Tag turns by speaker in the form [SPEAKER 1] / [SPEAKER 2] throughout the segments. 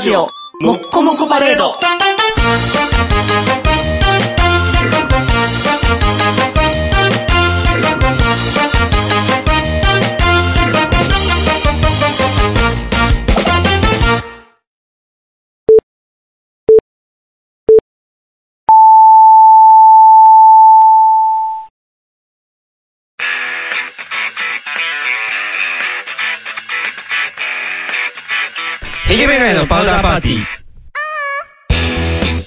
[SPEAKER 1] ジオ、もっこもこパレード。
[SPEAKER 2] イケメガネのパウダーパーティー。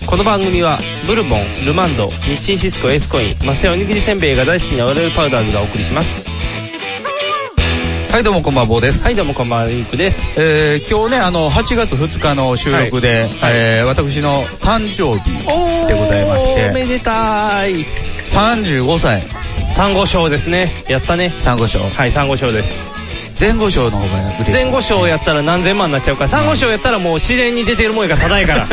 [SPEAKER 2] この番組は、ブルボン、ルマンド、日清シスコ、エースコイン、マセオおにぎりせんべいが大好きなオレルパウダーズがお送りします。
[SPEAKER 3] はい、どうもこんばんは、坊です。
[SPEAKER 2] はい、どうもこんばんは、ゆうくです。
[SPEAKER 3] えー、今日ね、あの、8月2日の収録で、
[SPEAKER 2] はい
[SPEAKER 3] えー、私の誕生日でございまし
[SPEAKER 2] おめ
[SPEAKER 3] て、
[SPEAKER 2] でたーい。
[SPEAKER 3] 35歳、
[SPEAKER 2] 三五賞ですね。やったね。
[SPEAKER 3] 前後賞。
[SPEAKER 2] はい、三五賞です。
[SPEAKER 3] 前後賞の方が売
[SPEAKER 2] 前
[SPEAKER 3] れる。。
[SPEAKER 2] 五賞やったら何千万になっちゃうから、三五賞やったらもう自然に出てるもんやから、ただいから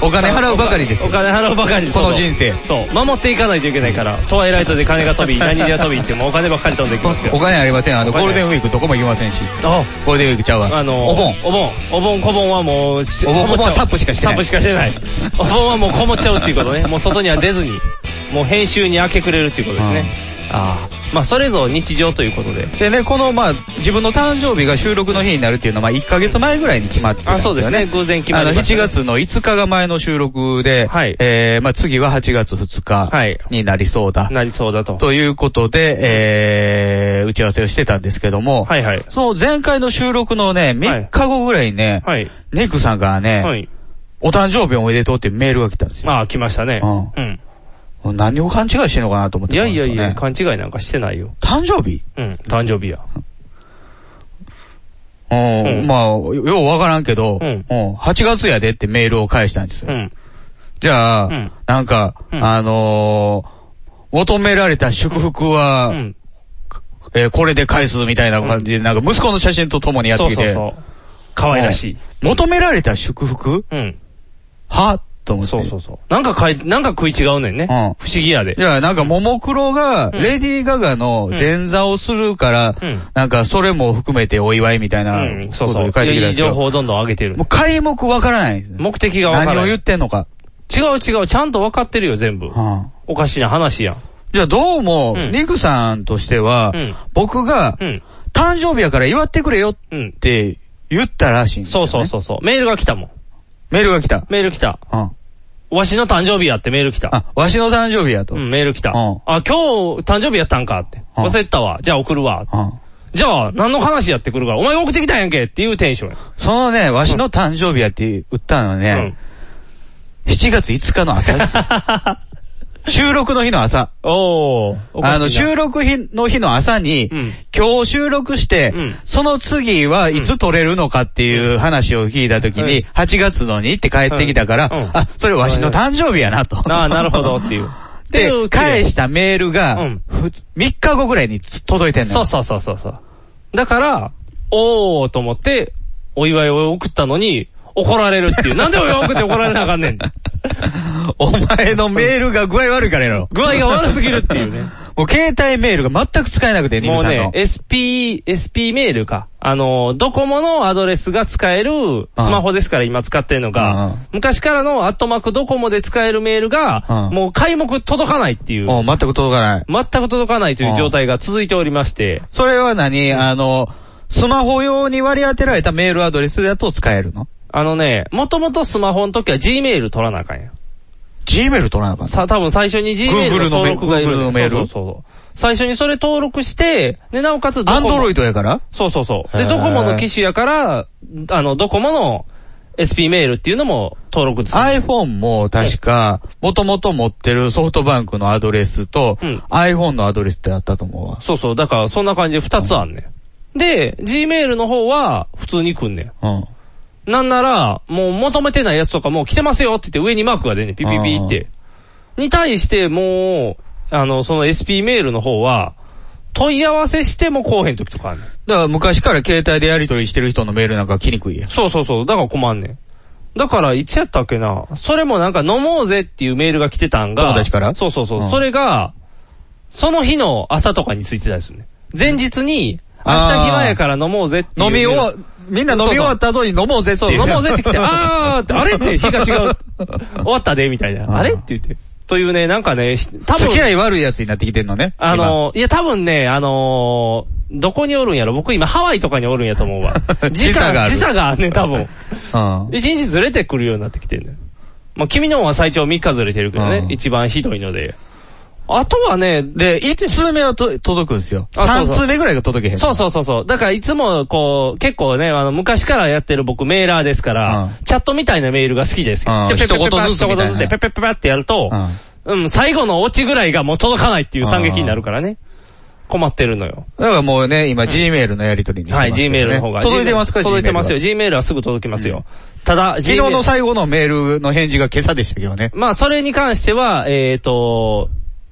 [SPEAKER 3] お金払うばかりです
[SPEAKER 2] お金払うばかりです
[SPEAKER 3] この人生。
[SPEAKER 2] そう、守っていかないといけないから、トワイライトで金が飛び、何で飛びってもうお金ばっかり飛んできますよ
[SPEAKER 3] お。金ありません。あの、
[SPEAKER 2] お
[SPEAKER 3] ゴ
[SPEAKER 2] 金
[SPEAKER 3] ールデンウィークどこも行きませんし、
[SPEAKER 2] あ
[SPEAKER 3] ゴールデンウィークちゃうわ。
[SPEAKER 2] あの、
[SPEAKER 3] お盆。
[SPEAKER 2] お盆。お盆、小盆はもう、お
[SPEAKER 3] お盆小盆はタップしかしてない
[SPEAKER 2] タップしかしてない。お盆はもうこもっちゃうっていうこと ね。もう外には出ずに、もう編集に明け暮れるっていうことですね。ああ。まあ、それぞれ日常ということで。
[SPEAKER 3] でね、この、まあ、自分の誕生日が収録の日になるっていうのは、まあ、1ヶ月前ぐらいに決まってたん
[SPEAKER 2] あ、
[SPEAKER 3] です
[SPEAKER 2] そう
[SPEAKER 3] よね。
[SPEAKER 2] ですね。偶然決ま
[SPEAKER 3] あ
[SPEAKER 2] り
[SPEAKER 3] の、
[SPEAKER 2] ました
[SPEAKER 3] 7月の5日が前の収録で、
[SPEAKER 2] はい
[SPEAKER 3] えー、まあ、次は8月2
[SPEAKER 2] はい
[SPEAKER 3] 日になりそうだ。
[SPEAKER 2] なりそうだと。
[SPEAKER 3] ということで、えー、打ち合わせをしてたんですけども、
[SPEAKER 2] はいはい。
[SPEAKER 3] その前回の収録のね、3日後ぐらいにね、
[SPEAKER 2] はい。
[SPEAKER 3] ネイクさんからね、
[SPEAKER 2] はい。
[SPEAKER 3] お誕生日おめでとうっていうメールが来たんですよ。
[SPEAKER 2] まあ、来ましたね。
[SPEAKER 3] う
[SPEAKER 2] うん。
[SPEAKER 3] 何を勘違いしてんのかなと思って
[SPEAKER 2] い
[SPEAKER 3] たん
[SPEAKER 2] や
[SPEAKER 3] です
[SPEAKER 2] い
[SPEAKER 3] よ
[SPEAKER 2] やいや、
[SPEAKER 3] ね、
[SPEAKER 2] 勘違いなんかしてないよ。
[SPEAKER 3] 誕生日
[SPEAKER 2] うん。誕生日や。
[SPEAKER 3] うん、
[SPEAKER 2] うん
[SPEAKER 3] まあ、ようわからんけど、
[SPEAKER 2] うん
[SPEAKER 3] 8月やでってメールを返したんです
[SPEAKER 2] う
[SPEAKER 3] よ。
[SPEAKER 2] ん。
[SPEAKER 3] じゃあ、
[SPEAKER 2] うん
[SPEAKER 3] なんか、
[SPEAKER 2] うん
[SPEAKER 3] あのー、求められた祝福は、
[SPEAKER 2] うん。
[SPEAKER 3] えーこれで返すみたいな感じで、なんか息子の写真と共にやって
[SPEAKER 2] そう
[SPEAKER 3] き
[SPEAKER 2] そう
[SPEAKER 3] て、
[SPEAKER 2] そう。可愛らしい。
[SPEAKER 3] 求められた祝福
[SPEAKER 2] うん。
[SPEAKER 3] はと思って。
[SPEAKER 2] そうそうそう。なんかかい、なんか食い違うねんね。
[SPEAKER 3] うん
[SPEAKER 2] 不思議やで
[SPEAKER 3] い。や、なんか、ももクロが、
[SPEAKER 2] うん
[SPEAKER 3] レディー・ガガの前座をするから、
[SPEAKER 2] うん
[SPEAKER 3] なんか、それも含めてお祝いみたいな、
[SPEAKER 2] うん、そうそう。
[SPEAKER 3] ことで書いてきたん
[SPEAKER 2] いい
[SPEAKER 3] ですけ
[SPEAKER 2] 情
[SPEAKER 3] ど
[SPEAKER 2] 報をどんどん上げてる
[SPEAKER 3] もう、。皆目わからないですね。
[SPEAKER 2] 目的が分から
[SPEAKER 3] 何を
[SPEAKER 2] ない。
[SPEAKER 3] 言ってんのか。
[SPEAKER 2] 違う違う、ちゃんと分かってるよ、全部。
[SPEAKER 3] はあ
[SPEAKER 2] おかしな話やん。
[SPEAKER 3] じゃあ、どうも、
[SPEAKER 2] うん
[SPEAKER 3] ニクさんとしては、
[SPEAKER 2] うん
[SPEAKER 3] 僕が、
[SPEAKER 2] うん。
[SPEAKER 3] 誕生日やから祝ってくれよっ
[SPEAKER 2] うん。
[SPEAKER 3] て言ったらしいんですよ
[SPEAKER 2] そ
[SPEAKER 3] ね
[SPEAKER 2] うそうそうそう。メールが来たもん。
[SPEAKER 3] メールが来た。
[SPEAKER 2] メール来た。
[SPEAKER 3] うん
[SPEAKER 2] わしの誕生日やってメール来た。
[SPEAKER 3] あ、わしの誕生日やと。
[SPEAKER 2] う
[SPEAKER 3] うん
[SPEAKER 2] ん、メール来た。
[SPEAKER 3] うん
[SPEAKER 2] あ、今日誕生日やったんかって。
[SPEAKER 3] うん
[SPEAKER 2] 忘れてたわ。じゃあ送るわ。じゃあ、何の話やってくるから、お前送ってきたんやんけっていうテンションや。
[SPEAKER 3] そのね、わしの誕生日やって言ったのはね、7月5日の朝ですよ。収録の日の朝。
[SPEAKER 2] うん。 おー。おかしいな
[SPEAKER 3] あの、収録日の日の朝に、
[SPEAKER 2] うん
[SPEAKER 3] 今日収録して、
[SPEAKER 2] うん
[SPEAKER 3] その次はいつ撮れるのかっていう話を聞いた時に、
[SPEAKER 2] うん
[SPEAKER 3] 8月のにって帰ってきたから、
[SPEAKER 2] うんうん
[SPEAKER 3] あ、それわしの誕生日やなと。
[SPEAKER 2] ああ、なるほどっていう。っていう
[SPEAKER 3] で、返したメールが、
[SPEAKER 2] うん
[SPEAKER 3] ふ3日後ぐらいに届いてんの
[SPEAKER 2] そうそうそうそうそう。だから、おーと思って、お祝いを送ったのに、怒られるっていう。なんでお祝い送って怒られなあかんねん。
[SPEAKER 3] お前のメールが具合悪いからやろ。
[SPEAKER 2] 具合が悪すぎるっていうね。
[SPEAKER 3] もう携帯メールが全く使えなくて、ニム
[SPEAKER 2] も
[SPEAKER 3] さ
[SPEAKER 2] うんね
[SPEAKER 3] の、。
[SPEAKER 2] SP、SP メールか。あの、ドコモのアドレスが使えるスマホですから今使ってるの
[SPEAKER 3] うんう
[SPEAKER 2] が
[SPEAKER 3] ん、
[SPEAKER 2] 昔からのアットマークドコモで使えるメールが、
[SPEAKER 3] うん
[SPEAKER 2] もう開目届かないっていう、
[SPEAKER 3] もう全く届かない。
[SPEAKER 2] 全く届かないという状態が続いておりまして、
[SPEAKER 3] それは何、あの、スマホ用に割り当てられたメールアドレスだと使えるの
[SPEAKER 2] あのね、もともとスマホの時は G メール取らなあかんやん。
[SPEAKER 3] ?Gmail 取らなかった。
[SPEAKER 2] さ、多分最初に Gmail の
[SPEAKER 3] Google の
[SPEAKER 2] 登
[SPEAKER 3] メ
[SPEAKER 2] 録がいるん
[SPEAKER 3] Google のメール
[SPEAKER 2] そうそうそう。最初にそれ登録して、で、なおかつドコ
[SPEAKER 3] アン
[SPEAKER 2] モ
[SPEAKER 3] ドロイドやから
[SPEAKER 2] そうそうそう。で、
[SPEAKER 3] へー
[SPEAKER 2] ドコモの機種やから、あの、ドコモの SP メールっていうのも登録でする。
[SPEAKER 3] ?iPhone も確か、もともと持ってるソフトバンクのアドレスと、
[SPEAKER 2] うん
[SPEAKER 3] iPhone のアドレスってあったと思うわ。
[SPEAKER 2] そうそう。だから、そんな感じで2つあんねん。で、G メールの方は、普通に来んね
[SPEAKER 3] うん。
[SPEAKER 2] ん。なんなら、もう求めてないやつとかもう来てますよって言って上にマークが出んねん。ピピピって。に対して、もう、あの、その SP メールの方は、問い合わせしても来おへん時とかあんねん。
[SPEAKER 3] だから昔から携帯でやり取りしてる人のメールなんか来にくいやん。
[SPEAKER 2] そうそうそう。だから困んねん。だから、いつやったっけな。それもなんか飲もうぜっていうメールが来てたんが。
[SPEAKER 3] 友達から
[SPEAKER 2] そうそうそう。
[SPEAKER 3] うん
[SPEAKER 2] それが、その日の朝とかについてたりするね。前日に、明日暇やから飲もうぜっていう
[SPEAKER 3] 飲み終わ、みんな飲み終わった後に飲もうぜって
[SPEAKER 2] そう、
[SPEAKER 3] い
[SPEAKER 2] 飲
[SPEAKER 3] う。
[SPEAKER 2] もうぜって来 て、あーって、あれって日が違う。終わったで、みたい
[SPEAKER 3] うん
[SPEAKER 2] な。あれって言って。というね、なんかね、し多
[SPEAKER 3] 付き合
[SPEAKER 2] 分、
[SPEAKER 3] い悪いやつになってきてんのね。。
[SPEAKER 2] あの、いや多分ね、あのー、どこにおるんやろ僕今ハワイとかにおるんやと思うわ
[SPEAKER 3] 時差がある
[SPEAKER 2] 時差があるね、多分。
[SPEAKER 3] 今、うん。
[SPEAKER 2] 一日ずれてくるようになってきてるね。まあ、君の方は最長3日ずれてるけど
[SPEAKER 3] う
[SPEAKER 2] ね
[SPEAKER 3] ん。
[SPEAKER 2] 一番ひどいので。あとはね、
[SPEAKER 3] で、1通目はと届くんですよ。
[SPEAKER 2] あそう
[SPEAKER 3] 3
[SPEAKER 2] そう
[SPEAKER 3] 通目ぐらいが届けへん。
[SPEAKER 2] そうそうそうそう。だからいつもこう、結構ね、あの、昔からやってる僕メーラーですから、
[SPEAKER 3] う
[SPEAKER 2] チャットみたいなメールが好きですよ。
[SPEAKER 3] うん
[SPEAKER 2] ペペペペペ
[SPEAKER 3] 一言ずつみたいな
[SPEAKER 2] 一言ずつでペペペペってやると、
[SPEAKER 3] うん。
[SPEAKER 2] うん、最後のオチぐらいがもう届かないっていう惨劇になるからね。困ってるのよ。
[SPEAKER 3] だからもうね、今、Gmail のやりとりにしてま
[SPEAKER 2] は
[SPEAKER 3] す
[SPEAKER 2] い、
[SPEAKER 3] けど
[SPEAKER 2] Gmail
[SPEAKER 3] ね
[SPEAKER 2] の方が。
[SPEAKER 3] 届いてますか
[SPEAKER 2] Gmail 届いてますよ。
[SPEAKER 3] Gmail は
[SPEAKER 2] Gmail はすぐ届きますよ。ただ、
[SPEAKER 3] 昨日の
[SPEAKER 2] Gmail
[SPEAKER 3] 最後のメールの返事が今朝でしたけどね。
[SPEAKER 2] まあ、それに関しては、えっ、と、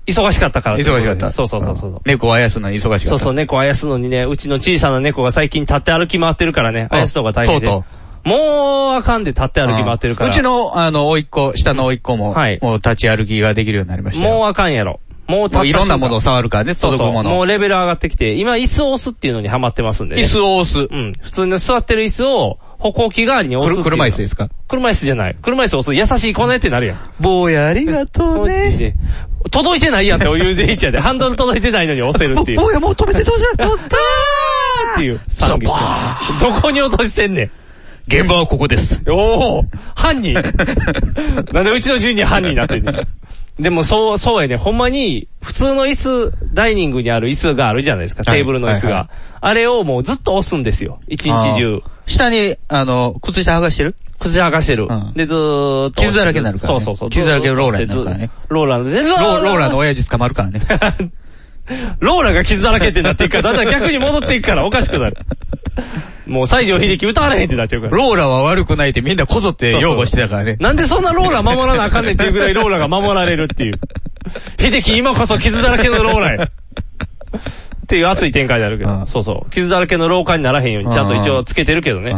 [SPEAKER 2] 忙しかったから。
[SPEAKER 3] 忙しかった。
[SPEAKER 2] そうそうそうそう。
[SPEAKER 3] ん猫をあやすのに忙し
[SPEAKER 2] そ
[SPEAKER 3] かった。
[SPEAKER 2] うそう、猫あやすのにね、うちの小さな猫が最近立って歩き回ってるからね、
[SPEAKER 3] うん
[SPEAKER 2] あやすのが大変で。
[SPEAKER 3] とうと
[SPEAKER 2] もう、あかんで立って歩き回ってるから。
[SPEAKER 3] うんうちの、あの、甥いっ子、下の甥いっ子も、
[SPEAKER 2] はい
[SPEAKER 3] もう立ち歩きができるようになりましたよ。
[SPEAKER 2] もうあかんやろ。もう立
[SPEAKER 3] も
[SPEAKER 2] った
[SPEAKER 3] ういろんなものを触るからね、
[SPEAKER 2] そう
[SPEAKER 3] 届く
[SPEAKER 2] そう
[SPEAKER 3] もの。
[SPEAKER 2] もうレベル上がってきて、今椅子を押すっていうのにハマってますんで、ね。
[SPEAKER 3] 椅子を押す。
[SPEAKER 2] うん。普通の座ってる椅子を歩行器代わりに
[SPEAKER 3] く
[SPEAKER 2] 押す
[SPEAKER 3] る
[SPEAKER 2] っていう
[SPEAKER 3] 車椅子ですか
[SPEAKER 2] 車椅子じゃない。車椅子押す。優しい子ねってなるやん。
[SPEAKER 3] 坊やありがとうね。
[SPEAKER 2] で 届いてないやんってお友人一やで。ハンドル届いてないのに押せるっていう。
[SPEAKER 3] 坊やもう止めてどうしたどうした
[SPEAKER 2] っていう
[SPEAKER 3] そう
[SPEAKER 2] 惨劇
[SPEAKER 3] バ
[SPEAKER 2] どこに落としてんねん。
[SPEAKER 3] 現場はここです。
[SPEAKER 2] おお犯 人なんでうちの順に犯人になってんねんでもそう、そうやね。ほんまに、普通の椅子、ダイニングにある椅子があるじゃないですか。
[SPEAKER 3] はい
[SPEAKER 2] テーブルの椅子
[SPEAKER 3] はいは
[SPEAKER 2] が。あれをもうずっと押すんですよ。一日中。
[SPEAKER 3] あー下に、あの、靴下剥がしてる
[SPEAKER 2] 口剥がしてる
[SPEAKER 3] うん。
[SPEAKER 2] で、ずーっと。
[SPEAKER 3] 傷だらけになるからね
[SPEAKER 2] そうそうそう。
[SPEAKER 3] 傷だらけローラになるからね
[SPEAKER 2] ずーっと押してずーっとローラの、でロ
[SPEAKER 3] ローローラの。親父捕まるから ね。
[SPEAKER 2] ローラが傷だらけってなっていくから、だんだん逆に戻っていくからおかしくなる。もう西城秀樹歌われへんってなっちゃうから。
[SPEAKER 3] ローラは悪くないってみんなこぞって擁護してたからね。
[SPEAKER 2] なんでそんなローラ守らなあかんねんっていうぐらいローラが守られるっていう。秀樹今こそ傷だらけのローラや。っていう熱い展開になるけ
[SPEAKER 3] うん
[SPEAKER 2] ど。そうそう。傷だらけの廊下にならへんようにちゃんと一応つけてるけどね。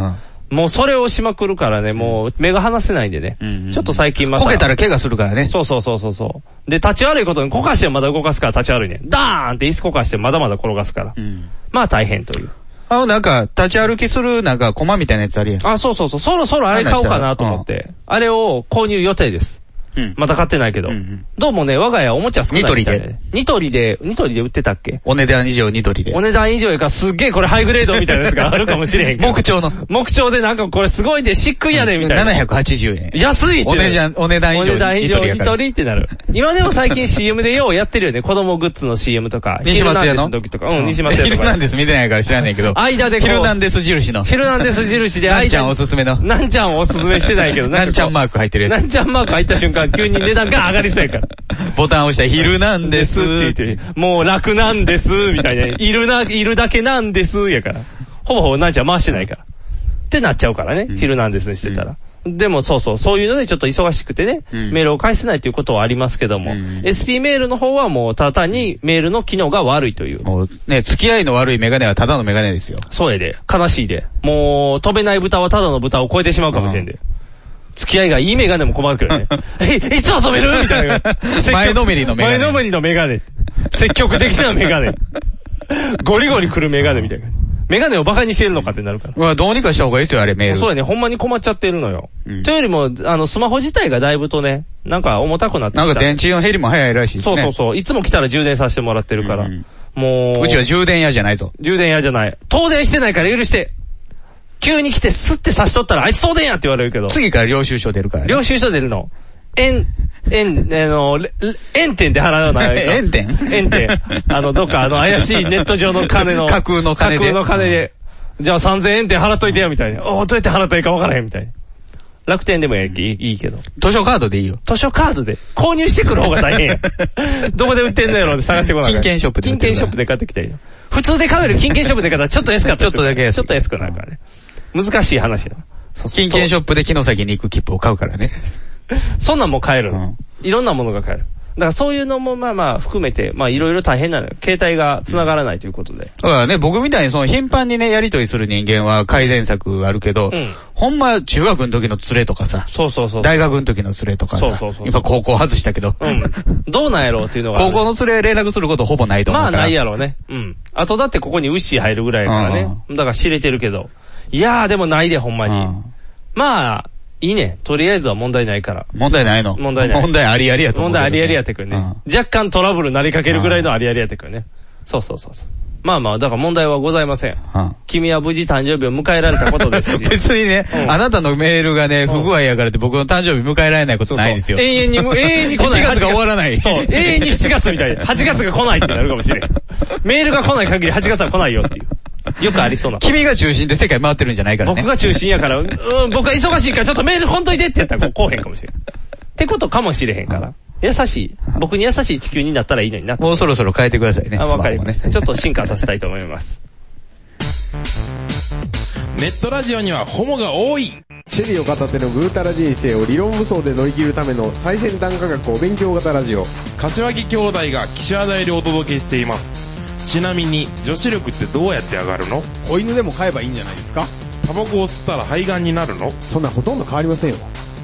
[SPEAKER 2] もうそれをしまくるからね、もう目が離せないんでね。
[SPEAKER 3] うんうん
[SPEAKER 2] ちょっと最近また。
[SPEAKER 3] こけたら怪我するからね。
[SPEAKER 2] そうそうそうそうそう。で、立ち悪いことに、こかしてまだ動かすから立ち悪いね。ダーンって椅子こかしてまだまだ転がすから。
[SPEAKER 3] うん
[SPEAKER 2] まあ大変という。
[SPEAKER 3] あの、なんか、立ち歩きする、なんか、コマみたいなやつあるやん。
[SPEAKER 2] あ、そうそうそう。そろそろあれ買おうかなと思って。あれを購入予定です。
[SPEAKER 3] うん
[SPEAKER 2] まだ買ってないけど。
[SPEAKER 3] うんうん
[SPEAKER 2] どうもね、我が家おもちゃ少ないみたいなね。ニトリで。ニトリで、ニトリで売ってたっけ
[SPEAKER 3] お値段以上ニトリで。
[SPEAKER 2] お値段以上やからすっげえこれハイグレードみたいなやつがあるかもしれへん けど。
[SPEAKER 3] 木調の。
[SPEAKER 2] 目標でなんかこれすごいね、しっくいやでみたいな。
[SPEAKER 3] 780円。
[SPEAKER 2] 安いって、ね。
[SPEAKER 3] お値段お値段以上
[SPEAKER 2] お値段以上
[SPEAKER 3] ニトリや
[SPEAKER 2] ニ
[SPEAKER 3] から
[SPEAKER 2] トリってなる。今でも最近 CM でようやってるよね。子供グッズの CM とか。
[SPEAKER 3] 西松屋の
[SPEAKER 2] ヒルナンデス時とか。うん、西松屋
[SPEAKER 3] ヒ
[SPEAKER 2] と
[SPEAKER 3] ル
[SPEAKER 2] か。
[SPEAKER 3] ナンデス見てないから知らないけど。
[SPEAKER 2] 間でこ
[SPEAKER 3] ヒ
[SPEAKER 2] う
[SPEAKER 3] ルナンデス印の。
[SPEAKER 2] ヒルナンデス印で
[SPEAKER 3] なんちゃんおすすめの
[SPEAKER 2] なんちゃんおすすめしてないけど
[SPEAKER 3] なんちゃんマーク入ってる
[SPEAKER 2] な
[SPEAKER 3] や
[SPEAKER 2] んちゃんマーク入った瞬間急に値段が上がりそうやから。
[SPEAKER 3] つ。ボタン押したらヒルナンデスって
[SPEAKER 2] って言
[SPEAKER 3] 言っ。
[SPEAKER 2] ってて もう楽なんです、みたいな。いるな、いるだけなんです、やから。ほぼほぼなんちゃん回してないから。ってなっちゃうからね。
[SPEAKER 3] ん
[SPEAKER 2] 昼なんですにしてたら。でもそうそう、そういうのでちょっと忙しくてね、
[SPEAKER 3] うん
[SPEAKER 2] メールを返せないということはありますけども、
[SPEAKER 3] うん
[SPEAKER 2] SP メールの方はもうただ単にメールの機能が悪いという。
[SPEAKER 3] もうね、付き合いの悪いメガネはただのメガネですよ。
[SPEAKER 2] そうやで、悲しいで。もう、飛べない豚はただの豚を超えてしまうかもしれんで。付き合いがいいメガネも困るけ どね。え、いつ遊べるみたいな。積極
[SPEAKER 3] 前のめりのメガネ
[SPEAKER 2] 前のめりのメガネ。積極的なメガネ。ゴリゴリ来るメガネみたいな。メガネをバカにしてるのかってなるから。
[SPEAKER 3] うわ、どうにかした方がいいですよ、あれメール。
[SPEAKER 2] そうやね、ほんまに困っちゃってるのよ。
[SPEAKER 3] うん
[SPEAKER 2] というよりも、あの、スマホ自体がだいぶとね、なんか重たくなってき
[SPEAKER 3] な
[SPEAKER 2] た。
[SPEAKER 3] んか電池の減りも早いらしいです
[SPEAKER 2] そ
[SPEAKER 3] ね。
[SPEAKER 2] うそうそう。いつも来たら充電させてもらってるから。
[SPEAKER 3] うん
[SPEAKER 2] もう。
[SPEAKER 3] うちは充電屋じゃないぞ。
[SPEAKER 2] 充電屋じゃない。東電してないから許して。急に来てスッて差し取ったら、あいつ東電やって言われるけど。
[SPEAKER 3] 次から領収書出るからね。
[SPEAKER 2] 領収書出るの。円、円、あの、れ円点で払う な。
[SPEAKER 3] 円点
[SPEAKER 2] 円点。あの、どっかあの怪しいネット上の金の。
[SPEAKER 3] 架空の金で
[SPEAKER 2] 架空の金で。じゃあ3000円点払っといてよ、みたいな。おーどうやって払ったらいいか分からへん、みたいな。楽天でもええきいいけど。
[SPEAKER 3] 図書カードでいいよ。
[SPEAKER 2] 図書カードで購入してくる方が大変や。 どこで売ってんのやろって探してこない。
[SPEAKER 3] 金券ショップで売っ
[SPEAKER 2] 金
[SPEAKER 3] てるか
[SPEAKER 2] 券
[SPEAKER 3] ら
[SPEAKER 2] ショップで買ってきたらいいよ。普通で買うより金券ショップで買ったらちょっと安かったりする
[SPEAKER 3] ちょっとだけ安い
[SPEAKER 2] ちょっと安くなるからね。難しい話だ。
[SPEAKER 3] 金券ショップで木の先に行く切符を買うからね。
[SPEAKER 2] そんなんも買える
[SPEAKER 3] うん
[SPEAKER 2] の。いろんなものが買える。だからそういうのもまあまあ含めて、まあいろいろ大変なのよ。携帯が繋がらないということで。
[SPEAKER 3] だからね、僕みたいにその頻繁にね、やりとりする人間は改善策あるけど、
[SPEAKER 2] うん
[SPEAKER 3] ほんま中学の時の連れとかさ、
[SPEAKER 2] そうそうそう。
[SPEAKER 3] 大学の時の連れとかさ、
[SPEAKER 2] そうそうそう
[SPEAKER 3] 今高校外したけど、
[SPEAKER 2] うん。どうなんやろうっていうのがあ
[SPEAKER 3] 高
[SPEAKER 2] る。
[SPEAKER 3] 校の連れ連絡することほぼないと思う
[SPEAKER 2] ま
[SPEAKER 3] か
[SPEAKER 2] あ
[SPEAKER 3] ら。
[SPEAKER 2] ないやろうね。うん。あとだってここにウッシー入るぐらいやからね。だから知れてるけど。いやーでもないでほんまに。
[SPEAKER 3] うん
[SPEAKER 2] まあ、いいね。とりあえずは問題ないから。
[SPEAKER 3] 問題ないの。
[SPEAKER 2] 問題ない
[SPEAKER 3] 問題ありありやと思
[SPEAKER 2] 問
[SPEAKER 3] うけ
[SPEAKER 2] 題
[SPEAKER 3] どね。
[SPEAKER 2] ありありやってくる
[SPEAKER 3] う
[SPEAKER 2] ね
[SPEAKER 3] ん。
[SPEAKER 2] 若干トラブルなりかけるぐらいのありありやってくるね。そうそうそうそう。まあまあ、だから問題はございません。
[SPEAKER 3] うん。
[SPEAKER 2] 君は無事誕生日を迎えられたことです し
[SPEAKER 3] 別にね、
[SPEAKER 2] うん
[SPEAKER 3] あなたのメールがね、不具合やからって僕の誕生日迎えられないことないですよ。
[SPEAKER 2] そうそう永遠にも、永遠に来ない。
[SPEAKER 3] 7月が終わらない
[SPEAKER 2] そう、 永遠に7月みたいな。8月が来ないってなるかもしれん。メールが来ない限り8月は来ないよっていう。よくありそうな。
[SPEAKER 3] 君が中心で世界回ってるんじゃないからね。
[SPEAKER 2] 僕が中心やから、うん、僕が忙しいからちょっとメールほんといてってやったらこう来へんかもしれん。ってことかもしれへんから。優しい。僕に優しい地球になったらいいのになと。
[SPEAKER 3] もうそろそろ変えてくださいね。
[SPEAKER 2] あ、わかりま
[SPEAKER 3] ね
[SPEAKER 2] した。ちょっと進化させたいと思います。
[SPEAKER 1] ネットラジオにはホモが多い
[SPEAKER 4] シェリーを片手のぐうたら人生を理論武装で乗り切るための最先端科学お勉強型ラジオ。
[SPEAKER 1] 柏木兄弟が岸和田よりお届けしていますちなみに女子力ってどうやって上がるの
[SPEAKER 4] 子犬でも飼えばいいんじゃないですか
[SPEAKER 1] タバコを吸ったら肺がんになるの
[SPEAKER 4] そんなんほとんど変わりませんよ。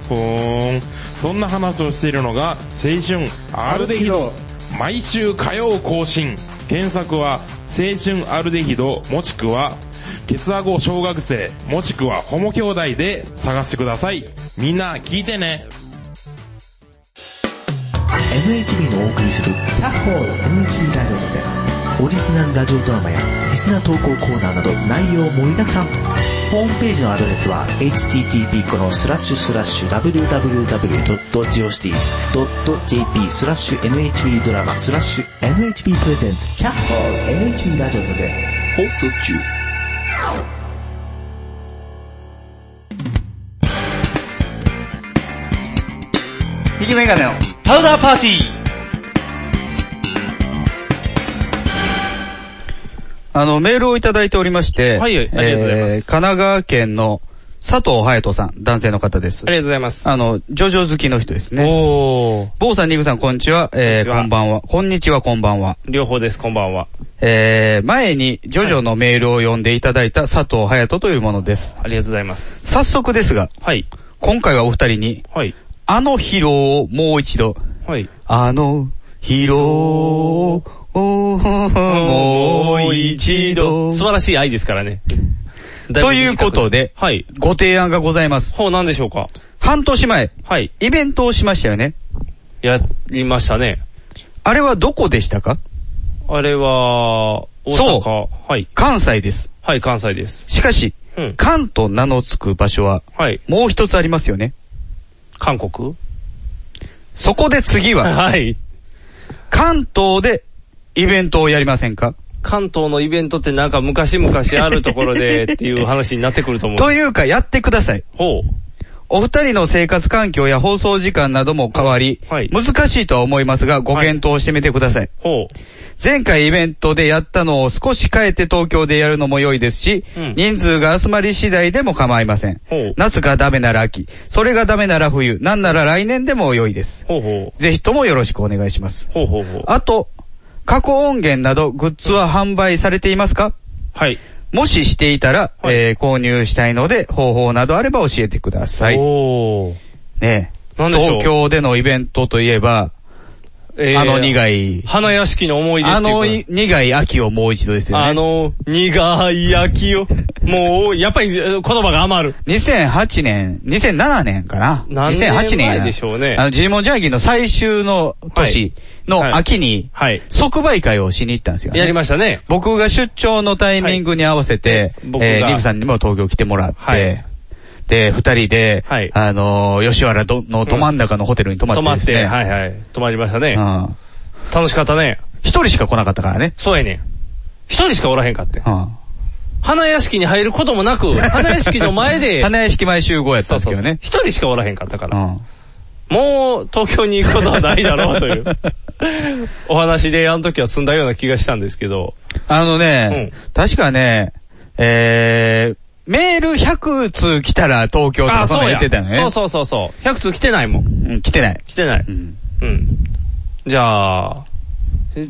[SPEAKER 1] ふーんそんな話をしているのが青春アルデヒド毎週火曜更新検索は青春アルデヒドもしくはケツアゴ小学生もしくはホモ兄弟で探してくださいみんな聞いてね
[SPEAKER 5] NHB のお送りする「キャッホール NHB ラジオ」でオリジナルラジオドラマやリスナー投稿コーナーなど内容盛りだくさんホームページのアドレスは http このスラッシュスラッシュ www.geocities.jp スラッシュ NHB ドラマスラッシュ NHB プレゼンツキャッホール NHB ラジオで放送中
[SPEAKER 3] 引きメガネの。
[SPEAKER 2] パウダーパーティー
[SPEAKER 3] あの、メールをいただいておりまして、
[SPEAKER 2] はいはいありがとうございます
[SPEAKER 3] えー神奈川県の佐藤隼人さん、男性の方です
[SPEAKER 2] あり。がとうございます。
[SPEAKER 3] あの、ジョジョ好きの人ですね。
[SPEAKER 2] おー。
[SPEAKER 3] 坊さん、ニグさん、こんにちは。えー
[SPEAKER 2] こんにちは
[SPEAKER 3] こんばんは。こんにちは、こんばんは。
[SPEAKER 2] 両方です、こんばんは。
[SPEAKER 3] えー、前に、ジョジョのメールを読んでいただいた佐藤隼人というものです。
[SPEAKER 2] ありがとうございます。
[SPEAKER 3] 早速ですが、
[SPEAKER 2] はい。
[SPEAKER 3] 今回はお二人に、
[SPEAKER 2] はい。
[SPEAKER 3] あの疲労をもう一度、
[SPEAKER 2] はい。
[SPEAKER 3] あの疲労をもう一度、
[SPEAKER 2] 素晴らしい愛ですからね。
[SPEAKER 3] ということで
[SPEAKER 2] はい。
[SPEAKER 3] ご提案がございます。
[SPEAKER 2] ほう、なんでしょうか。
[SPEAKER 3] 半年前、
[SPEAKER 2] はい。
[SPEAKER 3] イベントをしましたよね。
[SPEAKER 2] やりましたね。
[SPEAKER 3] あれはどこでしたか
[SPEAKER 2] あれは、大
[SPEAKER 3] そう
[SPEAKER 2] 阪。はい。
[SPEAKER 3] 関西です。
[SPEAKER 2] はい、関西です。
[SPEAKER 3] しかし、
[SPEAKER 2] うん。
[SPEAKER 3] 関と名の付く場所は、
[SPEAKER 2] はい。
[SPEAKER 3] もう一つありますよね。
[SPEAKER 2] 韓国
[SPEAKER 3] そこで次は、
[SPEAKER 2] はい。
[SPEAKER 3] 関東でイベントをやりませんか
[SPEAKER 2] 関東のイベントってなんか昔々あるところ でっていう話になってくると思う。
[SPEAKER 3] というか、やってください。
[SPEAKER 2] ほ
[SPEAKER 3] お二人の生活環境や放送時間なども変わり、
[SPEAKER 2] はい
[SPEAKER 3] 難しいとは思いますが、ご検討してみてください。
[SPEAKER 2] う。ほ
[SPEAKER 3] 前回イベントでやったのを少し変えて東京でやるのも良いですし、
[SPEAKER 2] うん
[SPEAKER 3] 人数が集まり次第でも構いません
[SPEAKER 2] ほう。
[SPEAKER 3] 夏がダメなら秋、それがダメなら冬、なんなら来年でも良いです
[SPEAKER 2] う。。ほうほ
[SPEAKER 3] ぜひともよろしくお願いします。
[SPEAKER 2] う。ほうほうほう。
[SPEAKER 3] あと、過去音源などグッズは販売されていますか
[SPEAKER 2] はい。
[SPEAKER 3] もししていたら、
[SPEAKER 2] はい
[SPEAKER 3] えー購入したいので方法などあれば教えてください。
[SPEAKER 2] おー。
[SPEAKER 3] ねえ
[SPEAKER 2] なんでしょう
[SPEAKER 3] 東京でのイベントといえば、
[SPEAKER 2] え
[SPEAKER 3] あの苦
[SPEAKER 2] い。
[SPEAKER 3] い、
[SPEAKER 2] 花屋敷の思い出って
[SPEAKER 3] あ
[SPEAKER 2] いうか
[SPEAKER 3] のい苦い秋をもう一度ですよね。
[SPEAKER 2] あの、苦い焼き を。もう、やっぱりえー言葉が余る。
[SPEAKER 3] 2008年、2007年かな
[SPEAKER 2] 何年前
[SPEAKER 3] ?2008 年やな
[SPEAKER 2] でしょうね
[SPEAKER 3] あの、ジーモンジャーギーの最終の年の秋に、
[SPEAKER 2] はい。
[SPEAKER 3] 即売会をしに行ったんですよ、ね。
[SPEAKER 2] やりましたね。
[SPEAKER 3] 僕が出張のタイミングに合わせて、
[SPEAKER 2] はい僕が
[SPEAKER 3] えーリブさんにも東京来てもらって、
[SPEAKER 2] はい
[SPEAKER 3] で、二人で、
[SPEAKER 2] はい
[SPEAKER 3] あのー吉原どのど真ん中のホテルに泊まっ
[SPEAKER 2] 止
[SPEAKER 3] て
[SPEAKER 2] まっ
[SPEAKER 3] ですね。
[SPEAKER 2] て、はいはい。止まりましたね。
[SPEAKER 3] うん。
[SPEAKER 2] 楽しかったね。
[SPEAKER 3] 一人しか来なかったからね。
[SPEAKER 2] そうやねん。一人しかおらへんかって
[SPEAKER 3] う。ん。
[SPEAKER 2] 花屋敷に入ることもなく、花屋敷の前で、
[SPEAKER 3] 花屋敷前集合やったんです
[SPEAKER 2] そう
[SPEAKER 3] け
[SPEAKER 2] そ
[SPEAKER 3] ど
[SPEAKER 2] うそう
[SPEAKER 3] ね。
[SPEAKER 2] 一人しかおらへんかったか
[SPEAKER 3] う
[SPEAKER 2] ら。もう東京に行くことはないだろうと いう、お話であの時は済んだような気がしたんですけど。
[SPEAKER 3] ん。あのね、
[SPEAKER 2] う
[SPEAKER 3] 確かね、えー、メール100通来たら東京とかそんなん
[SPEAKER 2] う
[SPEAKER 3] 言ってたよね。
[SPEAKER 2] そうそうそうそう。100通来てないもん。
[SPEAKER 3] うん。来てない。
[SPEAKER 2] 来てない。
[SPEAKER 3] うん。。
[SPEAKER 2] うん。じゃあ、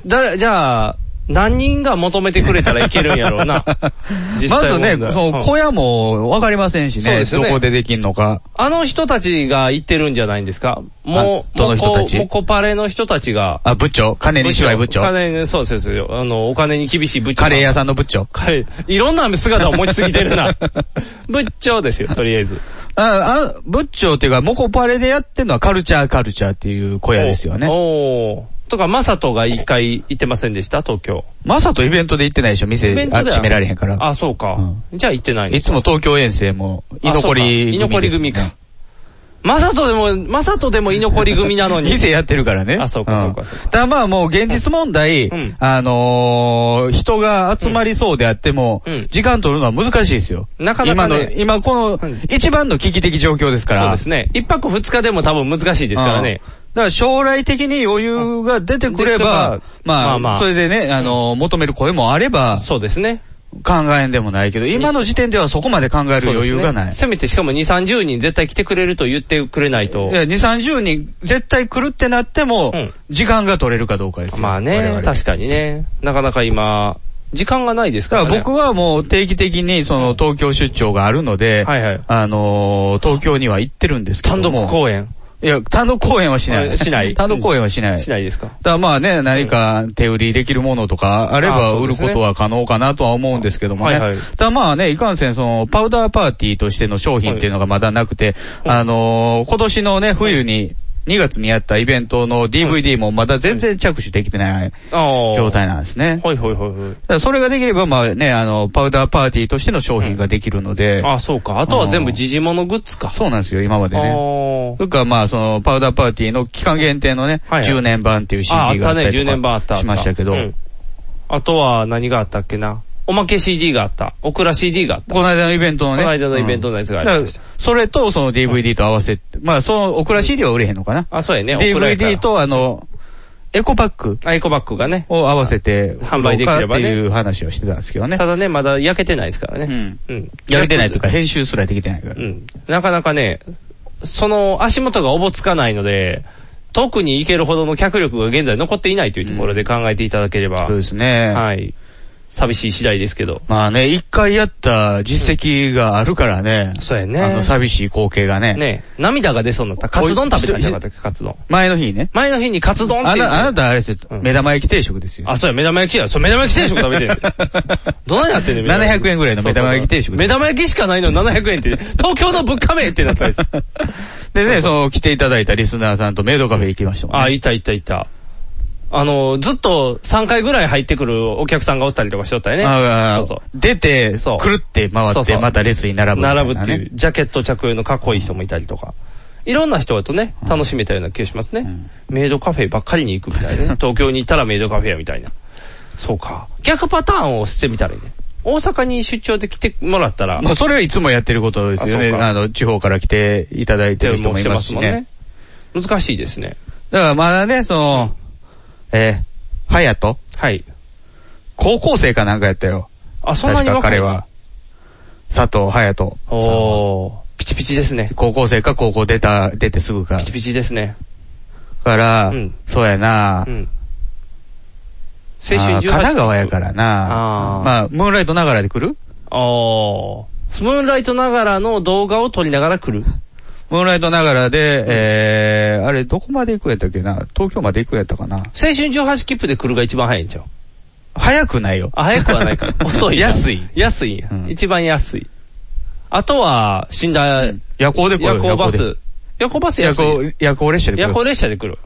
[SPEAKER 2] だ、じゃあ、何人が求めてくれたらいけるんやろうな
[SPEAKER 3] まずね、その
[SPEAKER 2] 声
[SPEAKER 3] 小屋もわかりませんし
[SPEAKER 2] そう
[SPEAKER 3] ね、
[SPEAKER 2] ですよ
[SPEAKER 3] ど
[SPEAKER 2] ね
[SPEAKER 3] こでできんのか。
[SPEAKER 2] あの人たちが言ってるんじゃないんですかもう、
[SPEAKER 3] あどの人たち
[SPEAKER 2] もうこもうコパレの人たちが。
[SPEAKER 3] あ、部長、金西来部長。
[SPEAKER 2] 金にそうですよ。あの、お金に厳しい部長。
[SPEAKER 3] カレー屋さんの部長。
[SPEAKER 2] カレーいろんな姿を持ちすぎてる な。部長ですよ、とりあえず。
[SPEAKER 3] あ、あ、部長っていうか、モコパレでやってるのはカルチャーカルチャーっていう小屋ですよね。
[SPEAKER 2] おおーとか、マサトが一回行ってませんでした東京。
[SPEAKER 3] まさとイベントで行ってないでしょ、店
[SPEAKER 2] イベン
[SPEAKER 3] あ
[SPEAKER 2] トでは
[SPEAKER 3] 決められへんから。
[SPEAKER 2] あ、そうか
[SPEAKER 3] うん。
[SPEAKER 2] じゃあ行ってない
[SPEAKER 3] い
[SPEAKER 2] ね。
[SPEAKER 3] つも東京遠征も、居
[SPEAKER 2] あそう
[SPEAKER 3] 残
[SPEAKER 2] か
[SPEAKER 3] り組です、ね。
[SPEAKER 2] 居残り組か。マサトでも、マサトでも居残り組なのに。
[SPEAKER 3] 店やってるからね。
[SPEAKER 2] あそうか
[SPEAKER 3] ん
[SPEAKER 2] そうかそうか
[SPEAKER 3] ただまあもう現実問題、
[SPEAKER 2] うん
[SPEAKER 3] あのー人が集まりそうであっても、
[SPEAKER 2] うん
[SPEAKER 3] 時間取るのは難しいですよ。
[SPEAKER 2] なかなかね
[SPEAKER 3] 今の、今こ
[SPEAKER 2] う
[SPEAKER 3] の
[SPEAKER 2] ん、
[SPEAKER 3] 一番の危機的状況ですから。
[SPEAKER 2] そうですね。一泊二日でも多分難しいですからね
[SPEAKER 3] うん。。だから将来的に余裕が出てく
[SPEAKER 2] 出て、く
[SPEAKER 3] れば
[SPEAKER 2] れば
[SPEAKER 3] まあ、
[SPEAKER 2] まあまあ
[SPEAKER 3] それでね、あの、求める声もあれば、
[SPEAKER 2] そうですね。
[SPEAKER 3] 考えんでもないけど、今の時点ではそこまで考える余裕がない。
[SPEAKER 2] せめてしかも2、30人絶対来てくれると言ってくれないと
[SPEAKER 3] い。や、2、30人絶対来るってなっても
[SPEAKER 2] うん、
[SPEAKER 3] 時間が取れるかどうかですよ。
[SPEAKER 2] まあ
[SPEAKER 3] 我々
[SPEAKER 2] ね、確かにね。なかなか今、時間がないですか
[SPEAKER 3] だからら
[SPEAKER 2] ね。
[SPEAKER 3] 僕はもう定期的にその東京出張があるので、
[SPEAKER 2] はいはい
[SPEAKER 3] あのー東京には行ってるんですけど
[SPEAKER 2] 単
[SPEAKER 3] も。
[SPEAKER 2] 独公演。
[SPEAKER 3] 演いや、単独公演はしな
[SPEAKER 2] あ
[SPEAKER 3] い。
[SPEAKER 2] しない
[SPEAKER 3] 単独公演はしない。
[SPEAKER 2] しないですか。
[SPEAKER 3] だからまあね、何か手売りできるものとかあれば
[SPEAKER 2] あそう
[SPEAKER 3] 売る
[SPEAKER 2] です
[SPEAKER 3] こ
[SPEAKER 2] ね
[SPEAKER 3] とは可能かなとは思うんですけどもね。
[SPEAKER 2] はいはい
[SPEAKER 3] ただまあね、いかんせんそのパウダーパーティーとしての商品っていうのがまだなくて、
[SPEAKER 2] はい
[SPEAKER 3] あのー今年のね、冬に、2月にやったイベントの DVD もまだ全然着手できてない
[SPEAKER 2] ああ。
[SPEAKER 3] 状態なんですね。
[SPEAKER 2] はいはいはいはい。
[SPEAKER 3] だからそれができれば、まあね、あの、パウダーパーティーとしての商品ができるので、
[SPEAKER 2] あ、そうか。あとは全部時事物グッズか。
[SPEAKER 3] そうなんですよ、今まで
[SPEAKER 2] あ
[SPEAKER 3] ね。
[SPEAKER 2] ー
[SPEAKER 3] それからまあ、その、パウダーパーティーの期間限定のね、
[SPEAKER 2] はいはい
[SPEAKER 3] 10年版っていう
[SPEAKER 2] あ、あっ
[SPEAKER 3] CD があ
[SPEAKER 2] た
[SPEAKER 3] った
[SPEAKER 2] ね、
[SPEAKER 3] り
[SPEAKER 2] 10
[SPEAKER 3] と
[SPEAKER 2] 年版あ
[SPEAKER 3] か
[SPEAKER 2] った。あった
[SPEAKER 3] しましたけど、
[SPEAKER 2] うんあとは何があったっけな。おまけ CD があった。オクラ CD があった。
[SPEAKER 3] この間のイベントの
[SPEAKER 2] こ
[SPEAKER 3] ね。
[SPEAKER 2] の間のイベントのやつがありました
[SPEAKER 3] だからそれとその DVD と合わせて、まあ、その、オクラ CD は売れへんのかな。
[SPEAKER 2] あ、そうやね。オクラやから
[SPEAKER 3] DVD。とあの、エコパック
[SPEAKER 2] アイコバッグがね。
[SPEAKER 3] を合わせて、
[SPEAKER 2] 販売できればね
[SPEAKER 3] 売ろうかっていう話をしてたんですけどね
[SPEAKER 2] た。だね、まだ焼けてないですから
[SPEAKER 3] う
[SPEAKER 2] ね
[SPEAKER 3] ん。
[SPEAKER 2] うん。
[SPEAKER 3] やってないというか、編集すらできてないから
[SPEAKER 2] う。ん。なかなかね、その足元がおぼつかないので、特に行けるほどの脚力が現在残っていないというところで考えていただければ、
[SPEAKER 3] そうですね。
[SPEAKER 2] はい。寂しい次第ですけど。
[SPEAKER 3] まあね、一回やった実績があるからね。
[SPEAKER 2] そうやね
[SPEAKER 3] あの寂しい光景がね。
[SPEAKER 2] ね涙が出そうになった。カツ丼食べたんじゃなかったっけカツ丼。
[SPEAKER 3] 前の日ね。
[SPEAKER 2] 前の日にカツ丼っ
[SPEAKER 3] あ
[SPEAKER 2] ていう
[SPEAKER 3] な、あなたあれですよ、
[SPEAKER 2] うん
[SPEAKER 3] 目玉焼き定食ですよ。
[SPEAKER 2] あ、そうや、目玉焼きや。そう、目玉焼き定食食べて る。どないなってんねん目玉焼き
[SPEAKER 3] 700円ぐらいの目玉焼き定食
[SPEAKER 2] 目玉焼きしかないのに700円って、東京の物価名ってな ったんです。
[SPEAKER 3] でね、その、来ていただいたリスナーさんとメイドカフェ行きましたもんね。
[SPEAKER 2] あ、いたいたいた。あの、ずっと3回ぐらい入ってくるお客さんがおったりとかしとったよね。
[SPEAKER 3] ああ
[SPEAKER 2] そうそう。
[SPEAKER 3] 出て、
[SPEAKER 2] そう
[SPEAKER 3] くるって回
[SPEAKER 2] そう
[SPEAKER 3] っ
[SPEAKER 2] そ
[SPEAKER 3] て、
[SPEAKER 2] う
[SPEAKER 3] また列に並ぶみたいなね、
[SPEAKER 2] 並ぶっていう、ジャケット着用のかっこいい人もいたりとか。いろんな人とね、楽しめたような気がしますね。メイドカフェばっかりに行くみたいなね。東京に行ったらメイドカフェやみたいな。そうか。逆パターンをしてみたらいいね。大阪に出張で来てもらったら、
[SPEAKER 3] まあ、それはいつもやってることですよ
[SPEAKER 2] あ
[SPEAKER 3] ね。
[SPEAKER 2] そうか
[SPEAKER 3] あの、地方から来ていただいてる人もいますしね。
[SPEAKER 2] 難しいですね。
[SPEAKER 3] だからまだね、その、えー、はやと、
[SPEAKER 2] はい。
[SPEAKER 3] 高校生かなんかやったよ。
[SPEAKER 2] あ、そんなに
[SPEAKER 3] 確か
[SPEAKER 2] 若い
[SPEAKER 3] 彼は。佐藤はやと。
[SPEAKER 2] おー、ピチピチですね。
[SPEAKER 3] 高校生か高校出た、出てすぐか
[SPEAKER 2] ピ。チピチですね。
[SPEAKER 3] から、
[SPEAKER 2] うん
[SPEAKER 3] そうやな、
[SPEAKER 2] うん。
[SPEAKER 3] あ
[SPEAKER 2] 青春18
[SPEAKER 3] ー神奈川やからな
[SPEAKER 2] あー
[SPEAKER 3] まあ、ムーンライトながらで来る
[SPEAKER 2] あー。スムーンライトながらの動画を撮りながら来る。
[SPEAKER 3] ムーンライトながらで、えー、あれ、どこまで行くんやったっけな東京まで行くんやったかな
[SPEAKER 2] 青春18切符で来るが一番早いんちゃう
[SPEAKER 3] 早くないよ。。
[SPEAKER 2] あ、早くはないか 遅いな。
[SPEAKER 3] 安い。
[SPEAKER 2] 安いんや、
[SPEAKER 3] うん
[SPEAKER 2] 一番安い。あとは、死んだ、
[SPEAKER 3] 夜行で来る
[SPEAKER 2] 夜行バス。夜行バス
[SPEAKER 3] 夜
[SPEAKER 2] 安い。
[SPEAKER 3] 行で、夜行、夜行列車で来る。
[SPEAKER 2] 夜行列車で来る。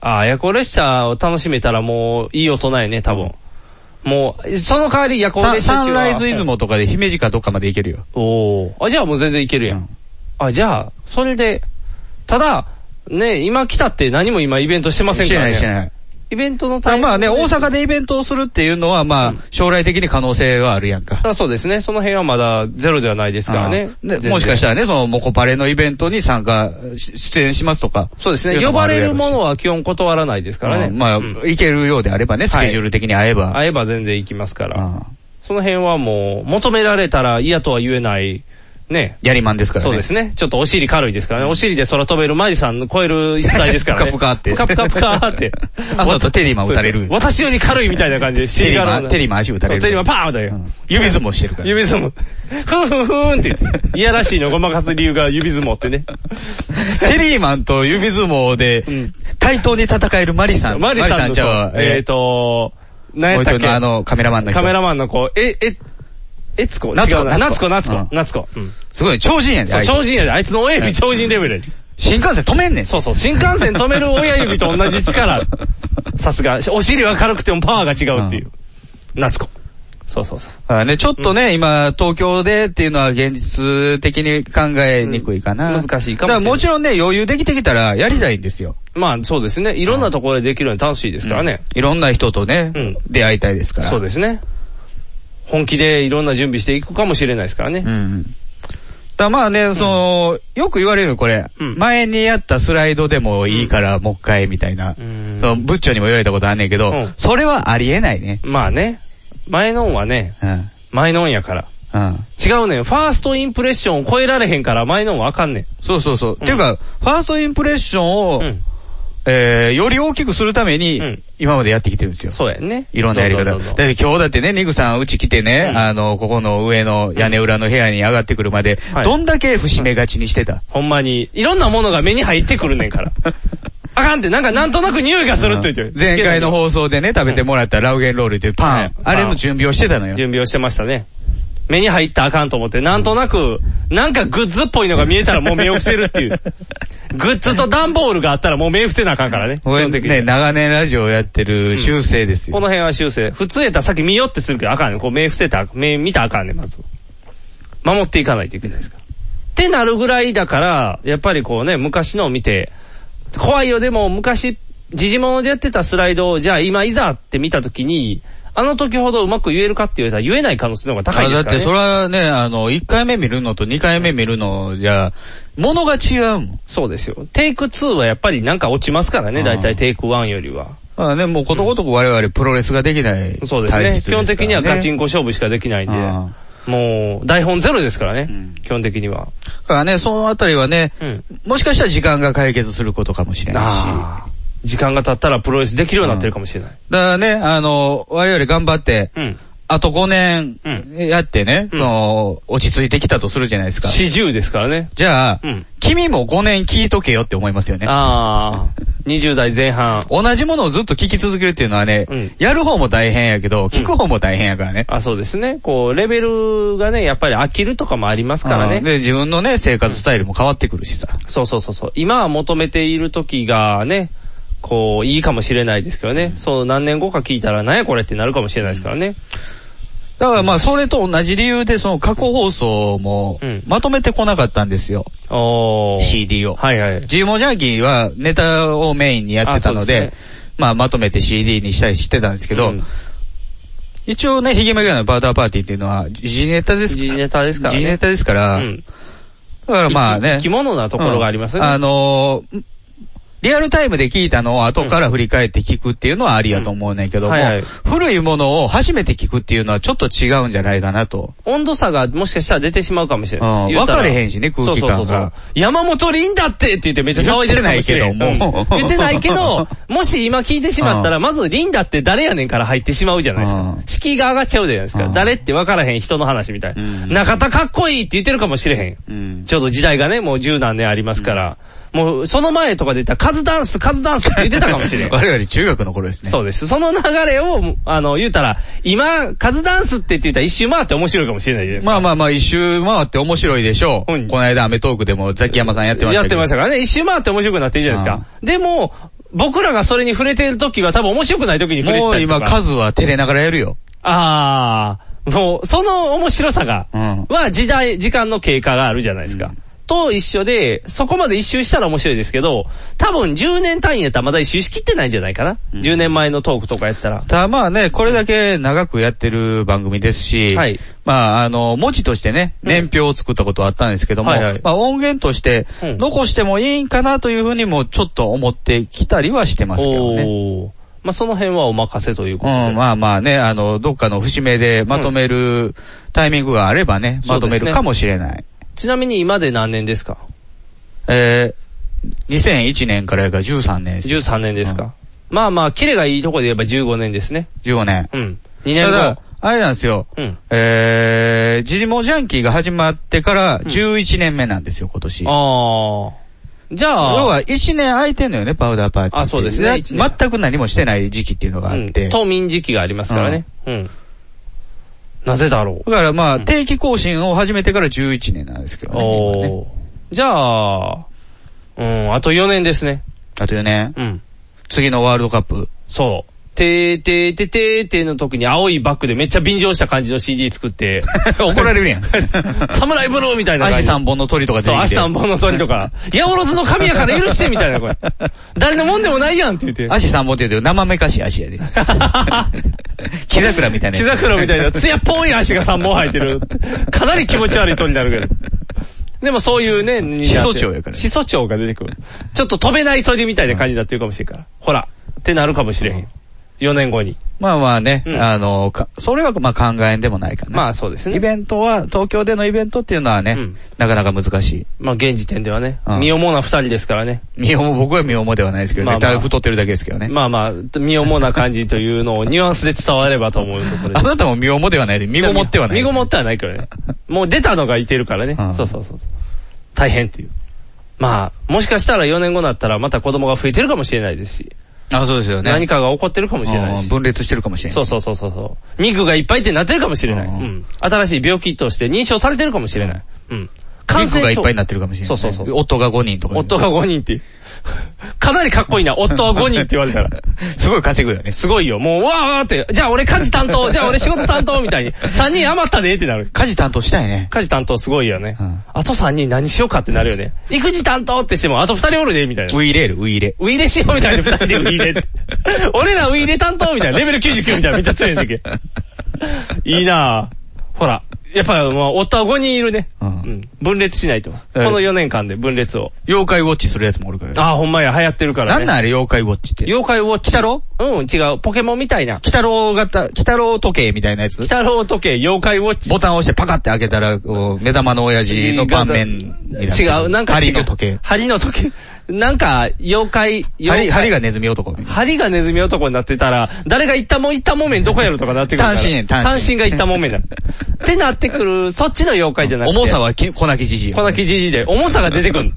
[SPEAKER 2] ああ、夜行列車を楽しめたらもういい大人やね、多分。もう、その代わり夜行
[SPEAKER 3] サン
[SPEAKER 2] 列車中は
[SPEAKER 3] サンライズ出雲とかで姫路かどっかまで行けるよ。
[SPEAKER 2] おお。あ、じゃあもう全然いけるやん。
[SPEAKER 3] うん
[SPEAKER 2] あ、じゃあ、それで、ただ、ね、今来たって何も今イベントしてません
[SPEAKER 3] し
[SPEAKER 2] から
[SPEAKER 3] てな
[SPEAKER 2] ね。
[SPEAKER 3] いしてない。
[SPEAKER 2] イベントのタイ
[SPEAKER 3] あ
[SPEAKER 2] ミング
[SPEAKER 3] まあね、
[SPEAKER 2] で
[SPEAKER 3] 大。阪でイベントをするっていうのは、まあ、将来的に可能性はあるやんか。
[SPEAKER 2] あそうですね。その辺はまだゼロではないですからね。
[SPEAKER 3] うんでもしかした
[SPEAKER 2] ら。
[SPEAKER 3] らね、その、モコパレのイベントに参加し、出演しますとか。
[SPEAKER 2] そうです
[SPEAKER 3] い
[SPEAKER 2] ね。
[SPEAKER 3] の
[SPEAKER 2] 呼ばれるもの
[SPEAKER 3] あ
[SPEAKER 2] は基本断らないですから
[SPEAKER 3] やろうし
[SPEAKER 2] ね。
[SPEAKER 3] うんまあ、
[SPEAKER 2] うん
[SPEAKER 3] 行けるようであればね、スケジュール的に合えば。
[SPEAKER 2] 会えば全然行きますから。
[SPEAKER 3] うん
[SPEAKER 2] その辺はもう、求められたら嫌とは言えない、ね。
[SPEAKER 3] やりまんですからね。
[SPEAKER 2] そうですね。ちょっとお尻軽いですからね。お尻で空飛べるマリさんの超える一体ですからね。
[SPEAKER 3] ぷかぷ
[SPEAKER 2] ぷか
[SPEAKER 3] かって
[SPEAKER 2] ぷかぷかーって。
[SPEAKER 3] あとあとテリーマ打たれる
[SPEAKER 2] そうです私より軽いみたいな感じで、
[SPEAKER 3] テリ
[SPEAKER 2] 尻
[SPEAKER 3] ーマ
[SPEAKER 2] 軽い
[SPEAKER 3] テリーマ足打たれる
[SPEAKER 2] そうテリーマパーンだよ。
[SPEAKER 3] うん指相撲してるから。
[SPEAKER 2] 指相撲。ふんふんふんって言って。いやらしいのごまかす理由が指相撲ってね。
[SPEAKER 3] テリーマンと指相撲で
[SPEAKER 2] ん、
[SPEAKER 3] 対等に戦えるマリさん。
[SPEAKER 2] マリさんの
[SPEAKER 3] ち
[SPEAKER 2] そ
[SPEAKER 3] ゃうわ
[SPEAKER 2] う、えっ、ー、、と、何や
[SPEAKER 3] もう
[SPEAKER 2] っ
[SPEAKER 3] 一
[SPEAKER 2] たっ
[SPEAKER 3] 人
[SPEAKER 2] け
[SPEAKER 3] のあの、カメラマンの人。
[SPEAKER 2] カメラマンの子、え、え、えつこ
[SPEAKER 3] 夏子
[SPEAKER 2] 違うな夏
[SPEAKER 3] 夏
[SPEAKER 2] 子、
[SPEAKER 3] 子
[SPEAKER 2] 夏子
[SPEAKER 3] うん、
[SPEAKER 2] 夏子。うん。
[SPEAKER 3] すごい、超人やね。
[SPEAKER 2] そう、
[SPEAKER 3] あいつ
[SPEAKER 2] 超人やで。あいつの親指超人レベルやで。
[SPEAKER 3] 新幹線止めんねん。
[SPEAKER 2] そうそう、新幹線止める親指と同じ力。さすが。お尻は軽くてもパワーが違うっていう。夏子。そうそうそう。
[SPEAKER 3] あね、ちょっとね、今、東京でっていうのは現実的に考えにくいかな。
[SPEAKER 2] うん難しいかもしれない
[SPEAKER 3] だからもちろんね、余裕できてきたらやりたいんですよ。
[SPEAKER 2] まあそうですね。いろんなところでできるの楽しいですからね。
[SPEAKER 3] いろんな人とね、
[SPEAKER 2] うん
[SPEAKER 3] 出会いたいですから。
[SPEAKER 2] そうですね。本気でいろんな準備していくかもしれないですからね。
[SPEAKER 3] うん。だまあね、その、よく言われるよ、これ。
[SPEAKER 2] うん
[SPEAKER 3] 前にやったスライドでもいいから、もう一回、みたいな。
[SPEAKER 2] ん
[SPEAKER 3] その、ブッチョにも言われたことあんねんけど、
[SPEAKER 2] うん
[SPEAKER 3] それはありえないね。
[SPEAKER 2] まあね。前のんはね、
[SPEAKER 3] うん。うん。
[SPEAKER 2] 前のんやから。違うねん。ファーストインプレッションを超えられへんから前のんはあかんねん。
[SPEAKER 3] そうそうそう。っていうか、ファーストインプレッションを、
[SPEAKER 2] うん。
[SPEAKER 3] えー、より大きくするために、
[SPEAKER 2] うん
[SPEAKER 3] 今までやってきてるんですよ。
[SPEAKER 2] そうやんね。
[SPEAKER 3] いろんなやり方。だ
[SPEAKER 2] ど
[SPEAKER 3] っ
[SPEAKER 2] うぞどうぞ
[SPEAKER 3] て今日だってね、ニグさんうち来てね、
[SPEAKER 2] うん
[SPEAKER 3] あの、ここの上の屋根裏の部屋に上がってくるまで、
[SPEAKER 2] はい
[SPEAKER 3] どんだけ節目がちにしてた、
[SPEAKER 2] ほんまに、いろんなものが目に入ってくるねん から。あかんって、なんかなんとなく匂いがするって言って。
[SPEAKER 3] 前回の放送でね、食べてもらったラウゲンロールというパン、
[SPEAKER 2] はい
[SPEAKER 3] あれの準備をしてたのよ。
[SPEAKER 2] 準備をしてましたね。目に入ったらあかんと思って、なんとなく、なんかグッズっぽいのが見えたらもう目を伏せるって いう。グッズと段ボールがあったらもう目伏せなあかんからね。
[SPEAKER 3] こ
[SPEAKER 2] 基
[SPEAKER 3] れ
[SPEAKER 2] 本的に
[SPEAKER 3] ね、長年ラジオやってる修正ですよ。
[SPEAKER 2] この辺は修正。普通やったらさっき見よってするけどあかんねん。こう目伏せたら、目見たらあかんねん、まず。守っていかないといけないですから。ってなるぐらいだから、やっぱりこうね、昔のを見て、怖いよ、でも昔、時事物でやってたスライドを、じゃあ今いざって見たときに、あの時ほどうまく言えるかって言われたら言えない可能性の方が高い
[SPEAKER 3] あ
[SPEAKER 2] です
[SPEAKER 3] だっ
[SPEAKER 2] から、ね。
[SPEAKER 3] てそれはね、あの、1回目見るのと2回目見るのじゃ、ものが違うもん。
[SPEAKER 2] そうですよ。テイク2はやっぱりなんか落ちますからね、だいた
[SPEAKER 3] う
[SPEAKER 2] い
[SPEAKER 3] ん
[SPEAKER 2] テイク1よりは。
[SPEAKER 3] まあね、もうことごとく我々プロレスができない体質ですか
[SPEAKER 2] そ
[SPEAKER 3] ら、
[SPEAKER 2] うですね。基本的にはガチンコ勝負しかできないんで
[SPEAKER 3] あ、
[SPEAKER 2] もう台本ゼロですからね、
[SPEAKER 3] うん
[SPEAKER 2] 基本的には。
[SPEAKER 3] だからね、そのあたりはね、
[SPEAKER 2] うん
[SPEAKER 3] もしかしたら時間が解決することかもしれないし。
[SPEAKER 2] ああ。時間が経ったらプロレスできるようになってるかもしれない。
[SPEAKER 3] だからね、あの、我々頑張って、
[SPEAKER 2] うん。
[SPEAKER 3] あと5年
[SPEAKER 2] うん
[SPEAKER 3] やってね、
[SPEAKER 2] うん
[SPEAKER 3] その落ち着いてきたとするじゃないですか。
[SPEAKER 2] 四十ですからね。
[SPEAKER 3] じゃあ、
[SPEAKER 2] うん
[SPEAKER 3] 君も5年聞いとけよって思いますよね。
[SPEAKER 2] ああ。二十代前半。
[SPEAKER 3] 同じものをずっと聞き続けるっていうのはね、
[SPEAKER 2] うん
[SPEAKER 3] やる方も大変やけど、聞く方も大変やからね。
[SPEAKER 2] あ、そうですね。こう、レベルがね、やっぱり飽きるとかもありますから
[SPEAKER 3] うん
[SPEAKER 2] ね。
[SPEAKER 3] で、自分のね、生活スタイルも変わってくるしさ。
[SPEAKER 2] そうそうそうそう。今は求めている時がね、こう、いいかもしれないですけどね。そう、何年後か聞いたら、なんやこれってなるかもしれないですからね。
[SPEAKER 3] だからまあ、それと同じ理由で、その過去放送も
[SPEAKER 2] うん、
[SPEAKER 3] まとめてこなかったんですよ。
[SPEAKER 2] おー。
[SPEAKER 3] CD を。
[SPEAKER 2] はいはい。
[SPEAKER 3] ジーモジャーキーはネタをメインにやってたの
[SPEAKER 2] あ
[SPEAKER 3] で、
[SPEAKER 2] そうです
[SPEAKER 3] まあまとめて CD にしたりしてたんですけど、
[SPEAKER 2] うん
[SPEAKER 3] 一応ね、ヒゲマギのバーターパーティーっていうのは、時事ネタです
[SPEAKER 2] 時事ネタですからね
[SPEAKER 3] 時事ネタですから、
[SPEAKER 2] うん。
[SPEAKER 3] だからまあね。
[SPEAKER 2] 生き物なところがありますよ
[SPEAKER 3] うん
[SPEAKER 2] ね。
[SPEAKER 3] あのーリアルタイムで聞いたのを後から振り返って聞くっていうのはありやと思うねんけども、
[SPEAKER 2] うんはいはい
[SPEAKER 3] 古いものを初めて聞くっていうのはちょっと違うんじゃないかなと。
[SPEAKER 2] 温度差がもしかしたら出てしまうかもしれな
[SPEAKER 3] うん
[SPEAKER 2] い。言うたら
[SPEAKER 3] 分かれへんしね空気感が
[SPEAKER 2] そうそうそうそう山本凛だってって言ってめっちゃ騒いでるかもしれん
[SPEAKER 3] 言ってないけども
[SPEAKER 2] うん言ってないけど、もし今聞いてしまったら、まず凛だって誰やねんから入ってしまうじゃないです
[SPEAKER 3] う
[SPEAKER 2] か
[SPEAKER 3] ん。
[SPEAKER 2] 敷居が上がっちゃうじゃないです
[SPEAKER 3] う
[SPEAKER 2] か。
[SPEAKER 3] ん
[SPEAKER 2] 誰って分からへん人の話みたいな
[SPEAKER 3] うん。
[SPEAKER 2] 中田かっこいいって言ってるかもしれへ
[SPEAKER 3] うん
[SPEAKER 2] ん。ちょうど時代がね、もう十何年ありますから。もう、その前とかで言ったら、カズダンス、カズダンスって言ってたかもしれん。
[SPEAKER 3] 我々中学の頃ですね。
[SPEAKER 2] そうです。その流れを、あの、言うたら、今、カズダンスってって言ったら一周回って面白いかもしれないじゃないですか。
[SPEAKER 3] まあまあまあ、一周回って面白いでしょう。
[SPEAKER 2] うん
[SPEAKER 3] この間、アメトークでもザキヤマさんやってました
[SPEAKER 2] やっ
[SPEAKER 3] け
[SPEAKER 2] て
[SPEAKER 3] ど。
[SPEAKER 2] ましたからね。一周回って面白くなってるじゃないですか。でも、僕らがそれに触れてる時は多分面白くない時に触れて
[SPEAKER 3] も
[SPEAKER 2] た
[SPEAKER 3] う
[SPEAKER 2] りとか。
[SPEAKER 3] 今、数は照れながらやるよ。
[SPEAKER 2] ああ、もう、その面白さが、
[SPEAKER 3] うん
[SPEAKER 2] は時代、時間の経過があるじゃないですか。と一緒で、そこまで一周したら面白いですけど、多分10年単位やったらまだ一周しきってないんじゃないかな。10年前のトークとかやったら。
[SPEAKER 3] ただまあね、これだけ長くやってる番組ですし、
[SPEAKER 2] はい
[SPEAKER 3] まああの、文字としてね、年表を作ったことはあったんですけども、
[SPEAKER 2] はいはい
[SPEAKER 3] まあ音源として
[SPEAKER 2] うん
[SPEAKER 3] 残してもいいんかなというふうにもちょっと思ってきたりはしてますけどね。
[SPEAKER 2] おー。まあ、その辺はお任せという
[SPEAKER 3] う
[SPEAKER 2] ことで。
[SPEAKER 3] ん、まあまあね、あの、どっかの節目でまとめるタイミングがあればね、
[SPEAKER 2] うん
[SPEAKER 3] まとめるかもしれない。
[SPEAKER 2] ちなみに今で何年ですか
[SPEAKER 3] えー、2001年からやから13年です。
[SPEAKER 2] ?13 年ですか、まあまあ、キレがいいとこで言えば15年ですね。
[SPEAKER 3] 15年。
[SPEAKER 2] うん。2
[SPEAKER 3] た
[SPEAKER 2] 年
[SPEAKER 3] だ
[SPEAKER 2] 後。、
[SPEAKER 3] あれなんですよ。
[SPEAKER 2] うん。
[SPEAKER 3] えー、ジリモジャンキーが始まってから11年目なんですよ、今年。要
[SPEAKER 2] ああ。じゃあ、
[SPEAKER 3] は1年空いてんのよね、パウダーパーティーって。
[SPEAKER 2] あそうですね
[SPEAKER 3] な
[SPEAKER 2] 一年
[SPEAKER 3] 全く何もしてない時期っていうのが
[SPEAKER 2] う
[SPEAKER 3] あっ
[SPEAKER 2] ん、
[SPEAKER 3] て。
[SPEAKER 2] 冬眠時期がありますからね。うん。なぜだろう。
[SPEAKER 3] だからまあ、
[SPEAKER 2] ん
[SPEAKER 3] 定期更新を始めてから11年なんですけどね。
[SPEAKER 2] お
[SPEAKER 3] 今ね
[SPEAKER 2] ー。じゃあ、うん、あと4年ですね。
[SPEAKER 3] あと4年。
[SPEAKER 2] うん。
[SPEAKER 3] 次のワールドカップ。
[SPEAKER 2] そう。てーてーてーてーてーの時に青いバッグでめっちゃ便乗した感じの CD 作 って、
[SPEAKER 3] 怒られ るやん。
[SPEAKER 2] サムライブルーみたいな感
[SPEAKER 3] 足
[SPEAKER 2] じ。
[SPEAKER 3] 3本の鳥とか出
[SPEAKER 2] そう、
[SPEAKER 3] てき
[SPEAKER 2] 足
[SPEAKER 3] て。
[SPEAKER 2] 三本の鳥と か、ヤオロズの神やから許してみたいな、これ。 誰のもんでもないやんって言って。
[SPEAKER 3] 足3本って言うと生めかしい足や で。木桜みたいな
[SPEAKER 2] 木
[SPEAKER 3] やつ。
[SPEAKER 2] 桜みたいな、艶っぽい足が3本生えてる。かなり気持ち悪い鳥になるけど。でもそういうね、になって
[SPEAKER 3] 始祖鳥やからね
[SPEAKER 2] 始祖鳥が出てくる。ちょっと飛べない鳥みたいな感じになってるかもしれんから。ほら、ってなるかもしれへん。4年後に。
[SPEAKER 3] まあまあね、
[SPEAKER 2] うん
[SPEAKER 3] あの、かそれはまあ考えんでもないかな。
[SPEAKER 2] まあそうです
[SPEAKER 3] イ
[SPEAKER 2] ね。
[SPEAKER 3] ベントは、東京でのイベントっていうのはね、
[SPEAKER 2] うん
[SPEAKER 3] なかなか難しい。
[SPEAKER 2] まあ現時点ではね
[SPEAKER 3] う。ん
[SPEAKER 2] 身をもな2人ですからね。
[SPEAKER 3] 身重、僕は身重ではないですけどね、
[SPEAKER 2] まあまあ
[SPEAKER 3] だいぶ太ってるだけですけどね。
[SPEAKER 2] まあまあ、身をもな感じというのをニュアンスで伝わればと思うところで
[SPEAKER 3] あ。なたも身重ではないで、身ごもってはない。
[SPEAKER 2] 身ごもってはないけど ね。もう出たのがいてるからね
[SPEAKER 3] う。ん
[SPEAKER 2] そうそうそう。大変っていう。まあ、もしかしたら4年後になったらまた子供が増えてるかもしれないですし、
[SPEAKER 3] あ、そうですよね。
[SPEAKER 2] 何かが起こってるかもしれない
[SPEAKER 3] うん
[SPEAKER 2] し。
[SPEAKER 3] 分裂してるかもしれない。
[SPEAKER 2] そうそうそうそうそう。肉がいっぱいってなってるかもしれない。
[SPEAKER 3] うん
[SPEAKER 2] うん。新しい病気として認証されてるかもしれない。うん。
[SPEAKER 3] 感染がいっぱいにな
[SPEAKER 2] っ
[SPEAKER 3] ってるかもしれない。
[SPEAKER 2] そうそうそう
[SPEAKER 3] 夫が5人とか。
[SPEAKER 2] 夫が5人っていう。かなりかっこいいな。夫は5人って言われ たら。
[SPEAKER 3] すごい稼ぐよね。
[SPEAKER 2] すごいよ。もう、うわーわーって、じゃあ俺家事担当、じゃあ俺仕事担当みたいに。3人余ったでってなる。
[SPEAKER 3] 家事担当したいね。
[SPEAKER 2] 家事担当すごいよね。
[SPEAKER 3] うん
[SPEAKER 2] あと3人何しようかってなるよね。育児担当ってしても、あと2人おるで、みたいな。
[SPEAKER 3] ウイレール、ウイレ。
[SPEAKER 2] ウイレしようみたいな、2人でウイレって。 俺らウイレ担当みたいな、レベル99みたいな、めっちゃ強いんだ け。いいなぁ。ほら、やっぱ、まあ、夫は5人いるね。
[SPEAKER 3] うん
[SPEAKER 2] うん分裂しないと。この4年間で分裂を。
[SPEAKER 3] 妖怪ウォッチするやつもおるからね。
[SPEAKER 2] ああ、ほんまや、流行ってるから
[SPEAKER 3] なん
[SPEAKER 2] ね。
[SPEAKER 3] なんあれ妖怪ウォッチって。
[SPEAKER 2] 妖怪を、鬼太郎うん、違う。ポケモンみたいな。
[SPEAKER 3] 鬼太郎型、鬼太郎時計みたいなやつ
[SPEAKER 2] 鬼太郎時計、妖怪ウォッチ。
[SPEAKER 3] ボタンを押してパカって開けたら、こう目玉の親父の盤面になって
[SPEAKER 2] 違
[SPEAKER 3] る
[SPEAKER 2] う、なんか違う。
[SPEAKER 3] 針の時計。
[SPEAKER 2] 針の時計。なんか、妖怪、
[SPEAKER 3] 針、
[SPEAKER 2] 妖怪。
[SPEAKER 3] 針がネズミ男みたいな。
[SPEAKER 2] 針がネズミ男になってたら、誰が行ったもん行ったもめんどこやろとかなってくるから。
[SPEAKER 3] 単身やん単身
[SPEAKER 2] 単身が行ったもんめんだ。ってなってくる、そっちの妖怪じゃなくて。
[SPEAKER 3] 重さはき粉木じじい。
[SPEAKER 2] この記事で、重さが出てくる。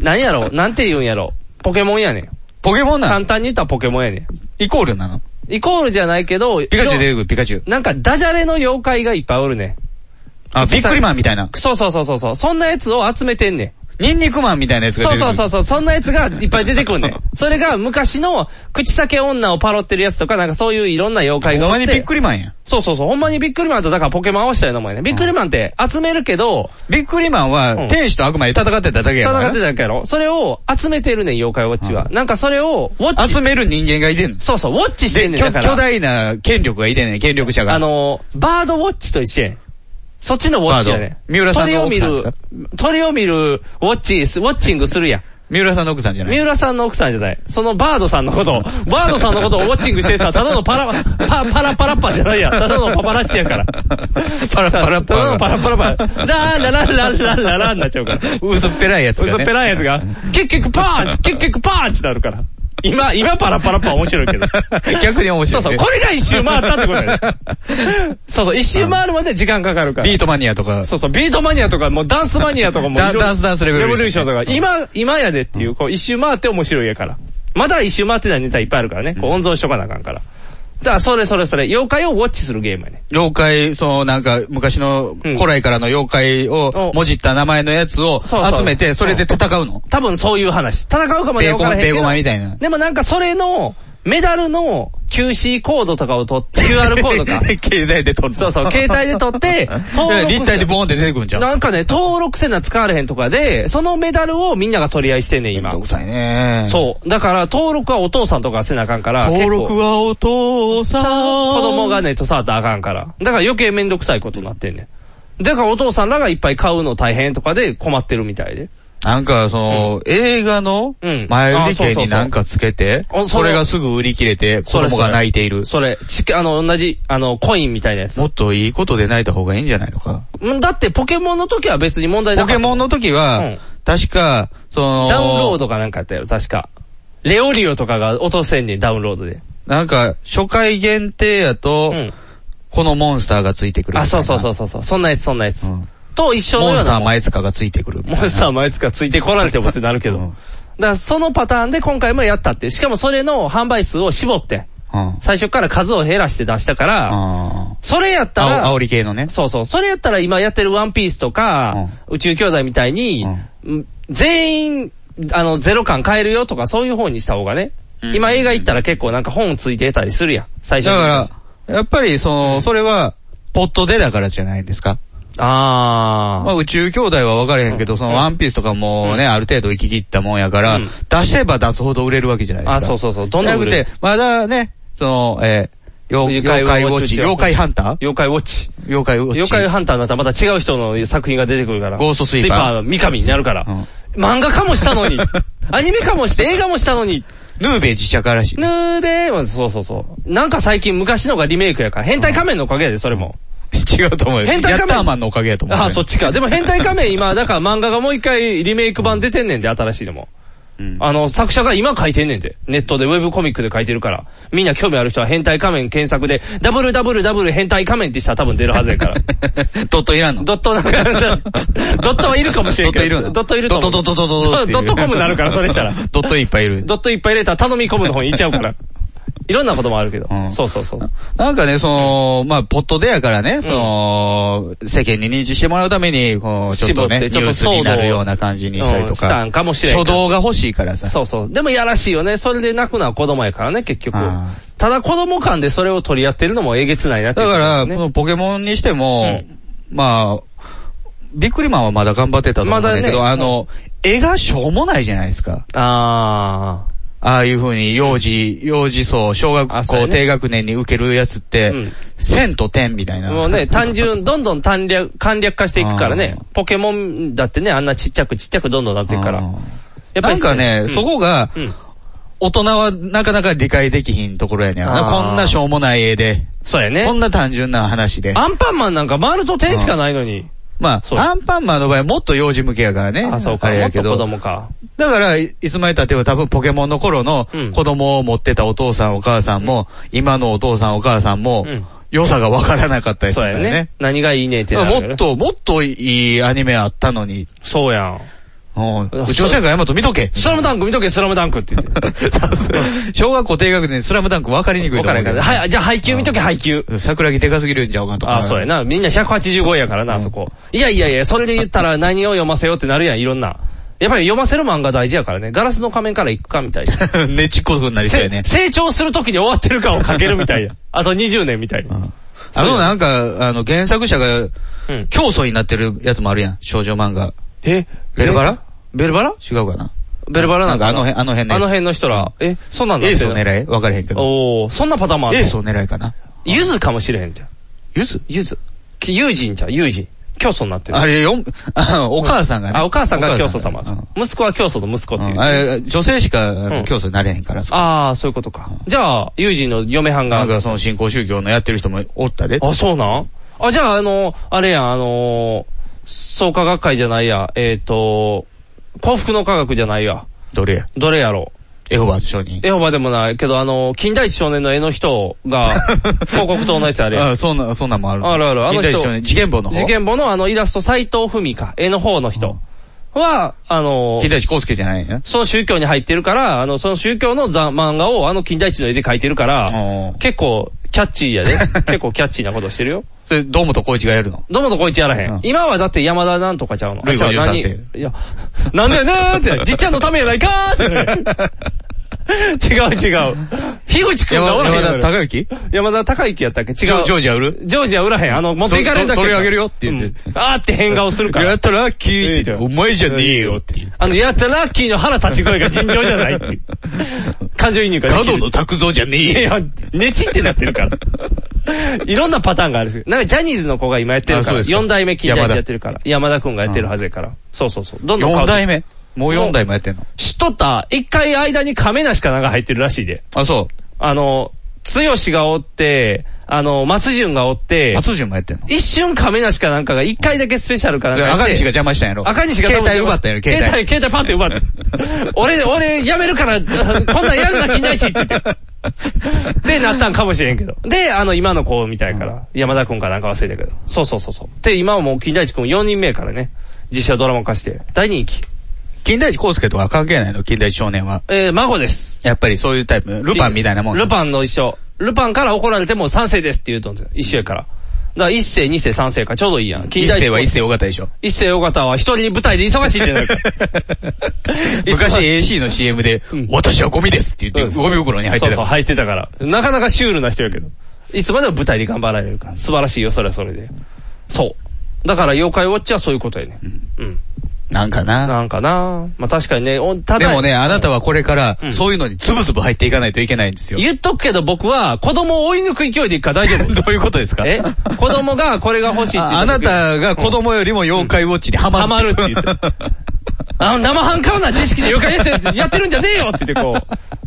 [SPEAKER 2] 何やろなんて言うんやろポケモンやねん。
[SPEAKER 3] ポケモンな
[SPEAKER 2] 簡
[SPEAKER 3] の
[SPEAKER 2] 単に言ったらポケモンやね
[SPEAKER 3] イコールなの
[SPEAKER 2] ん。イコールじゃないけど、
[SPEAKER 3] ピカチュウ出
[SPEAKER 2] よ
[SPEAKER 3] てくる、ピカチュウ。
[SPEAKER 2] なんかダジャレの妖怪がいっぱいおるね
[SPEAKER 3] あ、ビックリマンみたいな。
[SPEAKER 2] ん。そうそうそうそうそう。そんなやつを集めてんねん。
[SPEAKER 3] ニンニクマンみたいなやつが
[SPEAKER 2] そ
[SPEAKER 3] 出
[SPEAKER 2] う
[SPEAKER 3] てく
[SPEAKER 2] そ
[SPEAKER 3] る。
[SPEAKER 2] うそううそう、そんなやつがいっぱい出てくん ねん。それが昔の口裂け女をパロってるやつとか、なんかそういういろんな妖怪が
[SPEAKER 3] ほん
[SPEAKER 2] おっ
[SPEAKER 3] ま
[SPEAKER 2] て。
[SPEAKER 3] にビックリマンやん。
[SPEAKER 2] そうそうそう、ほんまにビックリマンとだからポケモン合わせたようなもんやね。ビックリマンって集めるけど、
[SPEAKER 3] ビックリマン
[SPEAKER 2] うん
[SPEAKER 3] は、天使と悪魔で戦ってただけや
[SPEAKER 2] 戦
[SPEAKER 3] からな。
[SPEAKER 2] ってただけやろ。それを集めてるねん、妖怪ウォッチは。なんかそれを、ウォッチ
[SPEAKER 3] 集、める人間がいてんの。
[SPEAKER 2] そうそう、ウォッチしてんねん、
[SPEAKER 3] 巨
[SPEAKER 2] だから。
[SPEAKER 3] 巨大な権力がいてんねん、権力者が。
[SPEAKER 2] あ、のー、バードウォッチと一緒やねん。そっちのウォッチやねん
[SPEAKER 3] バー。ド三浦さんの
[SPEAKER 2] 鳥を見
[SPEAKER 3] 奥
[SPEAKER 2] る
[SPEAKER 3] さんで、
[SPEAKER 2] 鳥を見る、ウォッチ、ウォッチングするやん。
[SPEAKER 3] 三浦さんの奥さんじゃない
[SPEAKER 2] 三浦さんの奥さんじゃない。そのバードさんの ことを、バードさんのことをウォッチングしてさ、ただのパラ、パ、パラパラッパじゃないや。ただのパパラッチやから。
[SPEAKER 3] パラパラッパ
[SPEAKER 2] ただのパラパラッパ。ラーララララララになっちゃうから。
[SPEAKER 3] 嘘っぺらいやつが、ね。
[SPEAKER 2] 嘘っぺらいやつが、結局パー ンチ結局パーンチってなるから。今、今パラパラッパ面白いけど。
[SPEAKER 3] 逆に面
[SPEAKER 2] そ
[SPEAKER 3] 白
[SPEAKER 2] う
[SPEAKER 3] い。
[SPEAKER 2] そう、これが一周回ったってことやね。そうそう、一周回るまで時間かかるから。
[SPEAKER 3] ビートマニアと か。
[SPEAKER 2] そうそう、ビートマニアとか、もうダンスマニアとかもいろいろ。
[SPEAKER 3] ダンダンスダンスレボリューショ
[SPEAKER 2] レ
[SPEAKER 3] ン
[SPEAKER 2] ボリューションとか、今、今やでっていう、こう一周回って面白いやから。まだ一周回ってないネタいっぱいあるからね。こう温存しとかなあかんから。だから、それそれそれ、妖怪をウォッチするゲームやね。
[SPEAKER 3] 妖怪、そのなんか昔の
[SPEAKER 2] うん
[SPEAKER 3] 古来からの妖怪を
[SPEAKER 2] お
[SPEAKER 3] もじった名前のやつを
[SPEAKER 2] そうそう
[SPEAKER 3] 集めて、それで戦うの。
[SPEAKER 2] 多分そういう話。戦うかも
[SPEAKER 3] ベー
[SPEAKER 2] 分
[SPEAKER 3] コ
[SPEAKER 2] から
[SPEAKER 3] ン、
[SPEAKER 2] へんけ
[SPEAKER 3] ベ
[SPEAKER 2] ど
[SPEAKER 3] ーコマみたいな。
[SPEAKER 2] でもなんかそれの、メダルの QC コードとかを取って、QR コードか。
[SPEAKER 3] 携帯で撮る。
[SPEAKER 2] そうそう、携帯で取って、登録
[SPEAKER 3] 立体でボーンって出てくるんじゃん。
[SPEAKER 2] なんかね、登録せな使われへんとかで、そのメダルをみんなが取り合いしてんねん、
[SPEAKER 3] めん
[SPEAKER 2] 今
[SPEAKER 3] ど。くさいね。
[SPEAKER 2] そう。だから、登録はお父さんとかせなあかんから、
[SPEAKER 3] 登録
[SPEAKER 2] 結構
[SPEAKER 3] はお父さん。
[SPEAKER 2] 子供が。ね、と触ったらあかんから。だから余計めんどくさいことになってんねん。だからお父さんらがいっぱい買うの大変とかで困ってるみたいで。
[SPEAKER 3] なんか、その、映画の
[SPEAKER 2] うん
[SPEAKER 3] 前売
[SPEAKER 2] あ
[SPEAKER 3] り
[SPEAKER 2] そうそう
[SPEAKER 3] 券
[SPEAKER 2] そう
[SPEAKER 3] になんかつけて、
[SPEAKER 2] おそ
[SPEAKER 3] そ
[SPEAKER 2] れ
[SPEAKER 3] れがすぐ売り切れて、子
[SPEAKER 2] それ
[SPEAKER 3] 供が泣いている。
[SPEAKER 2] それ、ちあの、同じ、あの、コインみたいなやつ
[SPEAKER 3] も。っといいことで泣いた方がいいんじゃないのか。
[SPEAKER 2] うんだってポケモンの時は別に問題な
[SPEAKER 3] ポ
[SPEAKER 2] かった。
[SPEAKER 3] ケモンの時
[SPEAKER 2] う
[SPEAKER 3] は
[SPEAKER 2] ん、
[SPEAKER 3] 確か、その、
[SPEAKER 2] ダウンロードかなんかやったよ、確か。レオリオとかが落とせんねん、ダウンロードで。
[SPEAKER 3] なんか、初回限定や
[SPEAKER 2] う
[SPEAKER 3] と、
[SPEAKER 2] ん。
[SPEAKER 3] このモンスターがついてくるみ
[SPEAKER 2] あ、
[SPEAKER 3] たい
[SPEAKER 2] そ
[SPEAKER 3] な。
[SPEAKER 2] うそうそうそうそう。そんなやつ、そんなやつ。
[SPEAKER 3] うん
[SPEAKER 2] と一緒の
[SPEAKER 3] モン
[SPEAKER 2] よう
[SPEAKER 3] スタ
[SPEAKER 2] な
[SPEAKER 3] ー
[SPEAKER 2] もん。
[SPEAKER 3] 前塚がついてくるみたいな。
[SPEAKER 2] モンスター前つかついてこられてもってなるけど。
[SPEAKER 3] う
[SPEAKER 2] だ
[SPEAKER 3] ん
[SPEAKER 2] からそのパターンで今回もやったって。しかもそれの販売数を絞って、
[SPEAKER 3] うん。
[SPEAKER 2] 最初から数を減らして出したから、
[SPEAKER 3] あ
[SPEAKER 2] それやった
[SPEAKER 3] あ。
[SPEAKER 2] ら
[SPEAKER 3] 煽、り系のね。
[SPEAKER 2] そうそう。それやったら今やってるワンピースとか、宇宙兄弟みたいに、うん全員、あの、ゼロ感変えるよとかそういう方にした方がね。
[SPEAKER 3] うん
[SPEAKER 2] 今映画行ったら結構なんか本ついてたりするやん。最
[SPEAKER 3] だ
[SPEAKER 2] 初に
[SPEAKER 3] から、やっぱりその、それは、ポットでだからじゃないですか。
[SPEAKER 2] あー。
[SPEAKER 3] まあ宇宙兄弟は分かれへんけど、そのワンピースとかもね、ある程度行き切ったもんやから
[SPEAKER 2] うん、
[SPEAKER 3] 出せば出すほど売れるわけじゃないですか。
[SPEAKER 2] あそうそうそうどんどん売れる
[SPEAKER 3] じゃなくて、まだね、その、えー、妖妖怪ウォッチ、妖怪ハンター
[SPEAKER 2] 妖怪ウォッチ。
[SPEAKER 3] 妖怪ウォッチ。
[SPEAKER 2] 妖怪ハンターになったらまた違う人の作品が出てくるから。
[SPEAKER 3] ゴーストスイーパ
[SPEAKER 2] ス
[SPEAKER 3] ー
[SPEAKER 2] イーパー、三上になるから。漫画かもした のに。アニメかもして映画もしたのに。
[SPEAKER 3] ヌーベ自社からしい。
[SPEAKER 2] ぬーでー、そうそうそう。なんか最近昔のがリメイクやから。変態仮面のおかげやで、それも。
[SPEAKER 3] 違うと思うよ。
[SPEAKER 2] 変態仮面
[SPEAKER 3] ヤッターマンのおかげやと思うよ。
[SPEAKER 2] あ、そっちか。でも変態仮面今、だから漫画がもう一回リメイク版出てんねんで、新しいのも。
[SPEAKER 3] うん。
[SPEAKER 2] あの、作者が今書いてんねんで。ネットでウェブコミックで書いてるから。みんな興味ある人は変態仮面検索で、www 変態仮面ってしたら多分出るはずや から。
[SPEAKER 3] ドットいらんの
[SPEAKER 2] ドットなんか、ドットはいるかもしれんけど。
[SPEAKER 3] ド
[SPEAKER 2] ド
[SPEAKER 3] ッ
[SPEAKER 2] ッ
[SPEAKER 3] ト
[SPEAKER 2] ト
[SPEAKER 3] い
[SPEAKER 2] い
[SPEAKER 3] る
[SPEAKER 2] る
[SPEAKER 3] の
[SPEAKER 2] と思う
[SPEAKER 3] ドットドットドットドットっていう
[SPEAKER 2] そうドットコムになるから、それしたら。
[SPEAKER 3] ドットいっぱいいる。
[SPEAKER 2] ドットいっぱい入れたら頼み込むの方に行っちゃう から。いろんなこともあるけど
[SPEAKER 3] う。ん
[SPEAKER 2] そうそうそう。
[SPEAKER 3] なんかね、その、まあ、ポットでやからね、その、世間に認知してもらうために、こう、ちょっと
[SPEAKER 2] 絞
[SPEAKER 3] ね、
[SPEAKER 2] って
[SPEAKER 3] ニ
[SPEAKER 2] ちょ
[SPEAKER 3] ュ
[SPEAKER 2] っと
[SPEAKER 3] ースになるような感じにしたり
[SPEAKER 2] 騒動
[SPEAKER 3] と
[SPEAKER 2] うんし
[SPEAKER 3] か。
[SPEAKER 2] たんかもしれんけ
[SPEAKER 3] 初
[SPEAKER 2] ど
[SPEAKER 3] 動が欲しいからさ。
[SPEAKER 2] そうそう。でもやらしいよね。それで泣くのは子供やからね、結局
[SPEAKER 3] あ。
[SPEAKER 2] ただ子供間でそれを取り合ってるのもえげつないなってい
[SPEAKER 3] だ
[SPEAKER 2] う
[SPEAKER 3] か
[SPEAKER 2] ところ
[SPEAKER 3] ら、
[SPEAKER 2] ね
[SPEAKER 3] このポケモンにしても、
[SPEAKER 2] う
[SPEAKER 3] まあ、ビックリマンはまだ頑張ってたと思うんだけど、
[SPEAKER 2] まだ
[SPEAKER 3] あ
[SPEAKER 2] ね
[SPEAKER 3] の、絵がしょうもないじゃないですか。
[SPEAKER 2] あ
[SPEAKER 3] ああいう風に幼児、幼児層、小学
[SPEAKER 2] あそう
[SPEAKER 3] 校、
[SPEAKER 2] やね
[SPEAKER 3] 低学年に受けるやつって
[SPEAKER 2] うん、
[SPEAKER 3] 千と点みたいな。
[SPEAKER 2] ー。もう ね、単純、どんどん単略、簡略化していくからね
[SPEAKER 3] あー。
[SPEAKER 2] ポケモンだってね、あんなちっちゃくちっちゃくどんどんなっていくから。
[SPEAKER 3] う
[SPEAKER 2] や
[SPEAKER 3] ん
[SPEAKER 2] っぱ
[SPEAKER 3] なん
[SPEAKER 2] り
[SPEAKER 3] かね、そ、こが、
[SPEAKER 2] うんうん。
[SPEAKER 3] 大人はなかなか理解できひんところやねんな
[SPEAKER 2] あー
[SPEAKER 3] こんなしょうもない絵で、
[SPEAKER 2] そうやね
[SPEAKER 3] こ。んな単純な話で。
[SPEAKER 2] アンパンマンなんか丸と点しかないのに。
[SPEAKER 3] ま
[SPEAKER 2] そう
[SPEAKER 3] あ、アンパンマンの場合はもっと幼児向けやからね。
[SPEAKER 2] あ、そうか。
[SPEAKER 3] れ
[SPEAKER 2] も
[SPEAKER 3] や
[SPEAKER 2] っ
[SPEAKER 3] け
[SPEAKER 2] と
[SPEAKER 3] ど
[SPEAKER 2] 子。供か。
[SPEAKER 3] だから、いいつまでたっては多分ポケモンの頃の
[SPEAKER 2] うん
[SPEAKER 3] 子供を持ってたお父さんお母さんも、今のお父さんお母さんも
[SPEAKER 2] うん、
[SPEAKER 3] 良さがわからなかったりす
[SPEAKER 2] そう
[SPEAKER 3] るん
[SPEAKER 2] や
[SPEAKER 3] だよね
[SPEAKER 2] ね。。何がいいねってな
[SPEAKER 3] だ
[SPEAKER 2] る
[SPEAKER 3] か
[SPEAKER 2] よね
[SPEAKER 3] らもっ。と、もっといいアニメあったのに、
[SPEAKER 2] そうやん。
[SPEAKER 3] うん宇宙戦艦ヤマト見とけ
[SPEAKER 2] スラムダンク見とけ、スラムダンクって言って。
[SPEAKER 3] 小学校低学年スラムダンク分かりにくい
[SPEAKER 2] わ
[SPEAKER 3] と思
[SPEAKER 2] か
[SPEAKER 3] う
[SPEAKER 2] らん
[SPEAKER 3] け
[SPEAKER 2] か
[SPEAKER 3] ど。
[SPEAKER 2] ら。はい、じゃあ配給見とけ、配給。
[SPEAKER 3] 桜木でかすぎるんちゃうかとか。
[SPEAKER 2] あ、そうやな。みんな185やからな、そこ。いやいやいや、それで言ったら何を読ませようってなるやん、いろんな。やっぱり読ませる漫画大事やからね。ガラスの仮面から行くか、みたいな。
[SPEAKER 3] ねちっこく なりそうやね
[SPEAKER 2] せ。成長するときに終わってる感をかけるみたい な。あと20年みたいな。
[SPEAKER 3] あのなんか、あの原作者が
[SPEAKER 2] うん。
[SPEAKER 3] 競争になってるやつもあるやん。少女漫画。
[SPEAKER 1] え
[SPEAKER 3] ベルバラ
[SPEAKER 2] ベルバラ
[SPEAKER 3] 違うかな。
[SPEAKER 2] ベルバラなんか
[SPEAKER 3] なんかあの辺あの辺のや
[SPEAKER 2] あ
[SPEAKER 3] つ
[SPEAKER 2] の辺の人ら。え、そんなんだ
[SPEAKER 3] エースを狙え分かれへんけど。
[SPEAKER 2] おー、そんなパターンもある
[SPEAKER 3] エースを狙えかな。
[SPEAKER 2] ゆずかもしれへんじゃん。
[SPEAKER 3] ゆず
[SPEAKER 2] ゆず。友人じゃん、友人。教祖になってる。
[SPEAKER 3] あれ、よん、 あお母さんがね。
[SPEAKER 2] あ、お母さんが教祖様
[SPEAKER 3] お母さんが。
[SPEAKER 2] 息子は教祖の息子って
[SPEAKER 3] う
[SPEAKER 2] い
[SPEAKER 3] ん
[SPEAKER 2] う。
[SPEAKER 3] あれ女性し
[SPEAKER 2] う
[SPEAKER 3] か
[SPEAKER 2] ん
[SPEAKER 3] 競争になれへんから、そ
[SPEAKER 2] ああ、そういうことか。じゃあ、ユージの嫁はん
[SPEAKER 3] なん
[SPEAKER 2] が。
[SPEAKER 3] かその新興宗教のやってる人もおったで。
[SPEAKER 2] あ、そうなんあ、じゃあ、あの、あれやん、あのー、創価学会じゃないや、えっ、と、幸福の科学じゃないや。
[SPEAKER 3] どれや
[SPEAKER 2] どれやろう。
[SPEAKER 3] エホバー商人。
[SPEAKER 2] エホバでもないけど、あの、近代一少年の絵の人 が、広告塔のやつあれやん。
[SPEAKER 3] あ、そんな、そんなんもある。
[SPEAKER 2] あるあるあの人
[SPEAKER 3] 近代一少年事件簿の方。
[SPEAKER 2] 事件簿のあのイラスト、斎藤文か、絵の方の人は、あの
[SPEAKER 3] 金、田一耕介じゃないね。
[SPEAKER 2] その宗教に入ってるから、あの、その宗教のざ漫画をあの金田一の絵で描いてるから、
[SPEAKER 3] あ
[SPEAKER 2] 結構キャッチー やで。結構キャッチーなことしてるよ。
[SPEAKER 3] それ、堂本光一がやるの。
[SPEAKER 2] どうもとこいつやらへ
[SPEAKER 3] うん
[SPEAKER 2] ん。今はだって山田なんとかちゃうの。
[SPEAKER 3] ルイ
[SPEAKER 2] あ違う
[SPEAKER 3] 53
[SPEAKER 2] 何
[SPEAKER 3] 世
[SPEAKER 2] いや、なんだよねー って、じっちゃんのためやないかーって。 違う違う。樋口くんがおらへん
[SPEAKER 3] 山
[SPEAKER 2] や
[SPEAKER 3] 田
[SPEAKER 2] ろ。
[SPEAKER 3] 孝之
[SPEAKER 2] 山田孝之やったっけ違う。
[SPEAKER 3] ジョジョージア売る
[SPEAKER 2] ジョージは売らへん。あの、持っていかれるだけ。
[SPEAKER 3] そそれあげるよって言って
[SPEAKER 2] うんあーって変顔するから。
[SPEAKER 3] やったらラッキーって
[SPEAKER 2] いいじ
[SPEAKER 3] 言
[SPEAKER 2] ゃん
[SPEAKER 3] って、お前じゃねえよっていう。
[SPEAKER 2] あの、やったラッキーの腹立ち声が尋常じゃない っていう。感情移入ができ
[SPEAKER 3] 角
[SPEAKER 2] る
[SPEAKER 3] の拓造じゃねえ
[SPEAKER 2] い
[SPEAKER 3] よ。
[SPEAKER 2] や、ねちってなってるから。いろんなパターンがあるんですけど、なんかジャニーズの子が今やってる
[SPEAKER 3] あ
[SPEAKER 2] か
[SPEAKER 3] そう
[SPEAKER 2] ら、
[SPEAKER 3] ですか
[SPEAKER 2] 4代目金田一やってるから、山田くんがやってるはずやから。そうそうそう。どんどん変わ
[SPEAKER 3] 4
[SPEAKER 2] って
[SPEAKER 3] 代目。もう4代もやってんの。
[SPEAKER 2] しとった、一回間に亀梨かなんか入ってるらしいで。
[SPEAKER 3] あ、そ
[SPEAKER 2] あの、剛がおって、あの、松潤がおっ
[SPEAKER 3] う。
[SPEAKER 2] て、
[SPEAKER 3] 松潤もやってんの。
[SPEAKER 2] 一瞬亀梨かなんかが一回だけスペシャルかなんか
[SPEAKER 3] で
[SPEAKER 2] やって
[SPEAKER 3] 赤西が邪魔したんやろ。
[SPEAKER 2] 赤西が多分
[SPEAKER 3] 携帯奪ったんやろ、携
[SPEAKER 2] 携
[SPEAKER 3] 帯。
[SPEAKER 2] 帯、携帯パンって奪 った。俺、俺、やめるから、こんなんやるな、金田一って言 って。ってなったんかもしれんけど。で、あの、今の子みたいから、山田くんかなんか忘れたけど。そうそうそうそう。で、今はもう金田一くん4人目からね、実写ドラマ化して、大人気。
[SPEAKER 3] 金田一光介とは関係ないの、金田一少年は。
[SPEAKER 2] えー、孫です。
[SPEAKER 3] やっぱりそういうタイプ。ルパンみたいなもん。
[SPEAKER 2] ルパンの一緒。ルパンから怒られても3世ですって言うとんですよ。一緒やから。だから一世、二世、三世か、ちょうどいいやん。金
[SPEAKER 3] 一
[SPEAKER 2] 田
[SPEAKER 3] 世は
[SPEAKER 2] 一
[SPEAKER 3] 一世尾形でしょ。。
[SPEAKER 2] 一世尾形は一人舞台で忙しいってなるから
[SPEAKER 3] 昔 AC の CM で、私はゴミですって言って、ゴミ袋に入って
[SPEAKER 2] そうそう、
[SPEAKER 3] た。
[SPEAKER 2] 入ってたから。なかなかシュールな人やけど。いつまでも舞台で頑張られるから。素晴らしいよ、それはそれで。そう。だから、妖怪ウォッチはそういうことやね。うん。
[SPEAKER 3] なんかな。
[SPEAKER 2] なんかなまあ確かにね、おた
[SPEAKER 3] で
[SPEAKER 2] だ、
[SPEAKER 3] もね、あなたはこれから
[SPEAKER 2] う、ん
[SPEAKER 3] そういうのにつぶつぶ入っていかないといけないんですよ。
[SPEAKER 2] 言っとくけど僕は子供を追い抜く勢いでいくから大丈夫。
[SPEAKER 3] どういうことですか
[SPEAKER 2] え子供がこれが欲しいって言った時
[SPEAKER 3] ああなたが子供よりも妖怪ウォッチにハマる。
[SPEAKER 2] ハマるって言ってたあの生半可な知識で妖怪やってるやってるんじゃねえよって言ってこ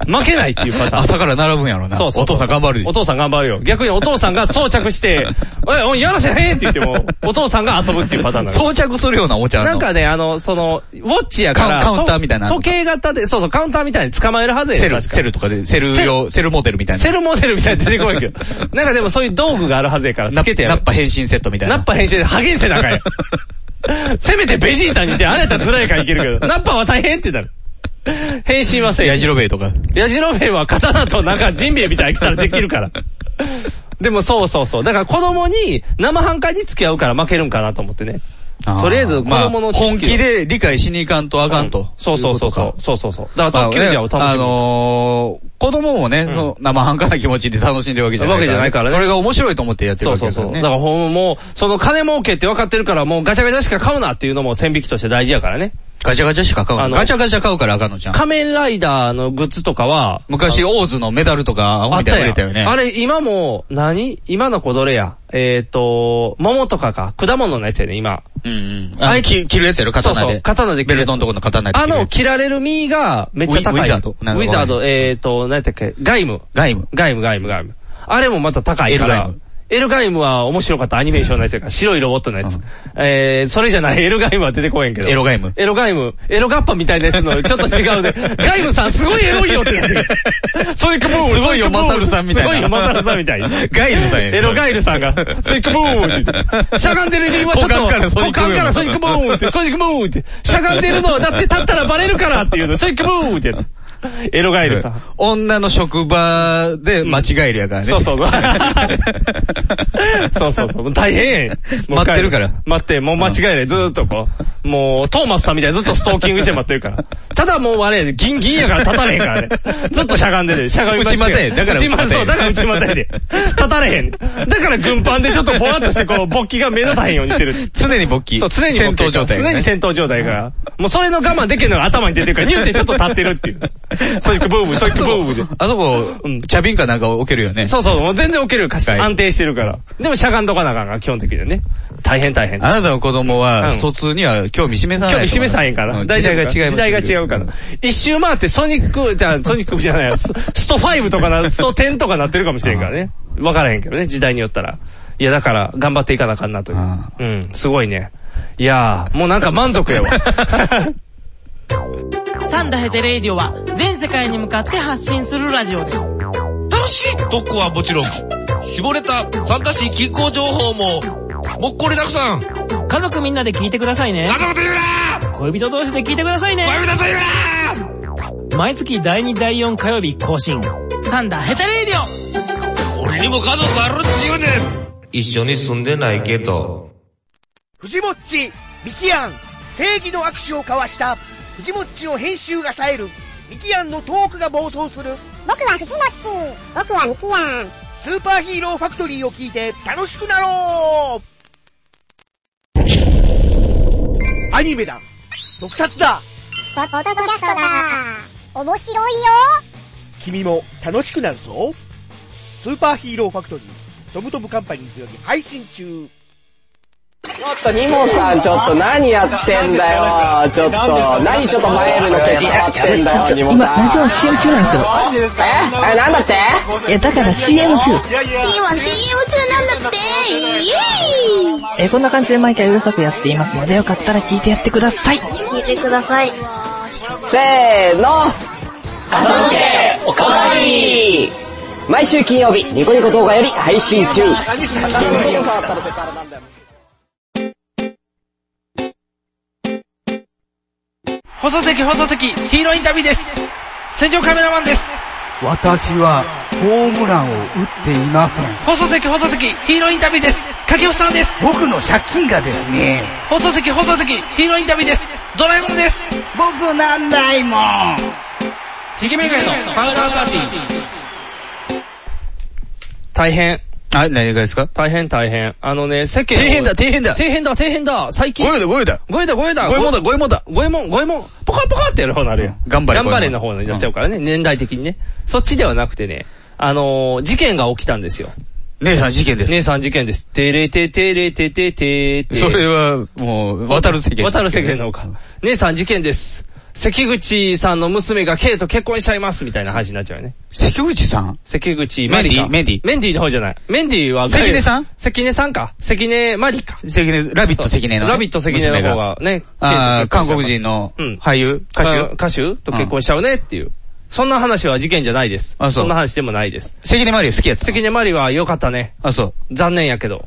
[SPEAKER 2] う、負けないっていうパターン。
[SPEAKER 3] 朝から並ぶんやろな。
[SPEAKER 2] そうそうそう
[SPEAKER 3] お父さん頑張るで
[SPEAKER 2] お。父さん頑張るよ。逆にお父さんが装着 して、おい、おいやらせへんって言っても、お父さんが遊ぶっていうパターンなの。
[SPEAKER 3] 装着するようなおもちゃある
[SPEAKER 2] な
[SPEAKER 3] の
[SPEAKER 2] んかね、あの、その、ウォッチやから、
[SPEAKER 3] カウンカウンターみたいな
[SPEAKER 2] と時計型で、そうそう、カウンターみたいに捕まえるはずや
[SPEAKER 3] セ
[SPEAKER 2] ねん
[SPEAKER 3] ル、
[SPEAKER 2] 確か
[SPEAKER 3] セルとかで、セル用、セルモデルみたいな。
[SPEAKER 2] セルモデルみたいに出てこないけ ど。なんかでもそういう道具があるはずやから、
[SPEAKER 3] ナ
[SPEAKER 2] つけてや
[SPEAKER 3] ッ
[SPEAKER 2] る。
[SPEAKER 3] パ変身セットみたいな。
[SPEAKER 2] ナッパ編成でハゲンセだ からよせめてベジータにして、あなた辛いからいけるけど、ナッパは大変ってな る。変身はせえ
[SPEAKER 3] ヤジロベイとか。
[SPEAKER 2] ヤジロベエは刀となんかジンベエみたいに来たらできるから。 でもそうそうそう。だから子供に生半可に付き合うから負けるんかなと思ってね。とりあえず子供の
[SPEAKER 3] ま
[SPEAKER 2] 知
[SPEAKER 3] あ
[SPEAKER 2] 識を
[SPEAKER 3] 本気で理解しにいかんとあかんと。
[SPEAKER 2] そうそうそうそう。そうそうそう。だから
[SPEAKER 3] まあ
[SPEAKER 2] 特急じゃを楽しむ。
[SPEAKER 3] あのー、子供もね、その生半可な気持ちで楽しんでるわけじゃないか
[SPEAKER 2] わ
[SPEAKER 3] ら、
[SPEAKER 2] けじゃないからね
[SPEAKER 3] それが面白いと思ってやってる
[SPEAKER 2] そう
[SPEAKER 3] わ
[SPEAKER 2] そ
[SPEAKER 3] け
[SPEAKER 2] うそう。
[SPEAKER 3] ですよね。
[SPEAKER 2] だからほんまもう、その金儲けって分かってるからもうガチャガチャしか買うなっていうのも線引きとして大事やからね。
[SPEAKER 3] ガチャガチャしか買う
[SPEAKER 2] あ
[SPEAKER 3] の。
[SPEAKER 2] の
[SPEAKER 3] ガチャガチャ買うからあかんのじゃん。
[SPEAKER 2] 仮面ライダーのグッズとかは、
[SPEAKER 3] 昔、オーズのメダルとか、アホみたいに売れたよね。
[SPEAKER 2] あれ、今も、何今の子どれやえっ、と、桃とかか、果物のやつやね、今。
[SPEAKER 3] うんうん。あれ、き切るやつやろ、刀で。
[SPEAKER 2] そうそう刀で切
[SPEAKER 3] ベ
[SPEAKER 2] るやつ
[SPEAKER 3] ルトのとこの刀で。
[SPEAKER 2] あの、、切られる身がめっちゃ高い。
[SPEAKER 3] ウィウィザードなん
[SPEAKER 2] ウ
[SPEAKER 3] か
[SPEAKER 2] ィザード、えっ、と、何やったっけガイム。
[SPEAKER 3] ガイム。
[SPEAKER 2] ガイム、ガイム、ガイム。あれもまた高いから。
[SPEAKER 3] エルガイム
[SPEAKER 2] エルガイムは面白かったアニメーションのやつやから、白いロボットのやつ。えー、それじゃない、エルガイムは出てこへんけど。
[SPEAKER 3] エロガイム
[SPEAKER 2] エロガイム。エロガッパみたいなやつ の、ちょっと違うね。ガイムさんすごいエロいよって言ってる。それかもう、
[SPEAKER 3] すごいよマサルさんみたいな
[SPEAKER 2] すごいよ、マサルさんみたいな。
[SPEAKER 3] ガイルさんやね
[SPEAKER 2] エロガイルさんが、ソニックボーンって言って。しゃがんでる理由はちょっと、
[SPEAKER 3] 股間からソニックボーン
[SPEAKER 2] 股間からソニックボーンって、ソニックボーンって。しゃがんでるのはだって立ったらバレるからっていうの、ソニックボーンって やつ。エロガイルさん。
[SPEAKER 3] 女の職場で間違えるやからね。
[SPEAKER 2] そうそうそう。 そうそうそう。大変やんもう帰
[SPEAKER 3] 待ってるから
[SPEAKER 2] 待って、もう間違いない。ずーっとこう。もう、トーマスさんみたいにずっとストーキングして待ってるから。 ただもうあれやで、ギンギンやから立たれへんからね。 ずっとしゃがんでる。しゃがみ間違い
[SPEAKER 3] 内股やだから
[SPEAKER 2] 内
[SPEAKER 3] 内股
[SPEAKER 2] 股
[SPEAKER 3] や
[SPEAKER 2] そう、だから内股やで。立たれへん。だから軍パンでちょっとぼわっとしてこう、勃起が目立たへんようにしてる。
[SPEAKER 3] 常に勃起。
[SPEAKER 2] そう、常に勃
[SPEAKER 3] 戦
[SPEAKER 2] 起
[SPEAKER 3] 闘状態、ね。
[SPEAKER 2] 常に戦闘状態やから。もうそれの我慢できるのが頭に出てるから、ニューってちょっと立ってるって いう。そういうブーム、そういうブームで。
[SPEAKER 3] あの子、
[SPEAKER 2] うん
[SPEAKER 3] 茶瓶かなんか置けるよね。
[SPEAKER 2] そうそう、もう全然起きるかし、
[SPEAKER 3] はい
[SPEAKER 2] 安定してるから。でもしゃがんとかなあかんから、基本的にはね。大変大変。
[SPEAKER 3] あなたの子供は、
[SPEAKER 2] うん
[SPEAKER 3] 疎通には興味示さないと
[SPEAKER 2] 興
[SPEAKER 3] 思う。
[SPEAKER 2] 味示さへんから。
[SPEAKER 3] う時代が違います。
[SPEAKER 2] 時代が違うから。一周回ってソニック、じゃあソニックじゃ ないや、ススト5とかな、スト10とかなってるかもしれんからね。わからへんけどね、時代によったら。いや、だから、頑張っていかなあかんなという。
[SPEAKER 3] あ
[SPEAKER 2] うん、すごいね。いやー、もうなんか満足 やわ。
[SPEAKER 6] サンダヘテレイディオは全世界に向かって発信するラジオです。
[SPEAKER 7] 楽しい特攻はもちろん、絞れた参加し気候情報も、もっこりたくさん、家
[SPEAKER 6] 家族みんなで聞いてくださいね。
[SPEAKER 7] 族と言うな
[SPEAKER 6] 恋人同士で聞いてくださいね。
[SPEAKER 7] 恋人と言うな
[SPEAKER 6] 毎月第2第4火曜日更新。サンダヘテレイディオ
[SPEAKER 7] 俺にも家族あるって言うねん一緒に住んでないけど。
[SPEAKER 8] フジモッチ、ミキアン、正義の握手を交わした、フジモッチの編集が冴える、ミキアンのトークが暴走する、
[SPEAKER 9] 僕は藤もっち僕はミキヤン
[SPEAKER 8] スーパーヒーローファクトリーを聞いて楽しくなろうアニメだ特撮だ
[SPEAKER 9] フォフォトグラフトだ面白いよ
[SPEAKER 8] 君も楽しくなるぞスーパーヒーローファクトリー、トムトムカンパニーズより配信中。
[SPEAKER 10] ちょっと、ニモさん、ちょっと何やってんだよ、ちょっと、何ちょっと前よりのケツ触ってんだよ、ニモ
[SPEAKER 11] 今、
[SPEAKER 10] さん。
[SPEAKER 11] ラジオ CM 中なんですけど。
[SPEAKER 10] ええ、なんだって
[SPEAKER 11] え、だから CM 中。
[SPEAKER 9] いは CM 中なんだってイエーイ
[SPEAKER 11] え、こんな感じで毎回うるさくやっていますので、よかったら聞いてやってください。
[SPEAKER 9] 聞いてください。
[SPEAKER 10] せーの、朝向け、おかわり毎週金曜日、ニコニコ動画より配信中。
[SPEAKER 6] 放送席、放送席、ヒーローインタビューです。戦場カメラマンです。
[SPEAKER 12] 私はホームランを打っていません。
[SPEAKER 6] 放送席、放送席、ヒーローインタビューです。掛布さんです。
[SPEAKER 12] 僕の借金がですね、
[SPEAKER 6] 放送席、放送席、ヒーローインタビューです。ドラえもんです。
[SPEAKER 12] 僕なんないもん。
[SPEAKER 6] ひげめがいのパウダーパーティー。大変。
[SPEAKER 3] はい、何がですか
[SPEAKER 2] 大変大変。あのね、世間を。
[SPEAKER 3] 底辺だ底辺だ
[SPEAKER 2] 底辺だ、底辺だ。最近。
[SPEAKER 3] ごえだ、ごえだ。
[SPEAKER 2] ごえだ、ごえだ。
[SPEAKER 3] ごえもんだ、ごえもんだ。
[SPEAKER 2] ごえもん、ごえもん。ポカポカってやる方になるやん。
[SPEAKER 3] 頑張れ
[SPEAKER 2] 頑張れの方になっちゃうからね、年代的にね。そっちではなくてね、あのー、事件が起きたんですよ。
[SPEAKER 3] 姉さん事件です。
[SPEAKER 2] 姉さん事件です。てれててれてててて。
[SPEAKER 3] それは、もう、渡る世間ですけどね。
[SPEAKER 2] 渡る世間のほか。姉さん事件です。関口さんの娘が K と結婚しちゃいますみたいな話になっちゃうよね。
[SPEAKER 3] 関口さん
[SPEAKER 2] 関口マリカ。
[SPEAKER 3] メンディメンディ
[SPEAKER 2] メンディの方じゃない。メンディは
[SPEAKER 3] 関根さん
[SPEAKER 2] 関根さんか。関根マリカ。
[SPEAKER 3] 関根、ラビット関根のね。
[SPEAKER 2] ラビット関根の方がね
[SPEAKER 3] 娘があー韓国人の
[SPEAKER 2] うん
[SPEAKER 3] 俳優、歌
[SPEAKER 2] 歌手
[SPEAKER 3] 手。
[SPEAKER 2] 歌手と結婚しちゃうねっていう。そんな話は事件じゃないです。
[SPEAKER 3] あそうん
[SPEAKER 2] な話でもないです。
[SPEAKER 3] 関根マリオ好きやった。
[SPEAKER 2] 関根マリは良かったね。
[SPEAKER 3] あ、そう。
[SPEAKER 2] 残念やけど。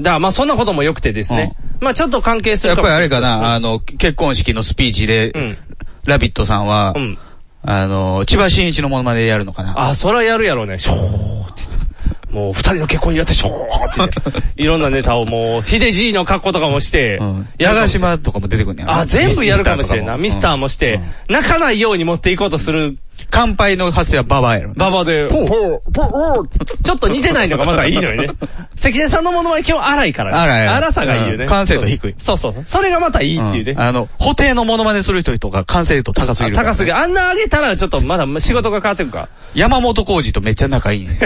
[SPEAKER 2] だからまあそんなことも良くてですね。まあちょっと関係す
[SPEAKER 3] や
[SPEAKER 2] るか
[SPEAKER 3] っぱ
[SPEAKER 2] も
[SPEAKER 3] りあれかな、あの、結婚式のスピーチで、
[SPEAKER 2] うん
[SPEAKER 3] ラビットさんは、
[SPEAKER 2] うん。
[SPEAKER 3] あの、千葉真一のものまでやるのかな。
[SPEAKER 2] あ、そらやるやろね。ショーって言って。もう二人の結婚によってショーって言 って。いろんなネタをもう、ヒデじいの格好とかもして
[SPEAKER 3] うん。、
[SPEAKER 2] やるかもしれ
[SPEAKER 3] 矢川
[SPEAKER 2] ない
[SPEAKER 3] 島とかも出てくんねやろ
[SPEAKER 2] あ、全部やるかもしれんな。ミスターもして、泣かないように持っていこうとする
[SPEAKER 3] 乾杯の発声はババアやろ。
[SPEAKER 2] ババで、
[SPEAKER 3] ポー
[SPEAKER 2] ポーポーちょっと似てないのがまだいいのにね。 関根さんのものは基本荒いからね。
[SPEAKER 3] 荒い
[SPEAKER 2] 荒さがいいよね。
[SPEAKER 3] うん完成度低い
[SPEAKER 2] そうそうそう。それがまたいいっていうね。
[SPEAKER 3] んあの、補定のモノマネする人とか完成度高すぎるからね、
[SPEAKER 2] 高すぎる。あんな上げたらちょっとまだ仕事が変わってくか。
[SPEAKER 3] 山本浩二とめっちゃ 仲いいね。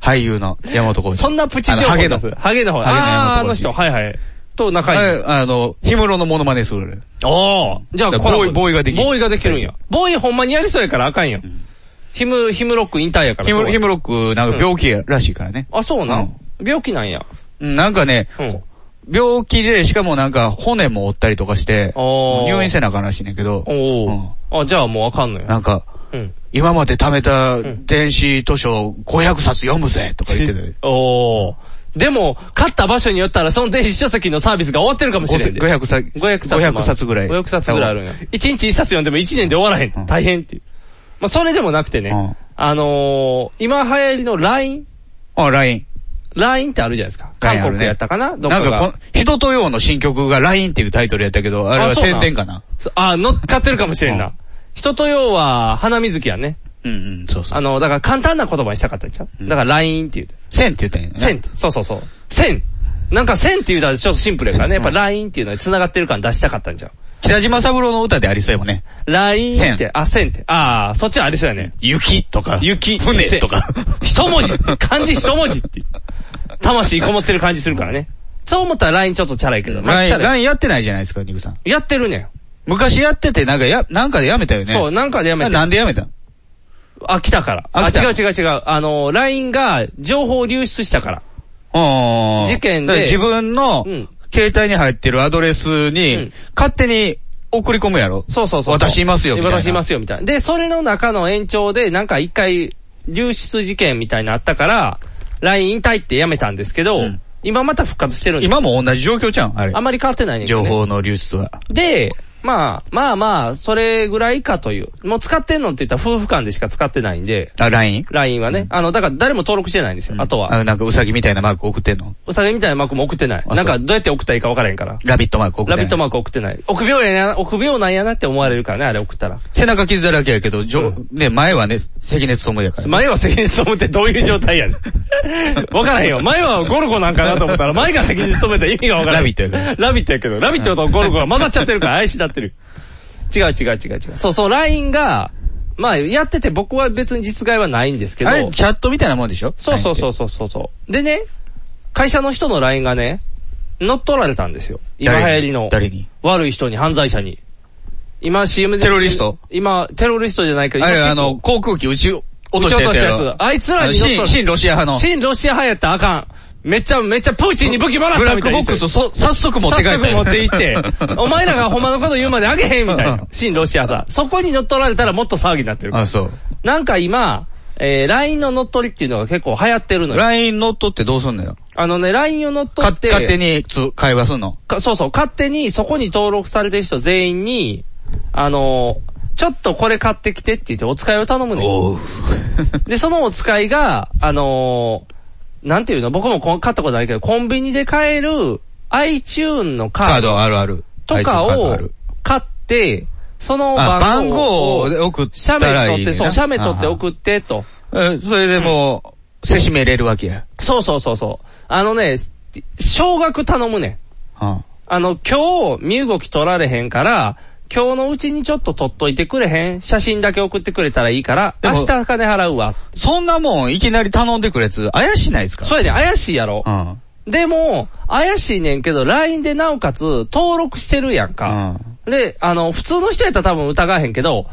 [SPEAKER 3] 俳優の山本浩二。
[SPEAKER 2] そんなプチ情報
[SPEAKER 3] あのハゲ
[SPEAKER 2] で
[SPEAKER 3] の。
[SPEAKER 2] す。ハゲの方。
[SPEAKER 3] ハゲの山
[SPEAKER 2] あー、あ
[SPEAKER 3] 本浩二
[SPEAKER 2] の人、はいはい。と仲いい。
[SPEAKER 3] はいあの、氷室のモノマネする。
[SPEAKER 2] おー。じゃあ、
[SPEAKER 3] だ
[SPEAKER 2] コ
[SPEAKER 3] から
[SPEAKER 2] ラボ
[SPEAKER 3] ボーイボーイができる
[SPEAKER 2] ボーイができるんや。ボーイほんまにやりそうやからあかんやん。ヒム、ヒムロック引退やから。
[SPEAKER 3] ヒムヒ
[SPEAKER 2] ム。
[SPEAKER 3] ムロックなんか病気らしいからね。
[SPEAKER 2] あ、そうな
[SPEAKER 3] うんん。
[SPEAKER 2] 病気なんや。
[SPEAKER 3] うんなんかね、
[SPEAKER 2] うん。
[SPEAKER 3] 病気で、しかもなんか骨も折ったりとかして、
[SPEAKER 2] おー
[SPEAKER 3] 入院せなあかんらしいねんけど、
[SPEAKER 2] おー。あ、じゃあもうあかんの
[SPEAKER 3] うんな
[SPEAKER 2] や。
[SPEAKER 3] んか、
[SPEAKER 2] うん。
[SPEAKER 3] 今まで貯めた
[SPEAKER 2] ん
[SPEAKER 3] 電子図書500冊読むぜとか 言ってたよ
[SPEAKER 2] おー。でも、買った場所によったら、その電子書籍のサービスが終わってるかもしれんで。
[SPEAKER 3] 500冊。
[SPEAKER 2] 500冊もある。
[SPEAKER 3] 500冊ぐらい。
[SPEAKER 2] 500冊ぐらいあるんや。1日1冊読んでも1年で終わらへ。
[SPEAKER 3] うんん
[SPEAKER 2] 大変っていう。まあ、それでもなくてね。
[SPEAKER 3] うん
[SPEAKER 2] あのー、今流行りの LINE?LINE
[SPEAKER 3] あ、LINE。
[SPEAKER 2] ってあるじゃないですか。
[SPEAKER 3] LINE
[SPEAKER 2] 韓
[SPEAKER 3] ある
[SPEAKER 2] 国
[SPEAKER 3] ね
[SPEAKER 2] やったかなどっか
[SPEAKER 3] なん
[SPEAKER 2] が。
[SPEAKER 3] かこの、人とようの新曲が LINE っていうタイトルやったけど、あれは
[SPEAKER 2] そうな
[SPEAKER 3] 宣
[SPEAKER 2] ん
[SPEAKER 3] 伝かな。
[SPEAKER 2] そあ、乗っかってるかもしれん
[SPEAKER 3] う。
[SPEAKER 2] なん人と用は、花水木やね。
[SPEAKER 3] うんうん、そうそう。
[SPEAKER 2] あの、だから簡単な言葉にしたかったんちゃう
[SPEAKER 3] うん
[SPEAKER 2] だから LINE って言うて。
[SPEAKER 3] 線って言ったんやな
[SPEAKER 2] 線って。そうそうそう。線なんか線って言うたらちょっとシンプルやからね。やっぱ LINE っていうのに繋がってる感出したかったんちゃう
[SPEAKER 3] 北島三郎の歌でありそうやもんね。
[SPEAKER 2] ?LINE って
[SPEAKER 3] 線、
[SPEAKER 2] あ、線って。ああ、そっちはありそうやね。
[SPEAKER 3] 雪とか。
[SPEAKER 2] 雪。
[SPEAKER 3] 船とか。
[SPEAKER 2] 一文 字って、漢字一文字っていう。魂こもってる感じするからね。そう思ったら LINE ちょっとチャラいけど。まあチ
[SPEAKER 3] LINE、
[SPEAKER 2] ャラい
[SPEAKER 3] LINE やってないじゃないですか、ニグさん。
[SPEAKER 2] やってるね
[SPEAKER 3] 昔やってて、なんかや、なんかでやめたよ
[SPEAKER 2] ん。
[SPEAKER 3] ね。
[SPEAKER 2] そう、なんかでやめて。
[SPEAKER 3] なんでやめたん
[SPEAKER 2] あ、来たから。あ、
[SPEAKER 3] あ来た
[SPEAKER 2] 違う違う違う。あの、LINE が情報流出したから。
[SPEAKER 3] うん
[SPEAKER 2] 事件で
[SPEAKER 3] だから自分の
[SPEAKER 2] うん、
[SPEAKER 3] 携帯に入ってるアドレス
[SPEAKER 2] う
[SPEAKER 3] に
[SPEAKER 2] ん、
[SPEAKER 3] 勝手に送り込むやろ。
[SPEAKER 2] そうそうそうそう。
[SPEAKER 3] 私いますよ、みたいな。
[SPEAKER 2] 私いますよ、みたいな。で、それの中の延長で、なんか一回、流出事件みたいなのあったから、LINE 引退ってやめたんですけど、
[SPEAKER 3] うん
[SPEAKER 2] 今また復活してるんです
[SPEAKER 3] 今も同じ状況じゃん、あれ
[SPEAKER 2] あ。まり変わってないねんけど
[SPEAKER 3] 情
[SPEAKER 2] ね。
[SPEAKER 3] 報の流出は。
[SPEAKER 2] で、まあ、まあまあ、それぐらいかという。もう使ってんのって言ったら夫婦間でしか使ってないんで、
[SPEAKER 3] あ、LINE?
[SPEAKER 2] LINE はね。あの、だから誰も登録してないんですよ、あとは。
[SPEAKER 3] のなんかウサギみたいなマーク送ってんの
[SPEAKER 2] うさぎみたいなマークも送ってない。
[SPEAKER 3] あ
[SPEAKER 2] なんか
[SPEAKER 3] そ
[SPEAKER 2] どうやって送ったらいいか分からへんから。
[SPEAKER 3] ラビットマーク送って
[SPEAKER 2] ラ
[SPEAKER 3] んの
[SPEAKER 2] ビットマーク送ってない。臆病やな、臆病なんやなって思われるからね、あれ送ったら。
[SPEAKER 3] 背中傷だらけやけど、じょね、前はね、関根勤やから。
[SPEAKER 2] 前は責任務ってどういう状態やねん。 わからへんよ。前はゴルゴなんかなと思ったら、前が責任務めた意味がわからへん。
[SPEAKER 3] ラビットやから
[SPEAKER 2] ラビットやけど、ラビットとゴルゴが混ざっちゃってるから、愛しだってる。違う違う違う違う。そうそう、LINE が、まあ、やってて僕は別に実害はないんですけど。
[SPEAKER 3] あれ、チャットみたいなもんでしょ
[SPEAKER 2] そうそうそうそうそうそう。でね、会社の人の LINE がね、乗っ取られたんですよ。今流行りの。
[SPEAKER 3] 誰に
[SPEAKER 2] 悪い人に、犯罪者に。今 CM で。
[SPEAKER 3] テロリスト
[SPEAKER 2] 今、テロリストじゃないけど、
[SPEAKER 3] あれ、
[SPEAKER 2] 今
[SPEAKER 3] あの、航空機撃ち落としたや
[SPEAKER 2] 撃ち落と
[SPEAKER 3] つや
[SPEAKER 2] したや
[SPEAKER 3] ろ。
[SPEAKER 2] つあいつらに乗っ取
[SPEAKER 3] 新、
[SPEAKER 2] る
[SPEAKER 3] 新ロシア派の。
[SPEAKER 2] 新ロシア派やったらあかん。めっちゃ、めっちゃプーチンに武器ばらしたみたいな
[SPEAKER 3] ブラックボックスそ早速持って帰ったよ
[SPEAKER 2] 早速持って行 って、お前らがほんまのこと言うまであげへんみたいな。新ロシアさ。そこに乗っ取られたらもっと騒ぎになってるから。
[SPEAKER 3] あ、そう。
[SPEAKER 2] なんか今、えー、LINE の乗っ取りっていうのが結構流行ってるのよ。
[SPEAKER 3] LINE 乗っ取ってどうすんのよ。
[SPEAKER 2] あのね、LINE を乗っ取
[SPEAKER 3] か
[SPEAKER 2] って、
[SPEAKER 3] 勝手につ会話すんの。
[SPEAKER 2] かそうそう、勝手にそこに登録されてる人全員に、あのー、ちょっとこれ買ってきてって言ってお使いを頼むねん。 で、そのお使いが、あのー、なんていうの、僕もこん買ったことないけど、コンビニで買える iTune のカ
[SPEAKER 3] カ
[SPEAKER 2] ー
[SPEAKER 3] ー
[SPEAKER 2] ド
[SPEAKER 3] ドあるある。
[SPEAKER 2] とか
[SPEAKER 3] あいつのカードあ
[SPEAKER 2] を
[SPEAKER 3] る
[SPEAKER 2] 買って、その
[SPEAKER 3] あ
[SPEAKER 2] 番号を、
[SPEAKER 3] 番号を送った
[SPEAKER 2] 写
[SPEAKER 3] ら
[SPEAKER 2] メ
[SPEAKER 3] い
[SPEAKER 2] 取っ
[SPEAKER 3] いね
[SPEAKER 2] て、
[SPEAKER 3] ん
[SPEAKER 2] そう、写メ取って送ってと。
[SPEAKER 3] えそれでもう、せしめれるわけや。
[SPEAKER 2] そうそうそうそう。あのね、少額頼むねん。
[SPEAKER 3] うん
[SPEAKER 2] あの、今日、身動き取られへんから、今日のうちにちょっと撮っといてくれへん写真だけ送ってくれたらいいから、
[SPEAKER 3] で
[SPEAKER 2] 明
[SPEAKER 3] も
[SPEAKER 2] 日金払うわ。
[SPEAKER 3] そんなもん、いきなり頼んでくるやつ、怪しないですか
[SPEAKER 2] そうやね、怪しいやろ。
[SPEAKER 3] うん。
[SPEAKER 2] でも、怪しいねんけど、LINE でなおかつ、登録してるやんか。で、あの、普通の人やったら多分疑わへんけど、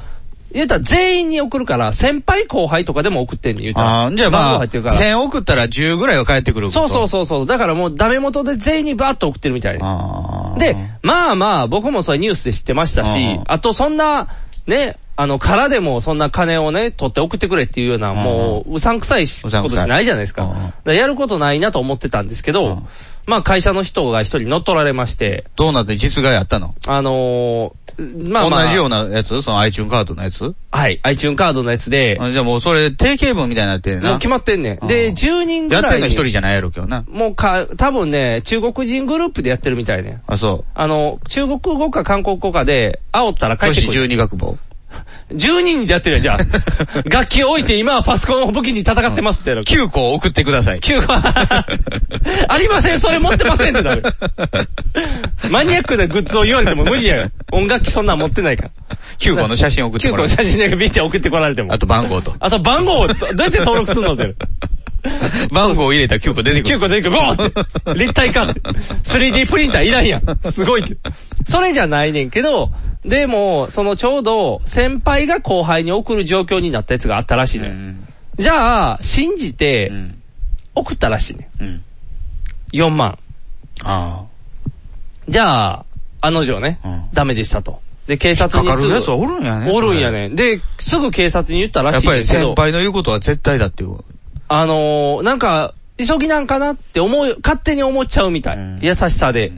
[SPEAKER 2] 言うたら全員に送るから、先輩後輩とかでも送ってんねん、言うたら。
[SPEAKER 3] あーじゃあ
[SPEAKER 2] 番号
[SPEAKER 3] まあ、
[SPEAKER 2] 入ってるから。
[SPEAKER 3] 1000送ったら10ぐらいは返ってくる
[SPEAKER 2] そうそう
[SPEAKER 3] う。
[SPEAKER 2] そうそう。だからもうダメ元で全員にバーッと送ってるみたいな。で、まあまあ、僕もそれニュースで知ってましたし、あとそんな、ね、あの、からでもそんな金をね、取って送ってくれっていうような、もう、うさんくさいし
[SPEAKER 3] う
[SPEAKER 2] こ
[SPEAKER 3] さん
[SPEAKER 2] と
[SPEAKER 3] く
[SPEAKER 2] し
[SPEAKER 3] さい
[SPEAKER 2] ないじゃないですか。だからやることないなと思ってたんですけど、まあ会社の人が一人乗っ取られまして、
[SPEAKER 3] どうなって実害あったの
[SPEAKER 2] あのー、まあまあ、
[SPEAKER 3] 同じようなやつその iTune カードのやつ
[SPEAKER 2] はい、iTune カードのやつで、
[SPEAKER 3] あじゃあもうそれ定型文みたいになってるな。
[SPEAKER 2] もう決まってんねん。で、10人ぐ
[SPEAKER 3] やっ
[SPEAKER 2] ら
[SPEAKER 3] て
[SPEAKER 2] い
[SPEAKER 3] ん
[SPEAKER 2] に。
[SPEAKER 3] の一人じゃないやろけどな。
[SPEAKER 2] もうか、多分ね、中国人グループでやってるみたいね。
[SPEAKER 3] あ、そう。
[SPEAKER 2] あの、中国語か韓国語かで、煽ったら帰
[SPEAKER 3] 女
[SPEAKER 2] って
[SPEAKER 3] 子
[SPEAKER 2] くる。
[SPEAKER 3] 12学部。
[SPEAKER 2] 10人でやってるやん、じゃ あ。楽器を置いて今はパソコンを武器に戦ってますってやろ。
[SPEAKER 3] 9個送ってください。
[SPEAKER 2] 9個。 ありません、それ持ってませんってな る。マニアックなグッズを言われても無理やん。音楽器そんなん持ってないから。
[SPEAKER 3] 9個の写真送って
[SPEAKER 2] 9個
[SPEAKER 3] もらう
[SPEAKER 2] の写真だけビッチャ送ってこられても。
[SPEAKER 3] あと 番号と。
[SPEAKER 2] あと番号をどどうやって登録するの って。
[SPEAKER 3] 番号入れたら9個出てくる。
[SPEAKER 2] 9個出てくる。ゴーって。立体化って。3D プリンターいらんやん。すごいって。それじゃないねんけど、でも、そのちょうど、先輩が後輩に送る状況になったやつがあったらしいねん。じゃあ、信じて、送ったらしいね
[SPEAKER 3] うん。
[SPEAKER 2] 4万。
[SPEAKER 3] あ
[SPEAKER 2] じゃあ、あの女ね、ダメでしたと。で、警察に
[SPEAKER 3] 引っかかるや
[SPEAKER 2] す
[SPEAKER 3] つ
[SPEAKER 2] ぐ
[SPEAKER 3] はおるんやね
[SPEAKER 2] おるんやねん。で、すぐ警察に言った
[SPEAKER 3] あ。
[SPEAKER 2] ら
[SPEAKER 3] やっ
[SPEAKER 2] しい
[SPEAKER 3] ぱ
[SPEAKER 2] ねん
[SPEAKER 3] り
[SPEAKER 2] けど。
[SPEAKER 3] 先輩の言うことは絶対だっていう。
[SPEAKER 2] あのー、なんか、急ぎなんかなって思う、勝手に思っちゃうみたい。優しさで。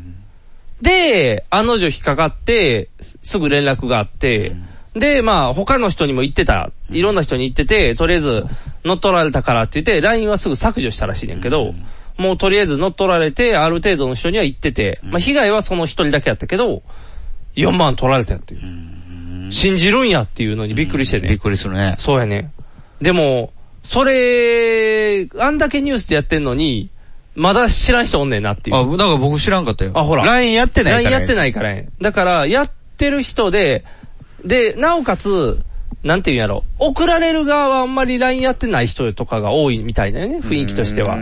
[SPEAKER 2] で、案の定引っかかって、すすぐ連絡があって、で、まあ、他の人にも言ってた。いろんな人に言ってて、とりあえず、乗っ取られたからって言って、LINE はすぐ削除したらしいねんけど、もうとりあえず乗っ取られて、ある程度の人には言ってて、まあ、被害はその一人だけやったけど、4万取られたっていう。信じるんやっていうのにびっくりしてね。
[SPEAKER 3] びっくりするね。
[SPEAKER 2] そうやね。でも、それ、あんだけニュースでやってんのに、まだ知らん人おんねんなっていう。
[SPEAKER 3] あ、だから僕知らんかったよ。
[SPEAKER 2] あ、ほら。
[SPEAKER 3] LINE やってないから。
[SPEAKER 2] LINE やってないからね。だから、やってる人で、で、なおかつ、なんていうんやろ、送られる側はあんまり LINE やってない人とかが多いみたいなよね、雰囲気としては。だ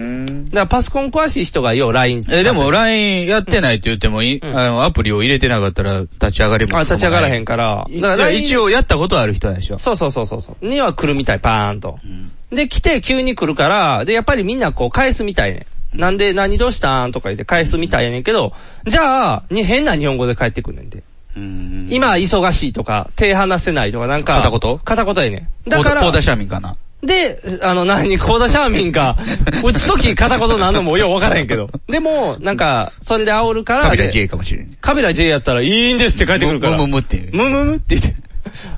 [SPEAKER 2] からパソコン詳しい人がよ、LINE
[SPEAKER 3] え、でも LINE やってないって言っても、いあの、アプリを入れてなかったら立ち上がれも
[SPEAKER 2] あ、立ち上がらへんから。
[SPEAKER 3] いや一応やったことある人でしょ。
[SPEAKER 2] そうそうそうそうそう。には来るみたい、パーンと。で、来て急に来るから、で、やっぱりみんなこう返すみたいね。なんで、何どうしたんとか言って返すみたいやねんけど、じゃあ、に変な日本語で帰ってくんねんで。今、忙しいとか、手離せないとか、なんか。
[SPEAKER 3] 片言
[SPEAKER 2] 片言やねん。だ
[SPEAKER 3] だ
[SPEAKER 2] か
[SPEAKER 3] から。
[SPEAKER 2] ら。
[SPEAKER 3] 高田社民かな。
[SPEAKER 2] で、あの、何、コーダシャーミン か、打つとき片言なんのもよう分からへんけど。でも、なんか、それで煽るから。
[SPEAKER 3] カビラ J かもしれん。
[SPEAKER 2] カビラ J やったらいいんですって書いてくるから。
[SPEAKER 3] ムムムって言
[SPEAKER 2] ム
[SPEAKER 3] う。
[SPEAKER 2] ムムって 言って。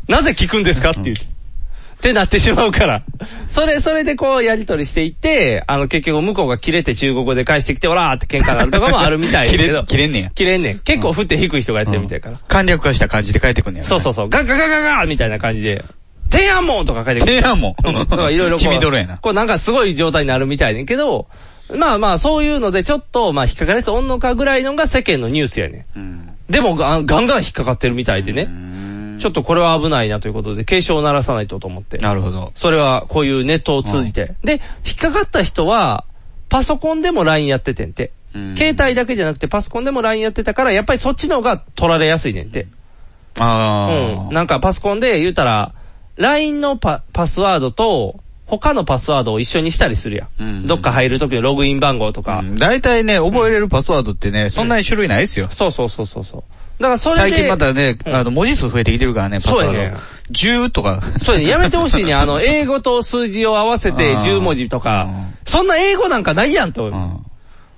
[SPEAKER 2] なぜ聞くんですかって言って。ってなってしまうから。それ、それでこうやりとりしていって、あの結局向こうが切れて中国語で返してきて、おらーって喧嘩になるとかもあるみたいだけど
[SPEAKER 3] 切れ切れんねや
[SPEAKER 2] 切れんねん。結構振って低い人がやってるみたいから。
[SPEAKER 3] 簡略化した感じで帰ってくんねや。
[SPEAKER 2] そうそうそう。ガガガガガーみたいな感じで。天安門とか書いてくる。
[SPEAKER 3] 天安門
[SPEAKER 2] うん。だからいろい ろこう。
[SPEAKER 3] 血みどろやな
[SPEAKER 2] こうなんかすごい状態になるみたいねんけど、まあまあそういうのでちょっと、まあ引っかかるやつおんのかぐらいのが世間のニュースやねん。でもがガンガン引っかかってるみたいでね。ちょっとこれは危ないなということで、警鐘を鳴らさないとと思って。
[SPEAKER 3] なるほど。
[SPEAKER 2] それはこういうネットを通じて。で、引っかかった人は、パソコンでも LINE やっててんて。携帯だけじゃなくてパソコンでも LINE やってたから、やっぱりそっちの方が取られやすいねんて。
[SPEAKER 3] あ
[SPEAKER 2] うん。なんかパソコンで言うたら、LINE のパパスワードと、他のパスワードを一緒にしたりするやん。どっか入るときのログイン番号とか。
[SPEAKER 3] 大体ね、覚えれるパスワードってね、そんなに種類ないですよ。
[SPEAKER 2] そうそうそうそうそう。だからそれで。
[SPEAKER 3] 最近またね、あの、文字数増えてきてるからね、パスワード。
[SPEAKER 2] そうやね
[SPEAKER 3] 10とか。
[SPEAKER 2] そうね、やめてほし いね。あの、英語と数字を合わせて
[SPEAKER 3] あー
[SPEAKER 2] 10文字とか、そんな英語なんかないやんと。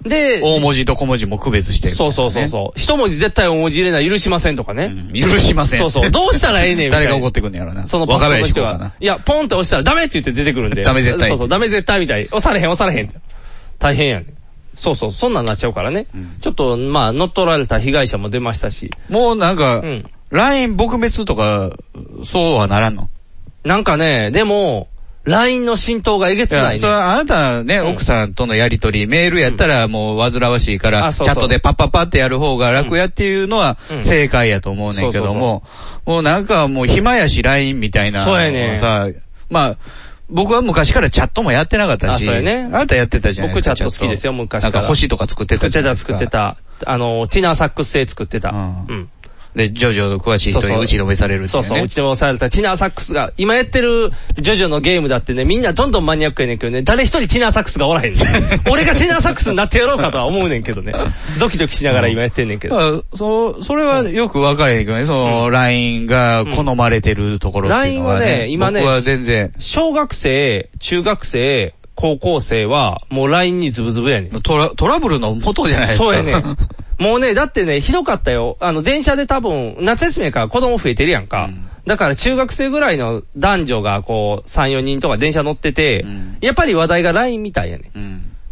[SPEAKER 2] で、
[SPEAKER 3] 大文字と小文字も区別してる。
[SPEAKER 2] そうそうそうそう。一文字絶対大文字入れない許しませんとかね。
[SPEAKER 3] 許しません。
[SPEAKER 2] そうそう。どうしたらええねんみたいな。
[SPEAKER 3] 誰が怒ってくんのやろな。
[SPEAKER 2] そのパソ
[SPEAKER 3] 若
[SPEAKER 2] コンの
[SPEAKER 3] 林
[SPEAKER 2] 人
[SPEAKER 3] 行こうか
[SPEAKER 2] は
[SPEAKER 3] な。。
[SPEAKER 2] いや、ポンって押したらダメって言って出てくるんで。
[SPEAKER 3] ダメ絶対
[SPEAKER 2] そうそう、ダメ絶対みたい。押されへん、押されへんって。大変やねん。そうそう、そんなんなっちゃうからね。ちょっと、まあ、乗っ取られた被害者も出ましたし。
[SPEAKER 3] もうなんか、
[SPEAKER 2] ん
[SPEAKER 3] LINE 撲滅とか、そうはならんの
[SPEAKER 2] なんかね、でも、LINE の浸透がえげつ
[SPEAKER 3] いや
[SPEAKER 2] ない
[SPEAKER 3] それ
[SPEAKER 2] ね。
[SPEAKER 3] はあなたね、奥さんとのやりとり、メールやったらもう煩わしいから、
[SPEAKER 2] あ
[SPEAKER 3] チ
[SPEAKER 2] そう
[SPEAKER 3] ャ
[SPEAKER 2] そう
[SPEAKER 3] ットでパッパッパってやる方が楽やっていうのは
[SPEAKER 2] うん
[SPEAKER 3] 正解やと思うねんけども、もうなんかもう暇やし LINE みたいな
[SPEAKER 2] そうやねん
[SPEAKER 3] さ、まあ、僕は昔からチャットもやってなかったし、
[SPEAKER 2] あそうやね
[SPEAKER 3] あなたやってたじゃないで
[SPEAKER 2] 僕
[SPEAKER 3] す
[SPEAKER 2] チ
[SPEAKER 3] か。
[SPEAKER 2] ャット好きですよ、昔
[SPEAKER 3] な
[SPEAKER 2] から。
[SPEAKER 3] んか星とか作ってたじゃないですか。
[SPEAKER 2] 作ってた、作ってた。あの、ティナーサックス製作ってた。うん。
[SPEAKER 3] で、ジョジョの詳しい人に打ちのめされるってい
[SPEAKER 2] そう
[SPEAKER 3] ね。
[SPEAKER 2] そう、打ちのめされた。ティナーサックスが、今やってるジョジョのゲームだってね、みんなどんどんマニアックやねんけどね、誰一人ティナーサックスがおらへんね ん。俺がティナーサックスになってやろうかとは思うねんけどね。ドキドキしながら今やってんねんけど。
[SPEAKER 3] だからそう、それはよく分かれへんけどね、その、LINE が好まれてるところってい
[SPEAKER 2] LINE
[SPEAKER 3] うのは
[SPEAKER 2] は
[SPEAKER 3] ね。
[SPEAKER 2] ね、今ね、
[SPEAKER 3] 僕は全然。
[SPEAKER 2] 小学生、中学生、高校生は、もう LINE にズブズブやねん。
[SPEAKER 3] トラ、トラブルの元じゃないですか。
[SPEAKER 2] そうやね ん。もうね、だってね、ひどかったよ。あの、電車で多分、夏休みやから子供増えてるやんか。だから中学生ぐらいの男女がこう、3、4人とか電車乗ってて、やっぱり話題が LINE みたいやね、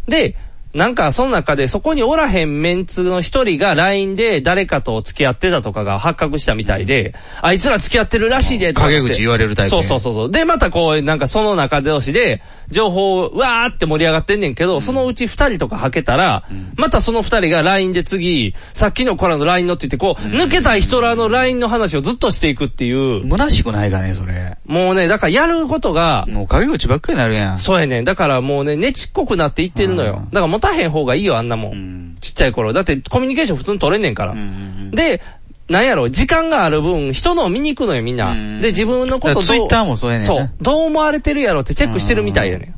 [SPEAKER 2] で、なんかその中でそこにおらへんメンツの一人が LINE で誰かと付き合ってたとかが発覚したみたいで、あいつら付き合ってるらしいでとかって
[SPEAKER 3] 陰口言われるタイプ
[SPEAKER 2] そ
[SPEAKER 3] ね
[SPEAKER 2] うそうそうそう。で、またこう、なんかその中同士で、情報、わーって盛り上がってんねんけど、そのうち二人とかはけたら、またその二人が LINE で次、さっきの子らの LINE のって言って、こう、抜けた人らの LINE の話をずっとしていくっていう。
[SPEAKER 3] 虚しくないかね、それ。
[SPEAKER 2] もうね、だからやることが、
[SPEAKER 3] もう陰口ばっかりになるやん。
[SPEAKER 2] そうやねん。だからもうね、ねちっこくなっていってるのよ。だから持たへん方がいいよ、あんなもん。ちっちゃい頃。だってコミュニケーション普通に取れんねんから。で、なんやろ、時間がある分、人のを見に行くのよ、みんな。で、自分のことどう
[SPEAKER 3] ツイッターもそうやねんな
[SPEAKER 2] そう。どう思われてるやろってチェックしてるみたいやね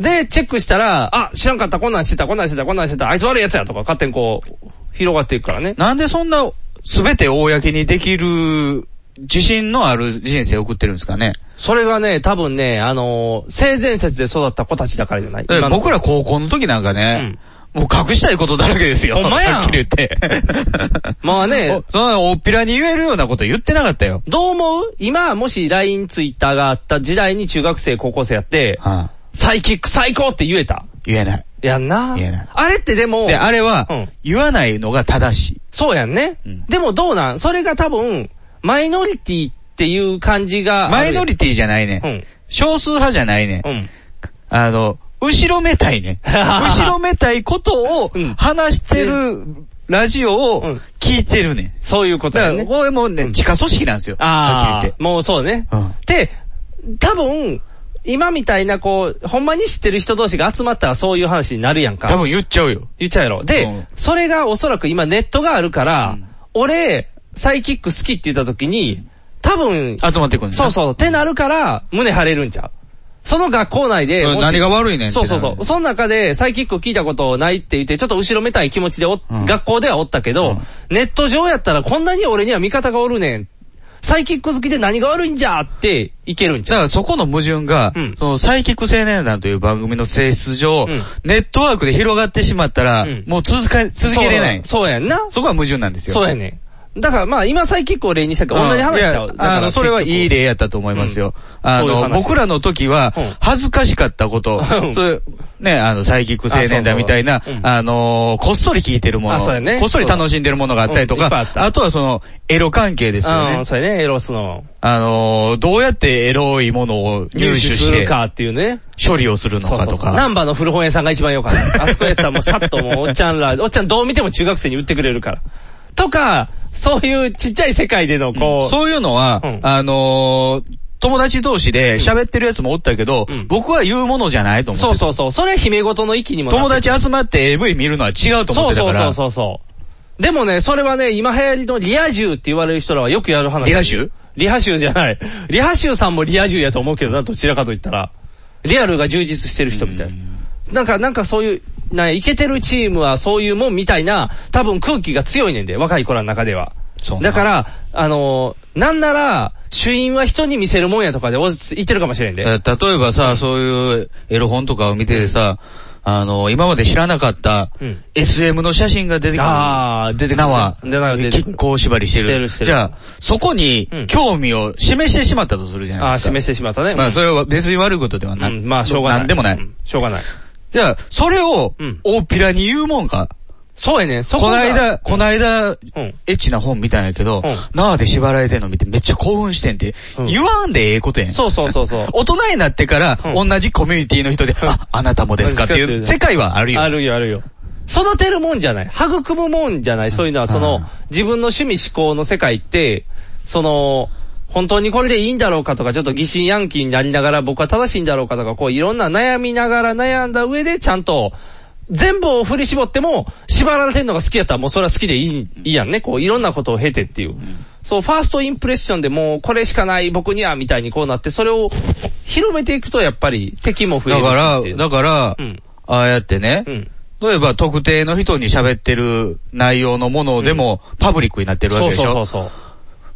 [SPEAKER 2] ん。で、チェックしたら、あ、知らんかった、こんなんしてた、こんなんしてた、こんなんしてた、あいつ悪いやつやとか勝手にこう、広がっていくからね。
[SPEAKER 3] なんでそんな、すべて公にできる、自信のある人生を送ってるんですかね。
[SPEAKER 2] それがね、多分ね、あのー性善説で育った子たちだからじゃない
[SPEAKER 3] だから僕
[SPEAKER 2] ら、
[SPEAKER 3] ら高校の時なんかね、もう隠したいことだらけですよ。
[SPEAKER 2] ほんまやん
[SPEAKER 3] はっきり言 って。
[SPEAKER 2] まあね、
[SPEAKER 3] そんなおっぴらに言えるようなこと言ってなかったよ。
[SPEAKER 2] どう思う今、もし LINE、Twitter があった時代に中学生、高校生やって、サイキック最高って言えた
[SPEAKER 3] 言えない。
[SPEAKER 2] やんな
[SPEAKER 3] 言えない。
[SPEAKER 2] あれってでも、
[SPEAKER 3] で、あれは
[SPEAKER 2] うん、
[SPEAKER 3] 言わないのが正しい。
[SPEAKER 2] そうやんね。でもどうなんそれが多分、マイノリティっていう感じがあるやん。
[SPEAKER 3] マイノリティじゃないね。
[SPEAKER 2] うん
[SPEAKER 3] 少数派じゃないね。
[SPEAKER 2] ん
[SPEAKER 3] あの、後ろめたい ね。後ろめたいことを話してるラジオを聞いてるね。
[SPEAKER 2] そういうことだよね
[SPEAKER 3] だからこれもうね、地下組織なんですよ。
[SPEAKER 2] あ
[SPEAKER 3] はっきり言っ
[SPEAKER 2] あ、もうそうね。で、多分、今みたいなこう、ほんまに知ってる人同士が集まったらそういう話になるやんか。
[SPEAKER 3] 多分言っちゃうよ。
[SPEAKER 2] 言っちゃうやろ。で、それがおそらく今ネットがあるから、俺、サイキック好きって言った時に、多分、
[SPEAKER 3] 集まってくる
[SPEAKER 2] そうそう、ってなるから、胸張れるんちゃう。その学校内で、
[SPEAKER 3] うん
[SPEAKER 2] もし
[SPEAKER 3] 何が悪いねんって
[SPEAKER 2] そうそう
[SPEAKER 3] な
[SPEAKER 2] そう。その中で、サイキック聞いたことないって言って、ちょっと後ろめたい気持ちでお、学校ではおったけど、ネット上やったらこんなに俺には味方がおるねん。サイキック好きで何が悪いんじゃって、いけるんち
[SPEAKER 3] だ
[SPEAKER 2] ゃう。
[SPEAKER 3] からそこの矛盾が、そのサイキック青年団という番組の性質上、ネットワークで広がってしまったら、もう続か、続けれない。
[SPEAKER 2] そうやんな。
[SPEAKER 3] そこは矛盾なんですよ。
[SPEAKER 2] そうやねん。だからまあ、今サイキックを例にしたけど、同じ話しちゃう。
[SPEAKER 3] い
[SPEAKER 2] だ
[SPEAKER 3] や
[SPEAKER 2] から
[SPEAKER 3] あの、それはいい例やったと思いますよ。あ
[SPEAKER 2] そういう
[SPEAKER 3] の、
[SPEAKER 2] 話
[SPEAKER 3] 僕らの時は、恥ずかしかったこと、
[SPEAKER 2] うん
[SPEAKER 3] そういうね、あの、サイキック青年だみたいな、あの、こっそり聞いてるも
[SPEAKER 2] あそう
[SPEAKER 3] の、
[SPEAKER 2] やね
[SPEAKER 3] こっそり楽しんでるものがあったりと
[SPEAKER 2] うんいっぱいあ
[SPEAKER 3] か
[SPEAKER 2] っ、た
[SPEAKER 3] あとはその、エロ関係ですよ
[SPEAKER 2] う
[SPEAKER 3] ね
[SPEAKER 2] ん、。それね、エロスの
[SPEAKER 3] あの、どうやってエロいものを入
[SPEAKER 2] 入
[SPEAKER 3] 手
[SPEAKER 2] 手
[SPEAKER 3] し
[SPEAKER 2] する
[SPEAKER 3] て、
[SPEAKER 2] かっていうね。
[SPEAKER 3] 処理をするのかとか。
[SPEAKER 2] ナンバーの古本屋 さんが一番良かった。あそこやったらもうさっともうおっちゃんら、おっちゃんどう見ても中学生に売ってくれるから。とか、そういうちっちゃい世界でのこう。
[SPEAKER 3] そういうのは、あのー、友達同士で喋ってるやつもおったけど、僕は言うものじゃないと思って
[SPEAKER 2] そうそうそう。それ姫事の域にもなって
[SPEAKER 3] 友
[SPEAKER 2] くる
[SPEAKER 3] 達集まって AV 見るのは違うと思ってた
[SPEAKER 2] そ
[SPEAKER 3] から。
[SPEAKER 2] うそうそうそう。でもね、それはね、今流行りのリア充って言われる人らはよくやる話。
[SPEAKER 3] リア充
[SPEAKER 2] リハ充じゃない。リハ充さんもリア充やと思うけどな、どちらかと言ったら。リアルが充実してる人みたいな。なんか、なんかそういう、なんイケてるチームはそういうもんみたいな、多分空気が強いねんで、若い子らの中では。だから、あのーなんなら、主因は人に見せるもんやとかでお言ってるかもしれんで。
[SPEAKER 3] だから例えばさ、そういうエロ本とかを見ててさ、あの、今まで知らなかった、SM の写真が出てくる。
[SPEAKER 2] ああ、出てくる。
[SPEAKER 3] なは、
[SPEAKER 2] 拮
[SPEAKER 3] 抗縛りしてる。
[SPEAKER 2] してるしてる
[SPEAKER 3] じゃあ、そこに興味を示してしまったとするじゃないですか。
[SPEAKER 2] あー示してしまったね
[SPEAKER 3] ま
[SPEAKER 2] う
[SPEAKER 3] あ、
[SPEAKER 2] ん
[SPEAKER 3] それは別に悪いことではない。
[SPEAKER 2] まあしょうがない
[SPEAKER 3] なんでもない。
[SPEAKER 2] しょうがない。
[SPEAKER 3] じゃあ、それを、大っぴらに言うもんか。
[SPEAKER 2] そうやね、そこ
[SPEAKER 3] この
[SPEAKER 2] が
[SPEAKER 3] 間、この間、エッチな本見たんやけど、なあで縛られてんの見てめっちゃ興奮してんって、言わんでええことやん。
[SPEAKER 2] そうそうそうそう。
[SPEAKER 3] 大人になってから、同じコミュニティの人で、あ、あなたもですかっていう世界はあるよ。
[SPEAKER 2] あるよ、あるよ。育てるもんじゃない。育むもんじゃない。そういうのは、その、自分の趣味思考の世界って、その、本当にこれでいいんだろうかとか、ちょっと疑心暗鬼になりながら僕は正しいんだろうかとか、こういろんな悩みながら悩んだ上でちゃんと、全部を振り絞っても、縛られてるのが好きやったらもうそれは好きでいい、いいやんね。こういろんなことを経てっていう。そう、ファーストインプレッションでもうこれしかない僕にはみたいにこうなって、それを広めていくとやっぱり敵も増える
[SPEAKER 3] だ
[SPEAKER 2] し
[SPEAKER 3] か
[SPEAKER 2] ってい
[SPEAKER 3] ら、
[SPEAKER 2] う
[SPEAKER 3] だから、ああやってね、例えば特定の人に喋ってる内容のものでも、パブリックになってるわけでしょ。
[SPEAKER 2] そうそうそう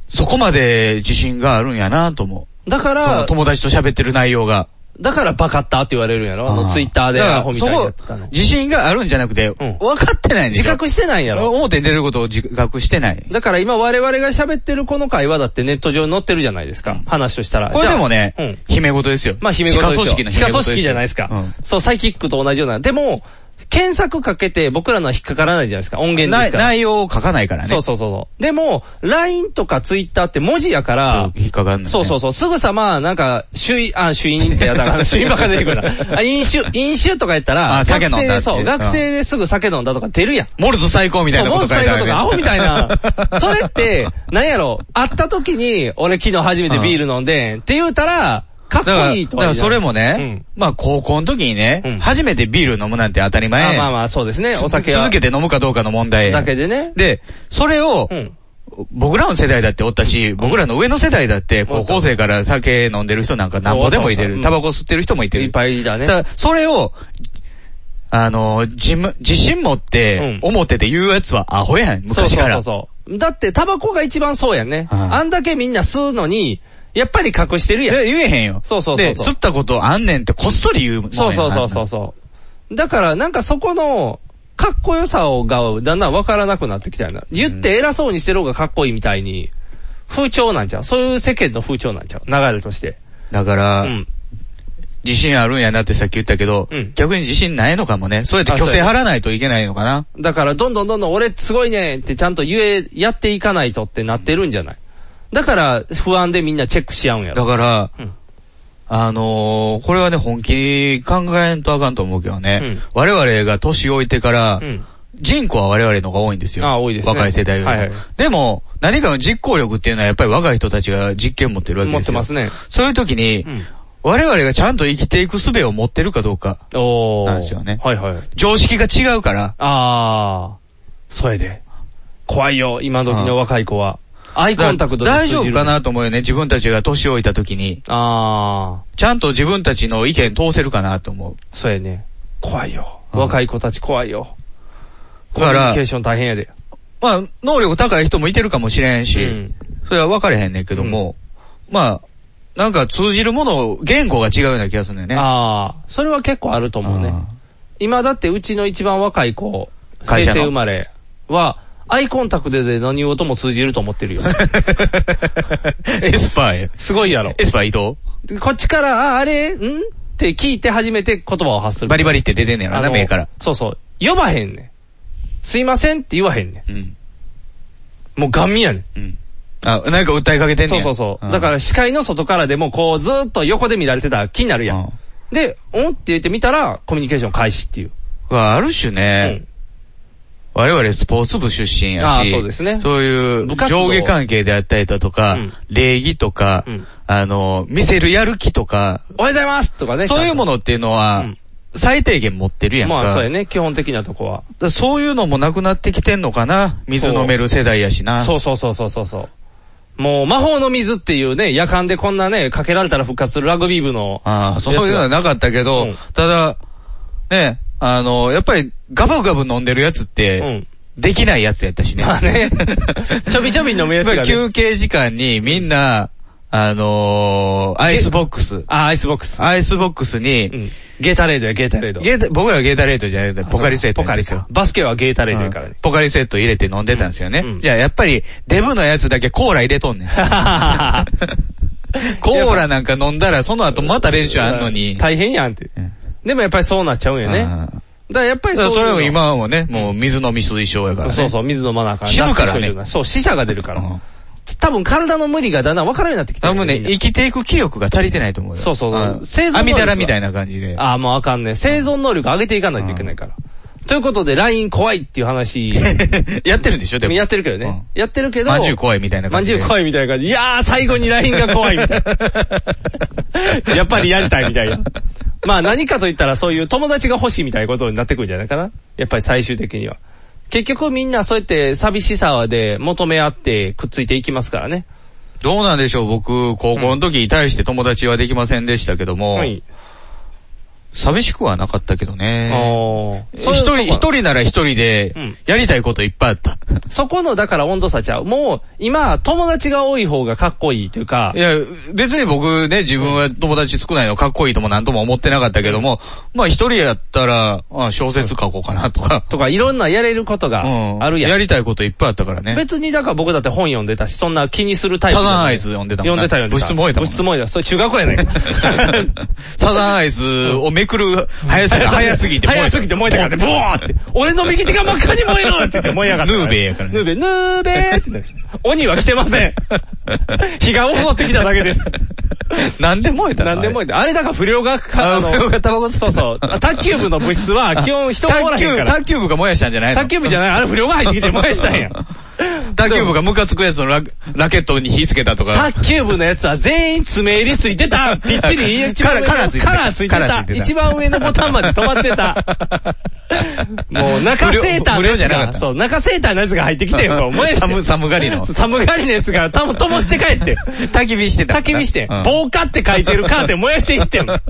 [SPEAKER 3] そこまで自信があるんやなと思う。
[SPEAKER 2] だか
[SPEAKER 3] その
[SPEAKER 2] ら、
[SPEAKER 3] 友達と喋ってる内容が。
[SPEAKER 2] だからバカッターって言われるんやろあのツイッターで
[SPEAKER 3] だから
[SPEAKER 2] アホみたいにやってた
[SPEAKER 3] そ
[SPEAKER 2] の
[SPEAKER 3] こ。自信があるんじゃなくて、分かってないんでしょ
[SPEAKER 2] 自覚してないんやろ
[SPEAKER 3] 表に出ることを自覚してない。
[SPEAKER 2] だから今我々が喋ってるこの会話だってネット上に載ってるじゃないですか。話としたら。
[SPEAKER 3] これでもね
[SPEAKER 2] じゃあうん、
[SPEAKER 3] 姫事ですよ。
[SPEAKER 2] まあ姫事でしょ
[SPEAKER 3] 地下組織の
[SPEAKER 2] 地
[SPEAKER 3] 姫
[SPEAKER 2] 下
[SPEAKER 3] 事
[SPEAKER 2] 組
[SPEAKER 3] ですよ
[SPEAKER 2] 織じゃないですか。
[SPEAKER 3] うん
[SPEAKER 2] そう、サイキックと同じような。でも、検索かけて僕らのは引っかからないじゃないですか。音源ですから。
[SPEAKER 3] 内内容を書かないからね。
[SPEAKER 2] そうそうそうそう。でも、LINE とか Twitter って文字やから、
[SPEAKER 3] 引っかかんない。
[SPEAKER 2] そうそうそう。すぐさま、なんか、主因、あ、主因ってやだ から、主因ばっか出てくるな。あ、飲酒、飲酒とか言ったら、
[SPEAKER 3] あ酒飲んだ
[SPEAKER 2] 学生で
[SPEAKER 3] って
[SPEAKER 2] そう、
[SPEAKER 3] うん
[SPEAKER 2] 学生ですぐ酒飲んだとか出るやん。
[SPEAKER 3] モルズ最高みたいなこと書いてあるね
[SPEAKER 2] そうモルズ最高とか、アホみたいな。それって、なんやろ、会った時に、俺昨日初めてビール飲んでん、って言うたら、かっこ
[SPEAKER 3] だから、
[SPEAKER 2] いい
[SPEAKER 3] だ
[SPEAKER 2] と
[SPEAKER 3] か
[SPEAKER 2] は言う
[SPEAKER 3] ら
[SPEAKER 2] じゃん
[SPEAKER 3] それもね、まあ高校の時にね、初めてビール飲むなんて当たり前やん
[SPEAKER 2] あまあまあ、そうですね、お酒は。
[SPEAKER 3] 続けて飲むかどうかの問題やん
[SPEAKER 2] だけでね。
[SPEAKER 3] で、それを、僕らの世代だっておったし、僕らの上の世代だって、高校生から酒飲んでる人なんかなんぼでもいて
[SPEAKER 2] うん
[SPEAKER 3] る。タバコ吸ってる人もいてる。いっ
[SPEAKER 2] ぱいだね。
[SPEAKER 3] だからそれを、あの、自む自信持って、表で言うやつはアホやん、昔から。
[SPEAKER 2] そうそうそうそう。だって、タバコが一番そうやんね。あんだけみんな吸うのに、やっぱり隠してるやん。
[SPEAKER 3] で、言えへんよ。
[SPEAKER 2] そうそうそうそう。
[SPEAKER 3] で、吸ったことあんねんってこっそり言うもんやん
[SPEAKER 2] そうそうそうそうそう。だから、なんかそこの、かっこよさをが、だんだんわからなくなってきたよな。言って偉そうにしてる方がかっこいいみたいに、風潮なんちゃうそういう世間の風潮なんちゃう流れとして。
[SPEAKER 3] だから、自信あるんやなってさっき言ったけど、逆に自信ないのかもね。そうやって虚勢張らないといけないのかな。
[SPEAKER 2] だから、どんどんどんどん俺すごいねってちゃんと言え、やっていかないとってなってるんじゃないだから、不安でみんなチェックし合うんやろ。
[SPEAKER 3] だから、あのーこれはね、本気考えんとあかんと思うけどね。我々が年老いてから、人口は我々の方が多いんですよ。
[SPEAKER 2] あ多いですね
[SPEAKER 3] 若い世代よりも、
[SPEAKER 2] はいはい
[SPEAKER 3] でも、何かの実行力っていうのはやっぱり若い人たちが実験持ってるわけですよ。
[SPEAKER 2] 持ってますね。
[SPEAKER 3] そういう時に、我々がちゃんと生きていく術を持ってるかどうか。
[SPEAKER 2] なん
[SPEAKER 3] ですよね。
[SPEAKER 2] はいはい。
[SPEAKER 3] 常識が違うから。
[SPEAKER 2] あー、それで。怖いよ、今時の若い子は。アイコンタクトで
[SPEAKER 3] 大
[SPEAKER 2] 通じる
[SPEAKER 3] 丈夫かなと思うよね、自分たちが年老いた時に。
[SPEAKER 2] あ
[SPEAKER 3] ちゃんと自分たちの意見通せるかなと思う。
[SPEAKER 2] そうやね。怖いよ。若い子たち怖いよ。コ
[SPEAKER 3] だ
[SPEAKER 2] ミ
[SPEAKER 3] か
[SPEAKER 2] ュニ
[SPEAKER 3] ら
[SPEAKER 2] ケーション大変やで。
[SPEAKER 3] まあ、能力高い人もいてるかもしれんし、それは分かれへんねんけども、まあ、なんか通じるものを、言語が違うような気がするんだよね。
[SPEAKER 2] ああ、それは結構あると思うね。今だってうちの一番若い子、
[SPEAKER 3] 会
[SPEAKER 2] 平
[SPEAKER 3] 社の
[SPEAKER 2] 成生まれは、アイコンタクトで何事も通じると思 ってるよ。
[SPEAKER 3] エスパーへ。
[SPEAKER 2] すごいやろ。
[SPEAKER 3] エスパー伊藤
[SPEAKER 2] こっちから、あ、あれ、んって聞いて初めて言葉を発する。
[SPEAKER 3] バリバリって出てんねやろな
[SPEAKER 2] あの
[SPEAKER 3] 目から。
[SPEAKER 2] そうそう。呼ばへんねん。すいませんって言わへんねん。もうガン見やね
[SPEAKER 3] ん。あ、なんか訴えかけてんね
[SPEAKER 2] そう
[SPEAKER 3] や
[SPEAKER 2] そうそう。だから視界の外からでもこうずーっと横で見られてたら気になるやん。で、おんって言ってみたらコミュニケーション開始っていう。
[SPEAKER 3] ある種ね、我々スポーツ部出身や
[SPEAKER 2] あ
[SPEAKER 3] し、
[SPEAKER 2] ーそうですね
[SPEAKER 3] そういう
[SPEAKER 2] 部活動
[SPEAKER 3] 上下関係であったりだとか、礼儀とか、あの、見せるやる気とか、
[SPEAKER 2] おはようございますとかね。
[SPEAKER 3] そういうものっていうのは、最低限持ってるやんか。
[SPEAKER 2] まあそうやね、基本的なとこは。
[SPEAKER 3] だからそういうのもなくなってきてんのかな水飲める世代やしな。
[SPEAKER 2] そうそうそうそうそうそう。もう魔法の水っていうね、夜間でこんなね、かけられたら復活するラグビー部の。
[SPEAKER 3] ああ、そういうのはなかったけど、ただ、ね、あの、やっぱりガブガブ飲んでるやつって、できないやつやったしね。
[SPEAKER 2] まあ ねちょびちょび飲むやつがね
[SPEAKER 3] やっぱり休憩時間にみんな、あのーアイスボックス。
[SPEAKER 2] あ、アイスボックス。
[SPEAKER 3] アイスボックスに、
[SPEAKER 2] ゲータレードやゲータレード。
[SPEAKER 3] ゲータ僕らはゲータレードじゃなくて、ポカリセットなんですよ。
[SPEAKER 2] バスケはゲータレードやからね。
[SPEAKER 3] ポカリセット入れて飲んでたんですよね。じゃあやっぱり、デブのやつだけコーラ入れと んねん。コーラなんか飲んだら、その後また練習あんのに。
[SPEAKER 2] 大変やんって。でもやっぱりそうなっちゃうんよね。だからやっぱり
[SPEAKER 3] そう
[SPEAKER 2] いう
[SPEAKER 3] そ
[SPEAKER 2] の
[SPEAKER 3] れも今はもうね、もう水飲み水晶やからね。
[SPEAKER 2] そうそう、水飲まなあかん。
[SPEAKER 3] 死ぬか
[SPEAKER 2] ラス
[SPEAKER 3] らね
[SPEAKER 2] ト一人がそう、死者が出るから。多分体の無理がだんだん分からんようになってきた。
[SPEAKER 3] 多分ね、生きていく気力が足りてないと思うよ。
[SPEAKER 2] そうそうそう生存能力が
[SPEAKER 3] アミダラみたいな感じで。
[SPEAKER 2] ああ、もうあかんね。生存能力上げていかないといけないから。ということで、LINE 怖いっていう話。
[SPEAKER 3] やってるんでしょでも。
[SPEAKER 2] やってるけどね。やってるけど。
[SPEAKER 3] まんじゅう怖いみたいな
[SPEAKER 2] まん
[SPEAKER 3] 感
[SPEAKER 2] じ
[SPEAKER 3] じ
[SPEAKER 2] ゅ
[SPEAKER 3] で。
[SPEAKER 2] う怖いみたいな 感じ。いやー、最後に LINE が怖いみたいな。やっぱりやりたいみたいな。 まあ何かと言ったらそういう友達が欲しいみたいなことになってくるんじゃないかな。やっぱり最終的には。結局みんなそうやって寂しさで求め合ってくっついていきますからね。
[SPEAKER 3] どうなんでしょう僕、高校の時に対して友達はできませんでしたけども。寂しくはなかったけどね。
[SPEAKER 2] そう
[SPEAKER 3] 一
[SPEAKER 2] いうとこ
[SPEAKER 3] 人、一人なら一人で、やりたいこといっぱい あった。
[SPEAKER 2] そこのだから温度差ちゃう。もう今友達が多い方がかっこいいというか
[SPEAKER 3] い。や、別に僕ね、自分は友達少ないのかっこいいとも何とも思ってなかったけども、まあ一人やったら、あ小説書こうかなとか。
[SPEAKER 2] とか、いろんなやれることがあるやん
[SPEAKER 3] やりたいこといっぱいあったからね。
[SPEAKER 2] 別にだから僕だって本読んでたし、そんな気にするタイプじゃない。
[SPEAKER 3] サザンアイス読んでたも
[SPEAKER 2] 読ん
[SPEAKER 3] んな
[SPEAKER 2] でた読んでた。
[SPEAKER 3] 部室燃えたもんな
[SPEAKER 2] 部室燃えた。それ中学校やねん。
[SPEAKER 3] サザンアイスをめくる速さが早すぎて燃えた。
[SPEAKER 2] 早すぎて燃えたからね、ブワーって。俺の右手が真っ赤に燃えるって言って燃えやがった。
[SPEAKER 3] ヌーベイやからね
[SPEAKER 2] ヌーベイ、ヌーベーってなる。鬼は来てま せん。火が起こってきただけ です。
[SPEAKER 3] なんで燃えた
[SPEAKER 2] なんで燃えた。あれだから不良が、あの、そうそう。卓球部の部室は基本人もおらへんから。
[SPEAKER 3] 卓球卓球部が燃やしたんじゃないの
[SPEAKER 2] 卓球部じゃない、あれ不良が入ってきて燃やしたんや。
[SPEAKER 3] 卓球部がムカつくやつのララケットに火つけたとか。
[SPEAKER 2] 卓球部のやつは全員爪襟ついてたぴっちり一番上の
[SPEAKER 3] カラーついてた
[SPEAKER 2] カラーついて
[SPEAKER 3] カラ
[SPEAKER 2] た
[SPEAKER 3] ーついてた
[SPEAKER 2] 一番上のボタンまで止まってた もう中セーターの
[SPEAKER 3] 無料
[SPEAKER 2] や
[SPEAKER 3] じゃ
[SPEAKER 2] つ
[SPEAKER 3] なかっ
[SPEAKER 2] が
[SPEAKER 3] た。
[SPEAKER 2] そう中セーターのやつが入ってきて もう燃やして
[SPEAKER 3] 寒寒がりの
[SPEAKER 2] 寒がりのやつがたぶん灯して帰 って
[SPEAKER 3] 焚き火してた
[SPEAKER 2] 焚き火して
[SPEAKER 3] うん
[SPEAKER 2] 防火って書いてるカーテ ン燃やしていってんな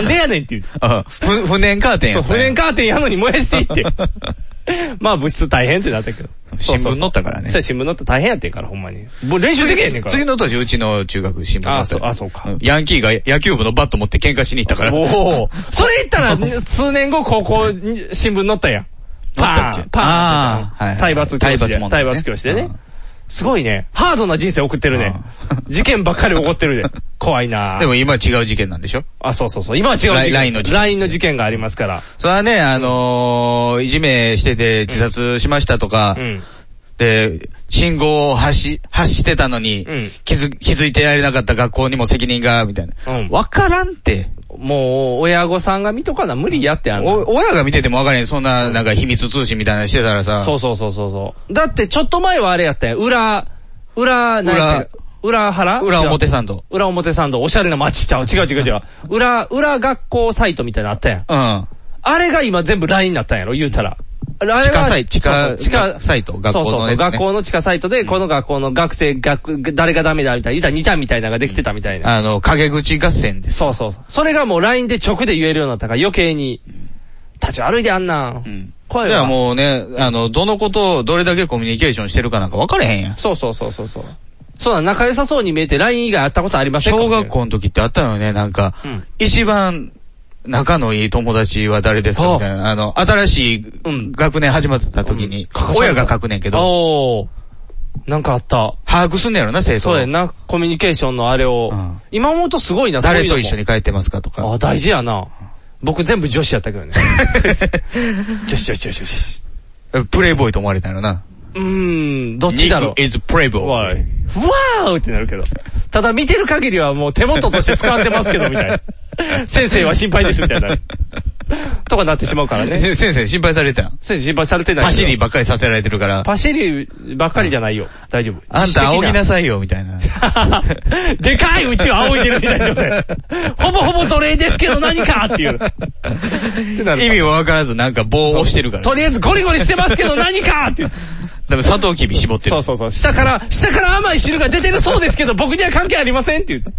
[SPEAKER 2] んでやねんって言う
[SPEAKER 3] あふ不燃カーテン
[SPEAKER 2] そ
[SPEAKER 3] や
[SPEAKER 2] う
[SPEAKER 3] った
[SPEAKER 2] 不
[SPEAKER 3] んや
[SPEAKER 2] 燃カーテンやのに燃やしていってんまあ物質大変ってなったけど
[SPEAKER 3] 新聞載ったからね
[SPEAKER 2] そう新聞載ったら大変やってんからほんまにもう練習できへんねんから
[SPEAKER 3] 次の年、うちの中学新聞だった
[SPEAKER 2] あそうあそうか。
[SPEAKER 3] ヤンキーが野球部のバット持って喧嘩しに行ったから。
[SPEAKER 2] おお。 それ言ったら、数年後、高校に新聞載った やん。パーン、パーンって。体罰教師
[SPEAKER 3] 体罰
[SPEAKER 2] で。
[SPEAKER 3] 問題
[SPEAKER 2] 体
[SPEAKER 3] ね
[SPEAKER 2] 罰教師でね。すごいね。ハードな人生送ってるね。事件ばっかり起こってる で。怖いな
[SPEAKER 3] でも今は違う事件なんでしょ
[SPEAKER 2] あ、そうそうそう。今は違う事
[SPEAKER 3] ラ
[SPEAKER 2] 件。
[SPEAKER 3] インラインの事件
[SPEAKER 2] LINE の事件がありますから。
[SPEAKER 3] それはね、あのー、いじめしてて自殺しましたとか、で、信号を発し、発してたのに、気づ、気づいてやれなかった学校にも責任が、みたいな。わからんって。
[SPEAKER 2] もう、親御さんが見とかな無理やってあんの。
[SPEAKER 3] お親が見ててもわからん。そんな、なんか秘密通信みたいなのしてたらさ。
[SPEAKER 2] そうそうそうそうそう。だって、ちょっと前はあれやったやん。裏、裏、何やったっけ裏原
[SPEAKER 3] 裏表参道。
[SPEAKER 2] 裏表参道、おしゃれな街ちゃう。違う違う違う。裏、裏学校サイトみたいなのあったやん。
[SPEAKER 3] うん。
[SPEAKER 2] あれが今全部 LINE になったんやろ、言うたら。あれは
[SPEAKER 3] 地下サイト地下
[SPEAKER 2] そうそう地下
[SPEAKER 3] サイト学校の
[SPEAKER 2] そうそうそ
[SPEAKER 3] や
[SPEAKER 2] う、
[SPEAKER 3] つね
[SPEAKER 2] 学校の地下サイトで、この学校の学生、学、誰がダメだみたいな、言うたら2ちゃんみたいなのができてたみたいな。
[SPEAKER 3] あの、陰口合戦です。
[SPEAKER 2] そうそうそう。それがもう LINE で直で言えるようになったから余計に、立ち歩いてあんなん。声
[SPEAKER 3] じゃあ
[SPEAKER 2] は。
[SPEAKER 3] もうね、あの、どのことをどれだけコミュニケーションしてるかなんか分かれへんやん。
[SPEAKER 2] そうそうそうそうそう。そうだ、仲良さそうに見えて LINE 以外会ったことありませんか
[SPEAKER 3] 小学校の時ってあったよね、なんか、一番仲のいい友達は誰ですかみたいな。あの、新しい学年始まった時に、親が書くねんけど、
[SPEAKER 2] おー。なんかあった。
[SPEAKER 3] 把握すんねやろな、生徒
[SPEAKER 2] そうやんな、コミュニケーションのあれを。今思うとすごいな、
[SPEAKER 3] 誰と一緒
[SPEAKER 2] に
[SPEAKER 3] に帰ってますかとか。
[SPEAKER 2] あ、大事やな。僕全部女子やったけ どね。女子女子女子女子。
[SPEAKER 3] プレイボーイと思われたんやろな。
[SPEAKER 2] うーん、どっちだろう。
[SPEAKER 3] Nick is playboy.
[SPEAKER 2] わーってなるけど。ただ 見てる限りはもう手元として使われてますけど、みたいな。先生は心配です、みたいな。とかなってしまうからね。
[SPEAKER 3] 先生心配されてたん
[SPEAKER 2] 先生心配されてないよ。
[SPEAKER 3] パシリばっかりさせられてるから。
[SPEAKER 2] パシリばっかりじゃないよ。大丈夫。
[SPEAKER 3] あんた仰ぎなさいよ、みたいな。
[SPEAKER 2] でかいうちを仰いでるみたいな状態。ほぼほぼ奴隷ですけど何かっていう。
[SPEAKER 3] 意味もわからずなんか棒を押してるから。
[SPEAKER 2] とりあえずゴリゴリしてますけど何かっていう。
[SPEAKER 3] 多分砂糖キビ絞ってる。
[SPEAKER 2] そうそうそう。下から、下から甘い汁が出てるそうですけど、僕には関係ありませんって言って。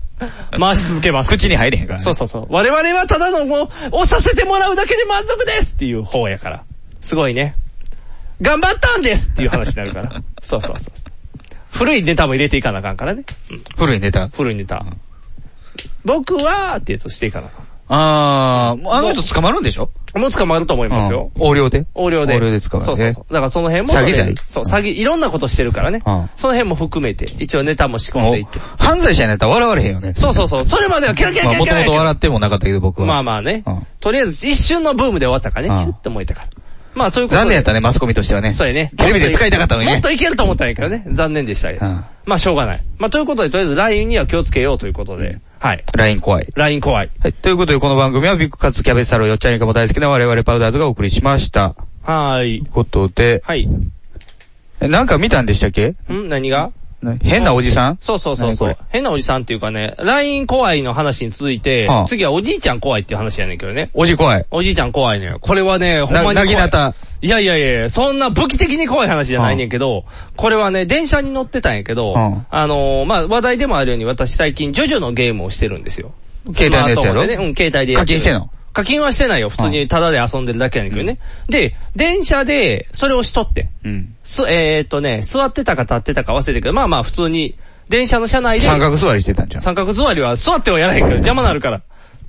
[SPEAKER 2] 回し続けます。
[SPEAKER 3] 口に入れへんからね
[SPEAKER 2] そうそうそう。我々はただのもう、押させてもらうだけで満足ですっていう方やから。すごいね。頑張ったんですっていう話になる から。そうそうそう。古いネタも入れていかなあかんからね。
[SPEAKER 3] 古いネタ。
[SPEAKER 2] 古いネタ。僕は、ってやつをしていかなあかん。
[SPEAKER 3] あー、もうあの人捕まるんでしょ
[SPEAKER 2] もう捕まると思いますよ。
[SPEAKER 3] 横領で
[SPEAKER 2] 横領で。
[SPEAKER 3] 横領で捕まるね
[SPEAKER 2] そうそうそう。だからその辺も。
[SPEAKER 3] 詐欺罪
[SPEAKER 2] そう、詐欺、いろんなことしてるからね
[SPEAKER 3] うん。
[SPEAKER 2] その辺も含めて、一応ネタも仕込んでいって。
[SPEAKER 3] 犯罪者になったら笑われへんよね。
[SPEAKER 2] そうそうそう。それまではキャラキャラ
[SPEAKER 3] まあ
[SPEAKER 2] キャラキャ
[SPEAKER 3] もと
[SPEAKER 2] ラ
[SPEAKER 3] も
[SPEAKER 2] やけ
[SPEAKER 3] と
[SPEAKER 2] ど。
[SPEAKER 3] 笑ってもなかったけど僕
[SPEAKER 2] ま
[SPEAKER 3] は。
[SPEAKER 2] あまあね。とりあえず一瞬のブームで終わったからね。
[SPEAKER 3] うん
[SPEAKER 2] ヒュッと燃えたから。まあということで。
[SPEAKER 3] 残念やったね、マスコミとしてはね。
[SPEAKER 2] そうやね。
[SPEAKER 3] テレビで使いたかったのに
[SPEAKER 2] もっ
[SPEAKER 3] ね
[SPEAKER 2] と。いけると思ったんやけどね。残念でしたけど。
[SPEAKER 3] うん
[SPEAKER 2] まあしょうがない。まあということで、とりあえず LINE には気をつけようということで。はい。
[SPEAKER 3] LINE 怖い。
[SPEAKER 2] LINE 怖い。
[SPEAKER 3] はい。ということで、この番組はビッグカツキャベツサロンよっちゃんいかも大好きな我々パウダーズがお送りしました。
[SPEAKER 2] はーい
[SPEAKER 3] という。ことで、
[SPEAKER 2] はい。
[SPEAKER 3] えなんか見たんでしたっけ
[SPEAKER 2] ん何が
[SPEAKER 3] な変なおじさん
[SPEAKER 2] そうそうそう
[SPEAKER 3] 何こ
[SPEAKER 2] そ
[SPEAKER 3] れ
[SPEAKER 2] う。変なおじさんっていうかね、LINE 怖いの話に続いて
[SPEAKER 3] ああ、
[SPEAKER 2] 次はおじいちゃん怖いっていう話やねんけどね。
[SPEAKER 3] おじ怖い。
[SPEAKER 2] おじいちゃん怖いね。これはね、ほんまに怖い。
[SPEAKER 3] なぎなた。
[SPEAKER 2] いやいやいや、そんな武器的に怖い話じゃないねんけど、これはね、電車に乗ってたんやけど、
[SPEAKER 3] うん
[SPEAKER 2] あのー、まあ、話題でもあるように私最近ジョジョのゲームをしてるんですよ。
[SPEAKER 3] 携帯のやつ
[SPEAKER 2] スマート
[SPEAKER 3] やろ
[SPEAKER 2] フォンでね、うん、携帯でや
[SPEAKER 3] 課
[SPEAKER 2] ってる
[SPEAKER 3] 金してんの
[SPEAKER 2] 課金はしてないよ。普通にタダで遊んでるだけやねんけどね。で、電車で、それをしとって。
[SPEAKER 3] うん。
[SPEAKER 2] す、えー、っとね、座ってたか立ってたか忘れてるけど、まあまあ普通に、電車の車内で。
[SPEAKER 3] 三角座りしてたんじゃん。
[SPEAKER 2] 三角座りは座ってはやらへんけど邪魔なるから。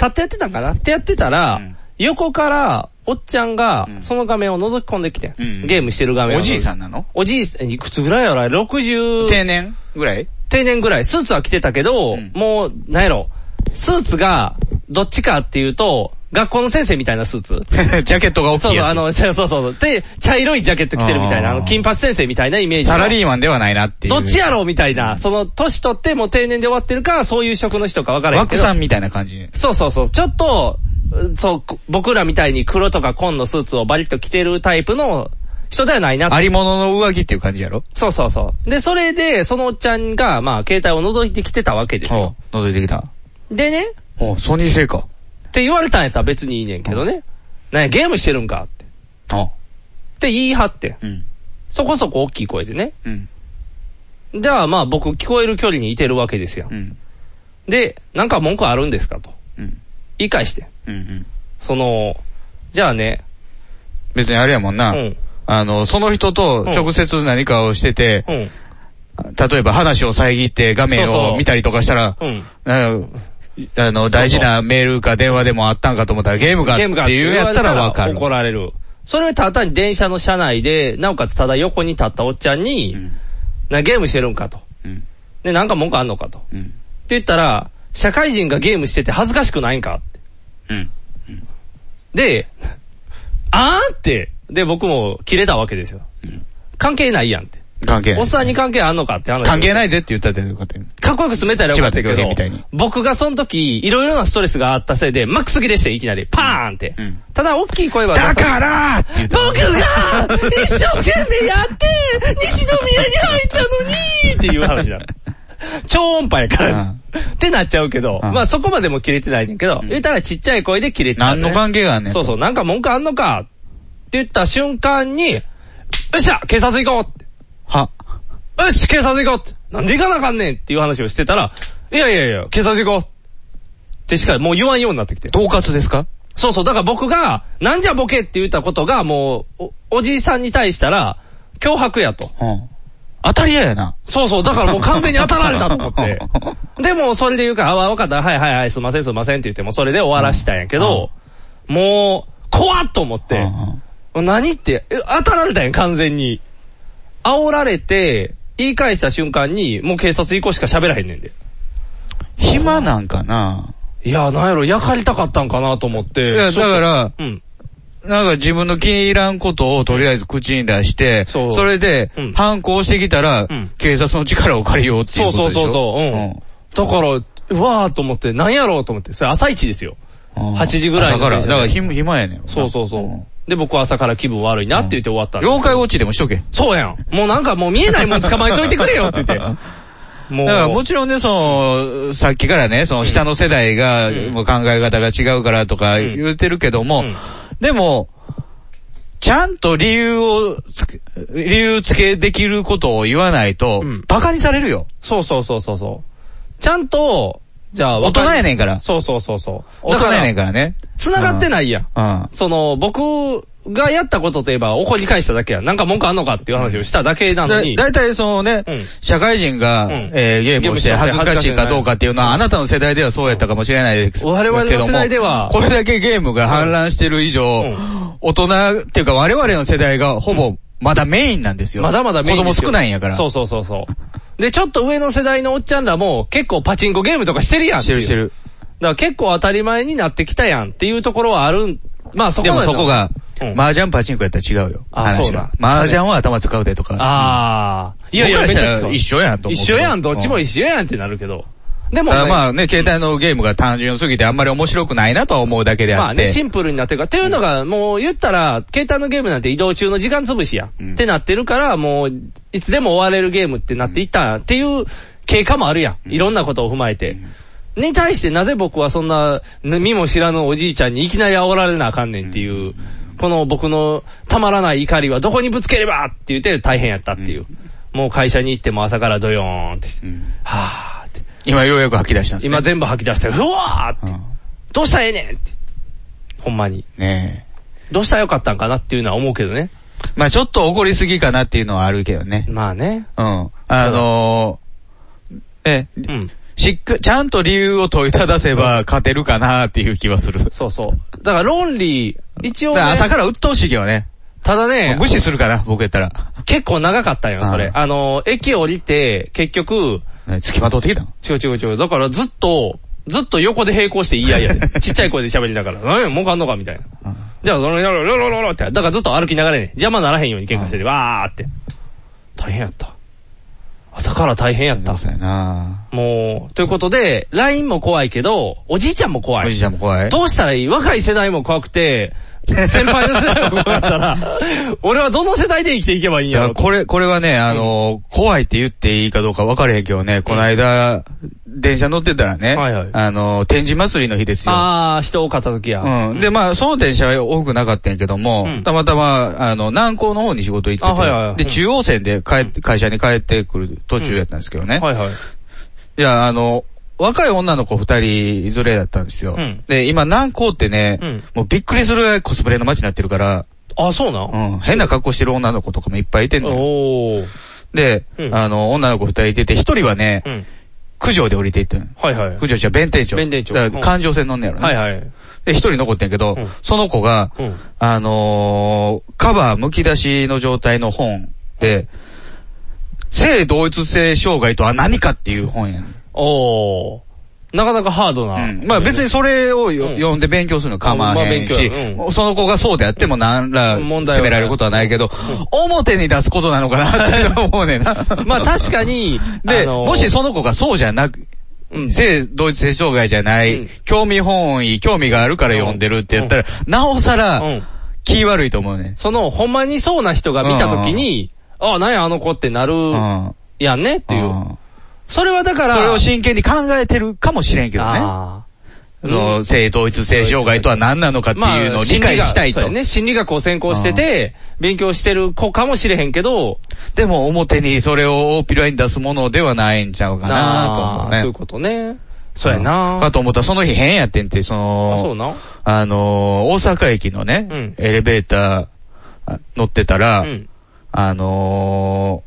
[SPEAKER 2] 立ってやってたんかなってやってたら、横から、おっちゃんが、その画面を覗き込んできてん、
[SPEAKER 3] ん
[SPEAKER 2] ゲームしてる画面を。
[SPEAKER 3] おじいさんなの
[SPEAKER 2] おじいさん、いくつぐらいやろ ?60。
[SPEAKER 3] 定年ぐらい
[SPEAKER 2] 定年ぐらい。スーツは着てたけど、もう、なんやろ。スーツが、どっちかっていうと、学校の先生みたいなスーツ。
[SPEAKER 3] ジャケットが大
[SPEAKER 2] そ
[SPEAKER 3] き
[SPEAKER 2] う
[SPEAKER 3] い
[SPEAKER 2] そう、
[SPEAKER 3] や
[SPEAKER 2] あの、そうそうそう。で、茶色いジャケット着てるみたいな、あの、金髪先生みたいなイメー
[SPEAKER 3] つ。
[SPEAKER 2] ジの。
[SPEAKER 3] サラリーマンではないなっていう。
[SPEAKER 2] どっちやろうみたいな、その、年取ってもう定年で終わってるか、そういう職の人か分からへんけ
[SPEAKER 3] 枠
[SPEAKER 2] ど。
[SPEAKER 3] さんみたいな感じ。
[SPEAKER 2] そうそうそう。ちょっと、うそう、こ僕らみたいに黒とか紺のスーツをバリッと着てるタイプの人ではないなと
[SPEAKER 3] ありものの上着っていう感じやろ
[SPEAKER 2] そうそうそう。で、それで、そのおっちゃんが、まあ、携帯を覗いてきてたわけですよ。
[SPEAKER 3] おう覗いてきた。
[SPEAKER 2] でね、
[SPEAKER 3] おうソニー製か。
[SPEAKER 2] って言われたんやったら別にいいねんけどね。なんやゲームしてるんかって。
[SPEAKER 3] あ
[SPEAKER 2] って言い張って。
[SPEAKER 3] うん
[SPEAKER 2] そこそこ大きい声でね。
[SPEAKER 3] うん
[SPEAKER 2] ではまあ僕聞こえる距離にいてるわけですよ。で、なんか文句あるんですかと。
[SPEAKER 3] うん
[SPEAKER 2] 言い返して。
[SPEAKER 3] うんうん。
[SPEAKER 2] その、じゃあね、
[SPEAKER 3] 別にあれやもんな。
[SPEAKER 2] うん
[SPEAKER 3] あの、その人と直接何かをしてて、
[SPEAKER 2] うん
[SPEAKER 3] 例えば話を遮って画面
[SPEAKER 2] そうそ
[SPEAKER 3] を
[SPEAKER 2] う
[SPEAKER 3] 見たりとかしたら、
[SPEAKER 2] うん
[SPEAKER 3] なんかあの、大事なメールか電話でもあったんかと思ったらゲームかって
[SPEAKER 2] ゲームがって
[SPEAKER 3] いうやったらわかる。
[SPEAKER 2] 怒られる。それはただ単に電車の車内で、なおかつただ横に立ったおっちゃんに、なゲームしてるんかと。
[SPEAKER 3] うん
[SPEAKER 2] で、なんか文句あんのかと。
[SPEAKER 3] うん
[SPEAKER 2] って言ったら、社会人がゲームしてて恥ずかしくないんかって。
[SPEAKER 3] うん
[SPEAKER 2] で、 あーんって、で僕も切れたわけですよ。関係ないやんって。
[SPEAKER 3] 関係な
[SPEAKER 2] おっ
[SPEAKER 3] い。
[SPEAKER 2] さんに関係あんのかって話。
[SPEAKER 3] 関係ないぜって言ったらよかったよ
[SPEAKER 2] かっこよく住めたらよかったけ
[SPEAKER 3] 柴田恭兵みたい
[SPEAKER 2] ど
[SPEAKER 3] に、
[SPEAKER 2] 僕がその時、いろいろなストレスがあったせいで、マックス切れしていきなり、パーンって。ただ、大きい声は。だ
[SPEAKER 3] から僕
[SPEAKER 2] が、一生懸命やって、西宮に入ったのにっていう話だ。 超音波やから。ってなっちゃうけど、まあそこまでも切れてないねんけど、言ったらちっちゃい声で切れてたんだね。
[SPEAKER 3] 何の関係があんねん
[SPEAKER 2] そうそう、なんか文句あんのかって言った瞬間に、よっしゃ警察行こうって。
[SPEAKER 3] は。
[SPEAKER 2] よし、警察行こうって。なんで行かなあかんねんっていう話をしてたら、いやいやいや、警察行こう。ってしかもう言わんようになってきて。
[SPEAKER 3] 統括ですか
[SPEAKER 2] そうそう、だから僕が、なんじゃボケって言ったことが、もう、お、おじいさんに対したら、脅迫やと。
[SPEAKER 3] うん。当たり屋やな。
[SPEAKER 2] そうそう、だからもう完全に当たられたと思 って。で、もうそれで言うから、あ、わかった、はいはいはい、すいませんすいませんって言って、もうそれで終わらしたんやけど、もう、怖っと思って、何って、え当たられたんやん、完全に。煽られて、言い返した瞬間に、もう警察行こうしか喋らへんねんで。
[SPEAKER 3] 暇なんかない
[SPEAKER 2] や、なんやろ、やかりたかったんかなと思って。
[SPEAKER 3] いや、だから、
[SPEAKER 2] うん。
[SPEAKER 3] なんか自分の気に入らんことをとりあえず口に出して、
[SPEAKER 2] そう
[SPEAKER 3] それで、反抗してきたら、警察の力を借りようっていう
[SPEAKER 2] そう
[SPEAKER 3] こ
[SPEAKER 2] そう
[SPEAKER 3] とでしょ
[SPEAKER 2] そうそう、うん。だから、うわーと思って、なんやろうと思って、それ朝一ですよ。 8時ぐらい
[SPEAKER 3] だ
[SPEAKER 2] に
[SPEAKER 3] から、だから暇暇やねん。
[SPEAKER 2] そうそうそう。で、僕は朝から気分悪いなって言って終わったんです
[SPEAKER 3] 妖怪ウォッチでもしとけ。
[SPEAKER 2] そうやん。もうなんかもう見えないもん捕まえといてくれよって 言って。もう
[SPEAKER 3] だからもちろんね、その、さっきからね、その下の世代が、もう考え方が違うからとか言ってるけども、でも、ちゃんと理由をつけ、理由付けできることを言わないと、馬鹿にされるよ。
[SPEAKER 2] そうそうそうそうそう。ちゃんと、じゃあ、
[SPEAKER 3] 大人やねんから。
[SPEAKER 2] そうそうそうそう。
[SPEAKER 3] 大人やねんからね。
[SPEAKER 2] 繋がってないやん。
[SPEAKER 3] うん。
[SPEAKER 2] その、僕がやったことといえば怒り返しただけやん。なんか文句あんのかっていう話をしただけなの
[SPEAKER 3] だ
[SPEAKER 2] に。
[SPEAKER 3] だいたいそのね、社会人が、えーゲームをして恥ずかしいかどうかっていうのは、あなたの世代ではそうやったかもしれないですけども。
[SPEAKER 2] 我々の世代では
[SPEAKER 3] これだけゲームが氾濫してる以上、大人っていうか我々の世代がほぼまだメインなんですよ。
[SPEAKER 2] まだまだメインで
[SPEAKER 3] 子供
[SPEAKER 2] すよ
[SPEAKER 3] 少ないんやから。
[SPEAKER 2] そうそうそうそう。で、ちょっと上の世代のおっちゃんらも結構パチンコゲームとかしてるやんしてるして
[SPEAKER 3] る。
[SPEAKER 2] だから結構当たり前になってきたやんっていうところはあるん、まあそこ
[SPEAKER 3] で
[SPEAKER 2] ま
[SPEAKER 3] も
[SPEAKER 2] で
[SPEAKER 3] そこが、
[SPEAKER 2] うん
[SPEAKER 3] 麻雀パチンコやったら違うよ。
[SPEAKER 2] あそ
[SPEAKER 3] 話
[SPEAKER 2] うだ
[SPEAKER 3] が。麻雀は頭使うでとか。
[SPEAKER 2] ああ。いやいや、
[SPEAKER 3] 僕
[SPEAKER 2] めち
[SPEAKER 3] らした
[SPEAKER 2] ゃ
[SPEAKER 3] ら
[SPEAKER 2] くちゃ。
[SPEAKER 3] 一緒やんと思うけ
[SPEAKER 2] 一
[SPEAKER 3] ど
[SPEAKER 2] 緒やん、どっちも一緒やんってなるけど。でも、
[SPEAKER 3] あまあね、携帯のゲームが単純すぎてあんまり面白くないなとは思うだけであって。
[SPEAKER 2] まあね、シンプルになってるから。っていうのが、もう言ったら、携帯のゲームなんて移動中の時間潰しや。ってなってるから、もう、いつでも終われるゲームってなっていったっていう経過もあるやん。いろんなことを踏まえて。に対してなぜ僕はそんな、ね見も知らぬおじいちゃんにいきなり煽られなあかんねんっていう、この僕のたまらない怒りはどこにぶつければって言って大変やったっていう。もう会社に行っても朝からドヨーンってして、はぁ
[SPEAKER 3] 今ようやく吐き出したんですね
[SPEAKER 2] 今全部吐き出して、うわーって。どうしたらええねんって。ほんまに。
[SPEAKER 3] ね
[SPEAKER 2] どうしたらよかったんかなっていうのは思うけどね。
[SPEAKER 3] まあちょっと怒りすぎかなっていうのはあるけどね。
[SPEAKER 2] まあね。
[SPEAKER 3] うん。あのー、え、しっか、ちゃんと理由を問いただせば勝てるかなっていう気はする。
[SPEAKER 2] そうそう。だから論理、一応、ね。
[SPEAKER 3] だから朝から鬱陶しいけどね。
[SPEAKER 2] ただね。
[SPEAKER 3] 無視するかな、僕やったら。
[SPEAKER 2] 結構長かったんよ、それ。あの、駅降りて、結局、
[SPEAKER 3] 付きまとってきたの
[SPEAKER 2] 違う違う違う。だからずっと、ずっと横で並行して言い合い やでちっちゃい声で喋りながら、何や、もうかんのかみたいな。じゃあ、ロロロロロロロって、だからずっと歩きながらね、邪魔ならへんように喧嘩してて、わーって。大変やった。朝から大変やった。もう、ということで、LINE も怖いけど、おじいちゃんも怖い。
[SPEAKER 3] おじいちゃんも怖い
[SPEAKER 2] どうしたらいい若い世代も怖くて、先輩の世代 も怖かったら、俺はどの世代で生きていけばいいんやろ
[SPEAKER 3] だからこれ、これはね、あのー、怖いって言っていいかどうか分からへんけどね、この間、電車乗ってたらね、あのー、天神祭りの日ですよ。
[SPEAKER 2] あー、人多かった時や。
[SPEAKER 3] うん。で、まあ、その電車は多くなかったんやけども、たまたま、あの、南港の方に仕事行ってて、
[SPEAKER 2] あはいはいはい
[SPEAKER 3] で、
[SPEAKER 2] うん
[SPEAKER 3] 中央線で帰って、会社に帰ってくる途中やったんですけどね。
[SPEAKER 2] はいはい。
[SPEAKER 3] いや、あの、若い女の子二人連れだったんですよ。
[SPEAKER 2] うん
[SPEAKER 3] で、今、南港ってね、もうびっくりするぐらいコスプレの街になってるから、
[SPEAKER 2] あ、そうな
[SPEAKER 3] うん。変な格好してる女の子とかもいっぱいいてんのよ。
[SPEAKER 2] お
[SPEAKER 3] で、
[SPEAKER 2] うん
[SPEAKER 3] あの、女の子二人いてて、一人はね、
[SPEAKER 2] ん
[SPEAKER 3] 九条で降りていってん。
[SPEAKER 2] はいはい。
[SPEAKER 3] 九条じゃ弁天町。
[SPEAKER 2] 弁天町
[SPEAKER 3] だから環状線乗んねやろね。
[SPEAKER 2] はいはい。
[SPEAKER 3] で、一人残ってんけど、その子が、
[SPEAKER 2] うん
[SPEAKER 3] あのーカバー剥き出しの状態の本で、性同一性障害とは何かっていう本やねん。
[SPEAKER 2] おー。なかなかハードな。
[SPEAKER 3] まあ別にそれをよ、
[SPEAKER 2] うん
[SPEAKER 3] 読んで勉強するの構わへんし、
[SPEAKER 2] うんまあ勉強
[SPEAKER 3] その子がそうであってもなんら責
[SPEAKER 2] 問題はない
[SPEAKER 3] められることはないけど、表に出すことなのかなって思うねんな。
[SPEAKER 2] まあ確かに、
[SPEAKER 3] で、
[SPEAKER 2] あのー
[SPEAKER 3] もしその子がそうじゃなく、性同一性障害じゃない、興味本位、興味があるから読んでるって言ったら、なおさら、気悪いと思うね。
[SPEAKER 2] その、ほんまにそうな人が見たときに、ああ、なんやあの子ってなる、やんねっていう。それはだから、
[SPEAKER 3] それを真剣に考えてるかもしれんけどね。その、性同一性障害とは何なのかって
[SPEAKER 2] まあ
[SPEAKER 3] いうのを理解した
[SPEAKER 2] 心理学そ
[SPEAKER 3] い
[SPEAKER 2] う
[SPEAKER 3] と
[SPEAKER 2] や。ね、心理学を専攻してて、勉強してる子かもしれへんけど、
[SPEAKER 3] でも表にそれを大っぴらに出すものではないんちゃうかなと思うね。
[SPEAKER 2] そういうことね。そうやな
[SPEAKER 3] かと思ったらその日変やってんて、その、
[SPEAKER 2] あそうな
[SPEAKER 3] あのー、大阪駅のね、
[SPEAKER 2] うん
[SPEAKER 3] エレベーターあ乗ってたら、
[SPEAKER 2] うん
[SPEAKER 3] あの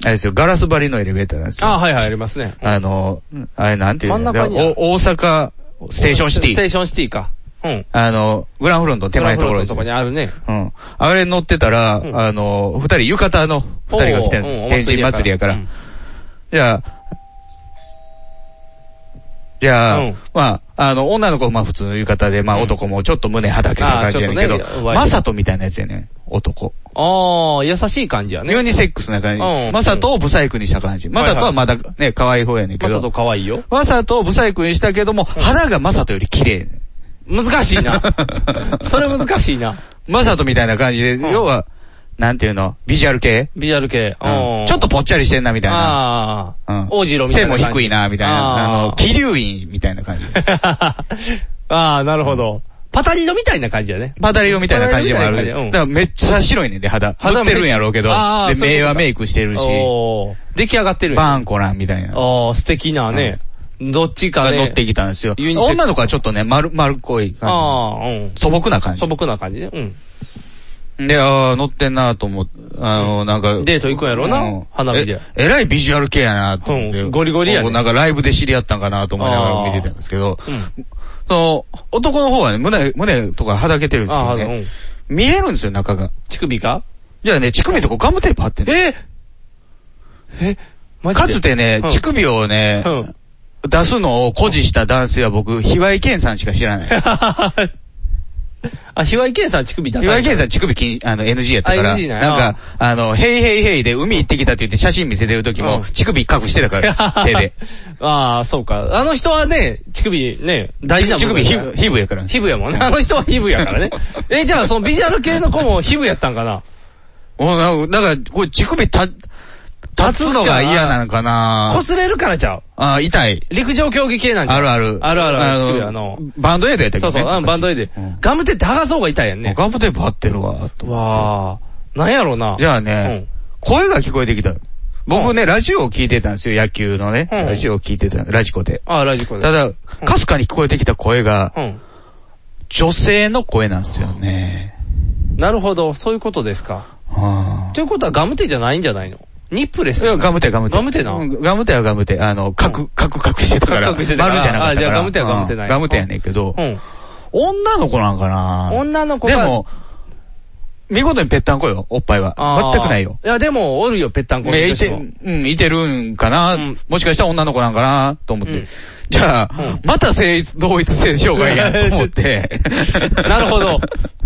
[SPEAKER 3] ー、あれですよ、ガラス張りのエレベーターなんですよ。
[SPEAKER 2] ああ、はいはい、ありますね。
[SPEAKER 3] あのー、あれなんていうの
[SPEAKER 2] 真ん中にある
[SPEAKER 3] お大阪ステーションシテ
[SPEAKER 2] ステー
[SPEAKER 3] ィ。
[SPEAKER 2] ションシティか。うん。
[SPEAKER 3] あの、グランフロントの手前のところ
[SPEAKER 2] グランフロント
[SPEAKER 3] で
[SPEAKER 2] の
[SPEAKER 3] す
[SPEAKER 2] とこ。にあるね。
[SPEAKER 3] うん。あれ乗ってたら、あのー、二人、浴衣の二人が来てん
[SPEAKER 2] おうおうお
[SPEAKER 3] の。
[SPEAKER 2] う
[SPEAKER 3] 天神祭りやから。じゃあ、じゃあ、まあ、あの、女の子、まあ普通の浴衣で、まあ男もちょっと胸はだけな感じやねんけ
[SPEAKER 2] あ
[SPEAKER 3] ど
[SPEAKER 2] ーちょっと、ね
[SPEAKER 3] マサトみたいなやつやねん、男。
[SPEAKER 2] ああ、優しい感じやね。
[SPEAKER 3] ユニセックスな感じ。
[SPEAKER 2] うん
[SPEAKER 3] マサトをブサイクにした感じ。マサトはまだね、可愛い方やねんけ
[SPEAKER 2] マ
[SPEAKER 3] ど。
[SPEAKER 2] サト可愛いよ。
[SPEAKER 3] マサトをブサイクにしたけども、肌がマサトより綺麗。
[SPEAKER 2] 難しい な。それ難しいな。
[SPEAKER 3] マサトみたいな感じで、要は、なんていうのビジュアル系
[SPEAKER 2] ビジュアル系。
[SPEAKER 3] うんちょっとぽっちゃりしてんな、みたいな。うん
[SPEAKER 2] 王子郎みたいな感じ
[SPEAKER 3] 背も低いな、みたいな。
[SPEAKER 2] あ
[SPEAKER 3] あ
[SPEAKER 2] ー
[SPEAKER 3] の、気流院みたいな感じ。
[SPEAKER 2] ああ、なるほど。パタリロみたいな感じだね。
[SPEAKER 3] パタリロみたいな感じでもあ
[SPEAKER 2] パタ
[SPEAKER 3] る。
[SPEAKER 2] リロみたいな
[SPEAKER 3] だ
[SPEAKER 2] 感じ
[SPEAKER 3] か
[SPEAKER 2] で
[SPEAKER 3] らめっちゃ白いねんで、肌。
[SPEAKER 2] 肌
[SPEAKER 3] 肌ってるんやろうけど。
[SPEAKER 2] あー
[SPEAKER 3] で、
[SPEAKER 2] そういうこと
[SPEAKER 3] 目
[SPEAKER 2] か
[SPEAKER 3] はメイクしてるし。
[SPEAKER 2] おー出来上がってるんや
[SPEAKER 3] バーンコランみたいな。
[SPEAKER 2] おー素敵なね。どっちか
[SPEAKER 3] が
[SPEAKER 2] ね。
[SPEAKER 3] 乗ってきたんですよ。
[SPEAKER 2] ユニセックス
[SPEAKER 3] 女の子はちょっとね、丸、丸っこい感じ。
[SPEAKER 2] ああ、うん。
[SPEAKER 3] 素朴な感じ
[SPEAKER 2] 素朴な感じね。うん。
[SPEAKER 3] で、ああ、乗ってんなと思って、あの、なんか。
[SPEAKER 2] デート行くんやろな花火で
[SPEAKER 3] え。えらいビジュアル系やなと思って。
[SPEAKER 2] うんゴリゴリやね
[SPEAKER 3] こうなんかライブで知り合ったんかなと思いながら見てたんですけど、その、男の方はね、胸、胸とかはだけてるんですけど
[SPEAKER 2] あーう
[SPEAKER 3] ね。見えるんですよ、中が。
[SPEAKER 2] 乳首か
[SPEAKER 3] じゃあね、乳首とこガムテープ貼ってんの。え
[SPEAKER 2] えマジで
[SPEAKER 3] かつてね
[SPEAKER 2] うん、
[SPEAKER 3] 乳首をね、出すのを誇示した男性は僕、卑猥健さんしか知 らない。
[SPEAKER 2] あ、卑猥健さん乳首だ
[SPEAKER 3] 岩井健さん乳首禁あの NG やったか
[SPEAKER 2] あ
[SPEAKER 3] ら、
[SPEAKER 2] NG なんや
[SPEAKER 3] なんか、あの、ヘイヘイヘイで海行ってきたって言って写真見せてる時も、乳首隠して たから、手で。
[SPEAKER 2] ああ、そうか。あの人はね、乳首ね、大事な
[SPEAKER 3] 乳首
[SPEAKER 2] 部
[SPEAKER 3] 皮
[SPEAKER 2] 分
[SPEAKER 3] 膚皮膚やからね。
[SPEAKER 2] 皮膚やもんね。あの人は皮膚やから ね。え、じゃあそのビジュアル系の子も皮膚やったんかな
[SPEAKER 3] おなんか、なんかこれ乳首立、立つのが嫌なのかな
[SPEAKER 2] 擦れるからちゃう。
[SPEAKER 3] あ、痛い。
[SPEAKER 2] 陸上競技系なんじゃん
[SPEAKER 3] あるある
[SPEAKER 2] あるあるある、
[SPEAKER 3] あの
[SPEAKER 2] 乳首あの。
[SPEAKER 3] バンドエイドやったっけ
[SPEAKER 2] そう
[SPEAKER 3] ど
[SPEAKER 2] そう、うんバンドエイドで。ガムテープ剥がそうが痛いやんね。
[SPEAKER 3] ガムテープ貼ってるわ。
[SPEAKER 2] わあなんやろうな。
[SPEAKER 3] じゃあね、声が聞こえてきた。僕ね、ラジオを聞いてたんですよ、野球のね。ラジオを聞いてた、ラジコで。
[SPEAKER 2] ああ、ラジコで。
[SPEAKER 3] ただ、かすかに聞こえてきた声が、
[SPEAKER 2] うん
[SPEAKER 3] 女性の声なんですよね。
[SPEAKER 2] なるほど、そういうことですか。ということはガムテじゃないんじゃないのニップレス
[SPEAKER 3] いやガムテガムテ。ガム
[SPEAKER 2] テな
[SPEAKER 3] ガムテはガムテ。あの、カク、カクカクしてたから。
[SPEAKER 2] カクカクしてたから
[SPEAKER 3] 丸じゃなかったか
[SPEAKER 2] あ
[SPEAKER 3] ら。
[SPEAKER 2] じゃあガムテはガムテ
[SPEAKER 3] うん
[SPEAKER 2] ない
[SPEAKER 3] ガムテやねんけど。女の子なんかな
[SPEAKER 2] 女の子
[SPEAKER 3] で
[SPEAKER 2] が。
[SPEAKER 3] も、見事にぺったんこよ、おっぱいは。
[SPEAKER 2] あー
[SPEAKER 3] 全くないよ。。
[SPEAKER 2] いや、でも、おるよ、ぺったんこ。
[SPEAKER 3] いて、うん、いてるんかな、もしかしたら女の子なんかなと思って。じゃあ、また性同一性障害やと思って。
[SPEAKER 2] なるほど。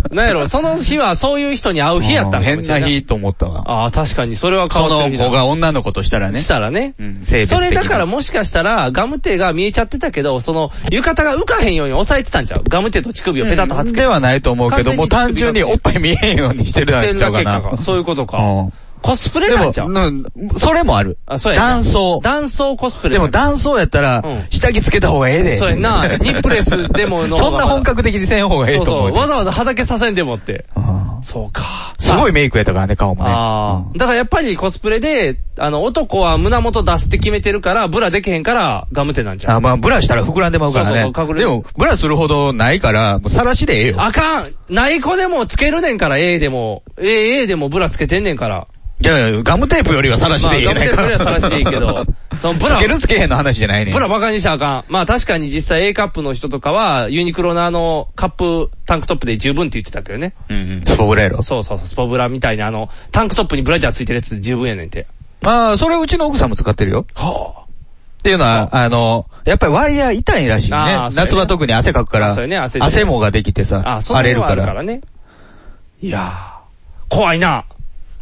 [SPEAKER 2] なんやろ、その日はそういう人に会う日やったんかも
[SPEAKER 3] 変
[SPEAKER 2] しれ
[SPEAKER 3] ない日と思ったわ。
[SPEAKER 2] ああ、確かに、それは変
[SPEAKER 3] そ
[SPEAKER 2] わっ
[SPEAKER 3] の
[SPEAKER 2] てる日だ
[SPEAKER 3] 子が女の子としたらね。
[SPEAKER 2] したらね。
[SPEAKER 3] うん、性別的
[SPEAKER 2] そ
[SPEAKER 3] に
[SPEAKER 2] れだからもしかしたら、ガムテが見えちゃってたけど、その、浴衣が浮かへんように押さえてたんちゃうガムテと乳首をペタッと貼っつけ
[SPEAKER 3] ではないと思うけど、もう単
[SPEAKER 2] 完
[SPEAKER 3] 純
[SPEAKER 2] 全
[SPEAKER 3] に
[SPEAKER 2] に
[SPEAKER 3] おっぱい見えんようにしてるなんちゃうか
[SPEAKER 2] してるだけ
[SPEAKER 3] な。
[SPEAKER 2] かそういうことか
[SPEAKER 3] ん。
[SPEAKER 2] コスプレなんちゃう
[SPEAKER 3] でも、それもある。
[SPEAKER 2] あ、そうやな
[SPEAKER 3] 男装。
[SPEAKER 2] 男装コスプレ。
[SPEAKER 3] でも男装やったら、下着つけた方がええで。
[SPEAKER 2] そうやな、ニップレスでもの
[SPEAKER 3] そんな本格的にせん方がええと
[SPEAKER 2] そう
[SPEAKER 3] 思
[SPEAKER 2] そう、わ
[SPEAKER 3] う。
[SPEAKER 2] ざわざ裸させんでもって。そうか。
[SPEAKER 3] すごいメイクやったからね、顔もね。
[SPEAKER 2] ああ。だからやっぱりコスプレで、あの、男は胸元出すって決めてるから、ブラできへんから、ガムテなんじゃん。
[SPEAKER 3] あ、まあ、ブラしたら膨らんでまうから
[SPEAKER 2] そう
[SPEAKER 3] ね
[SPEAKER 2] そう隠。れる
[SPEAKER 3] でも、ブラするほどないから、もう晒しでええよ。
[SPEAKER 2] あかんない子でもつけるねんから、ええでも。ええええでもブラつけてんねんから。
[SPEAKER 3] いやいや、ガムテープよりは晒しでええやないか
[SPEAKER 2] まあガムテープよりは晒しでいいけ どそのブラ
[SPEAKER 3] つけるつけへんの話じゃないねん
[SPEAKER 2] ブラバカにしたらあかん。まあ確かに実際 A カップの人とかは、ユニクロのあの、カップタンクトップで十分って言ってたけどね。
[SPEAKER 3] うん、スポブラやろ。
[SPEAKER 2] そうそうそう、スポブラみたいなあの、タンクトップにブラジャーついてるやつで十分やねんて。
[SPEAKER 3] ああ、それうちの奥さんも使ってるよ。
[SPEAKER 2] はあ。
[SPEAKER 3] っていうのは、あの、やっぱりワイヤー痛いらしいね
[SPEAKER 2] あー。そうやね
[SPEAKER 3] 夏は特に汗かくから、
[SPEAKER 2] そうやね汗出る
[SPEAKER 3] 汗もができてさ、
[SPEAKER 2] あ、そん
[SPEAKER 3] 荒
[SPEAKER 2] な
[SPEAKER 3] れる
[SPEAKER 2] のあ
[SPEAKER 3] か
[SPEAKER 2] る
[SPEAKER 3] ら。
[SPEAKER 2] からね。いやー、怖いな。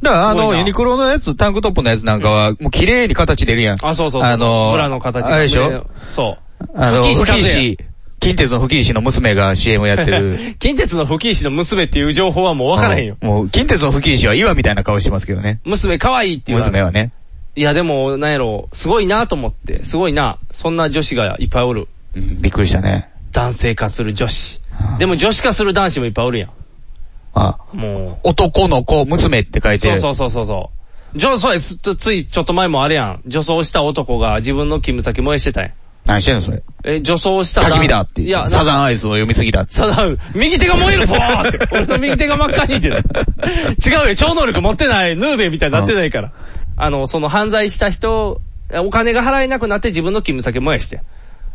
[SPEAKER 3] だからあ
[SPEAKER 2] すご
[SPEAKER 3] の、
[SPEAKER 2] いな
[SPEAKER 3] ユニクロのやつ、タンクトップのやつなんかは、もう綺麗に形出るやん。
[SPEAKER 2] あ、そうそうそう。
[SPEAKER 3] あのー
[SPEAKER 2] ブラの形が
[SPEAKER 3] あれでしょ
[SPEAKER 2] そう。
[SPEAKER 3] あの、
[SPEAKER 2] 吹石和
[SPEAKER 3] 吹
[SPEAKER 2] 也
[SPEAKER 3] 石、近鉄の吹石の娘が CM やってる。
[SPEAKER 2] 近鉄の吹石の娘っていう情報はもう分からへんよ。
[SPEAKER 3] もう、近鉄の吹石は岩みたいな顔してますけどね。
[SPEAKER 2] 娘可愛いっていう。
[SPEAKER 3] 娘はね。
[SPEAKER 2] いやでも、なんやろ、すごいなと思って、すごいな。そんな女子がいっぱいおる。
[SPEAKER 3] びっくりしたね。
[SPEAKER 2] 男性化する女子。でも女子化する男子もいっぱいおるやん。
[SPEAKER 3] あ、
[SPEAKER 2] も
[SPEAKER 3] 男の子、娘って書
[SPEAKER 2] う。
[SPEAKER 3] いて
[SPEAKER 2] そう
[SPEAKER 3] る。
[SPEAKER 2] そうそうそうそう。女、そうです。つついちょっと前もあれやん。女装した男が自分の勤務先燃やしてたやん。
[SPEAKER 3] 何してんのそれ。
[SPEAKER 2] え、女装した
[SPEAKER 3] 焚き火だって。
[SPEAKER 2] いや、
[SPEAKER 3] サザ
[SPEAKER 2] ン。
[SPEAKER 3] ンアイスを読みすぎだって。
[SPEAKER 2] サザン、右手が燃える、ぽーって。俺の右手が真っ赤にってな。違うよ、超能力持ってない、ヌーベイみたいになってないから。あの、その犯罪した人、お金が払えなくなって自分の勤務先燃やして。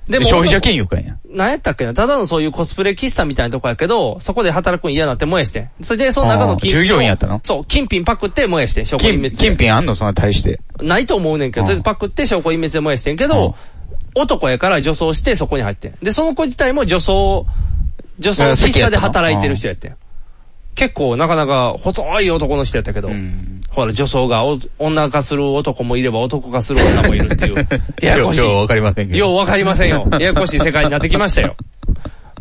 [SPEAKER 2] でも
[SPEAKER 3] 消費者金融かいな。
[SPEAKER 2] なんやったっけなただのそういうコスプレ喫茶みたいなとこやけど、そこで働くん嫌なって燃やしてん。それで、その中
[SPEAKER 3] あ
[SPEAKER 2] の
[SPEAKER 3] ー
[SPEAKER 2] 金
[SPEAKER 3] 従業員やったの
[SPEAKER 2] そう、金品パクって燃やしてん、証拠隠
[SPEAKER 3] 金、
[SPEAKER 2] 滅。
[SPEAKER 3] 金品あんのそんな大して。
[SPEAKER 2] ないと思うねんけど、とりあえずパクって証拠隠滅で燃やしてんけど、男やから女装してそこに入ってん。で、その子自体も女装、女装
[SPEAKER 3] あ好
[SPEAKER 2] 喫
[SPEAKER 3] きや
[SPEAKER 2] 茶
[SPEAKER 3] っ
[SPEAKER 2] で
[SPEAKER 3] たの
[SPEAKER 2] 働いてる人やってん。結構なかなか細い男の人やったけど、ほら女装がお女化する男もいれば男化する女もいるって いう。ややこしい
[SPEAKER 3] ようようわかりませんけど。
[SPEAKER 2] ようわかりませんよ。ややこしい世界になってきましたよ。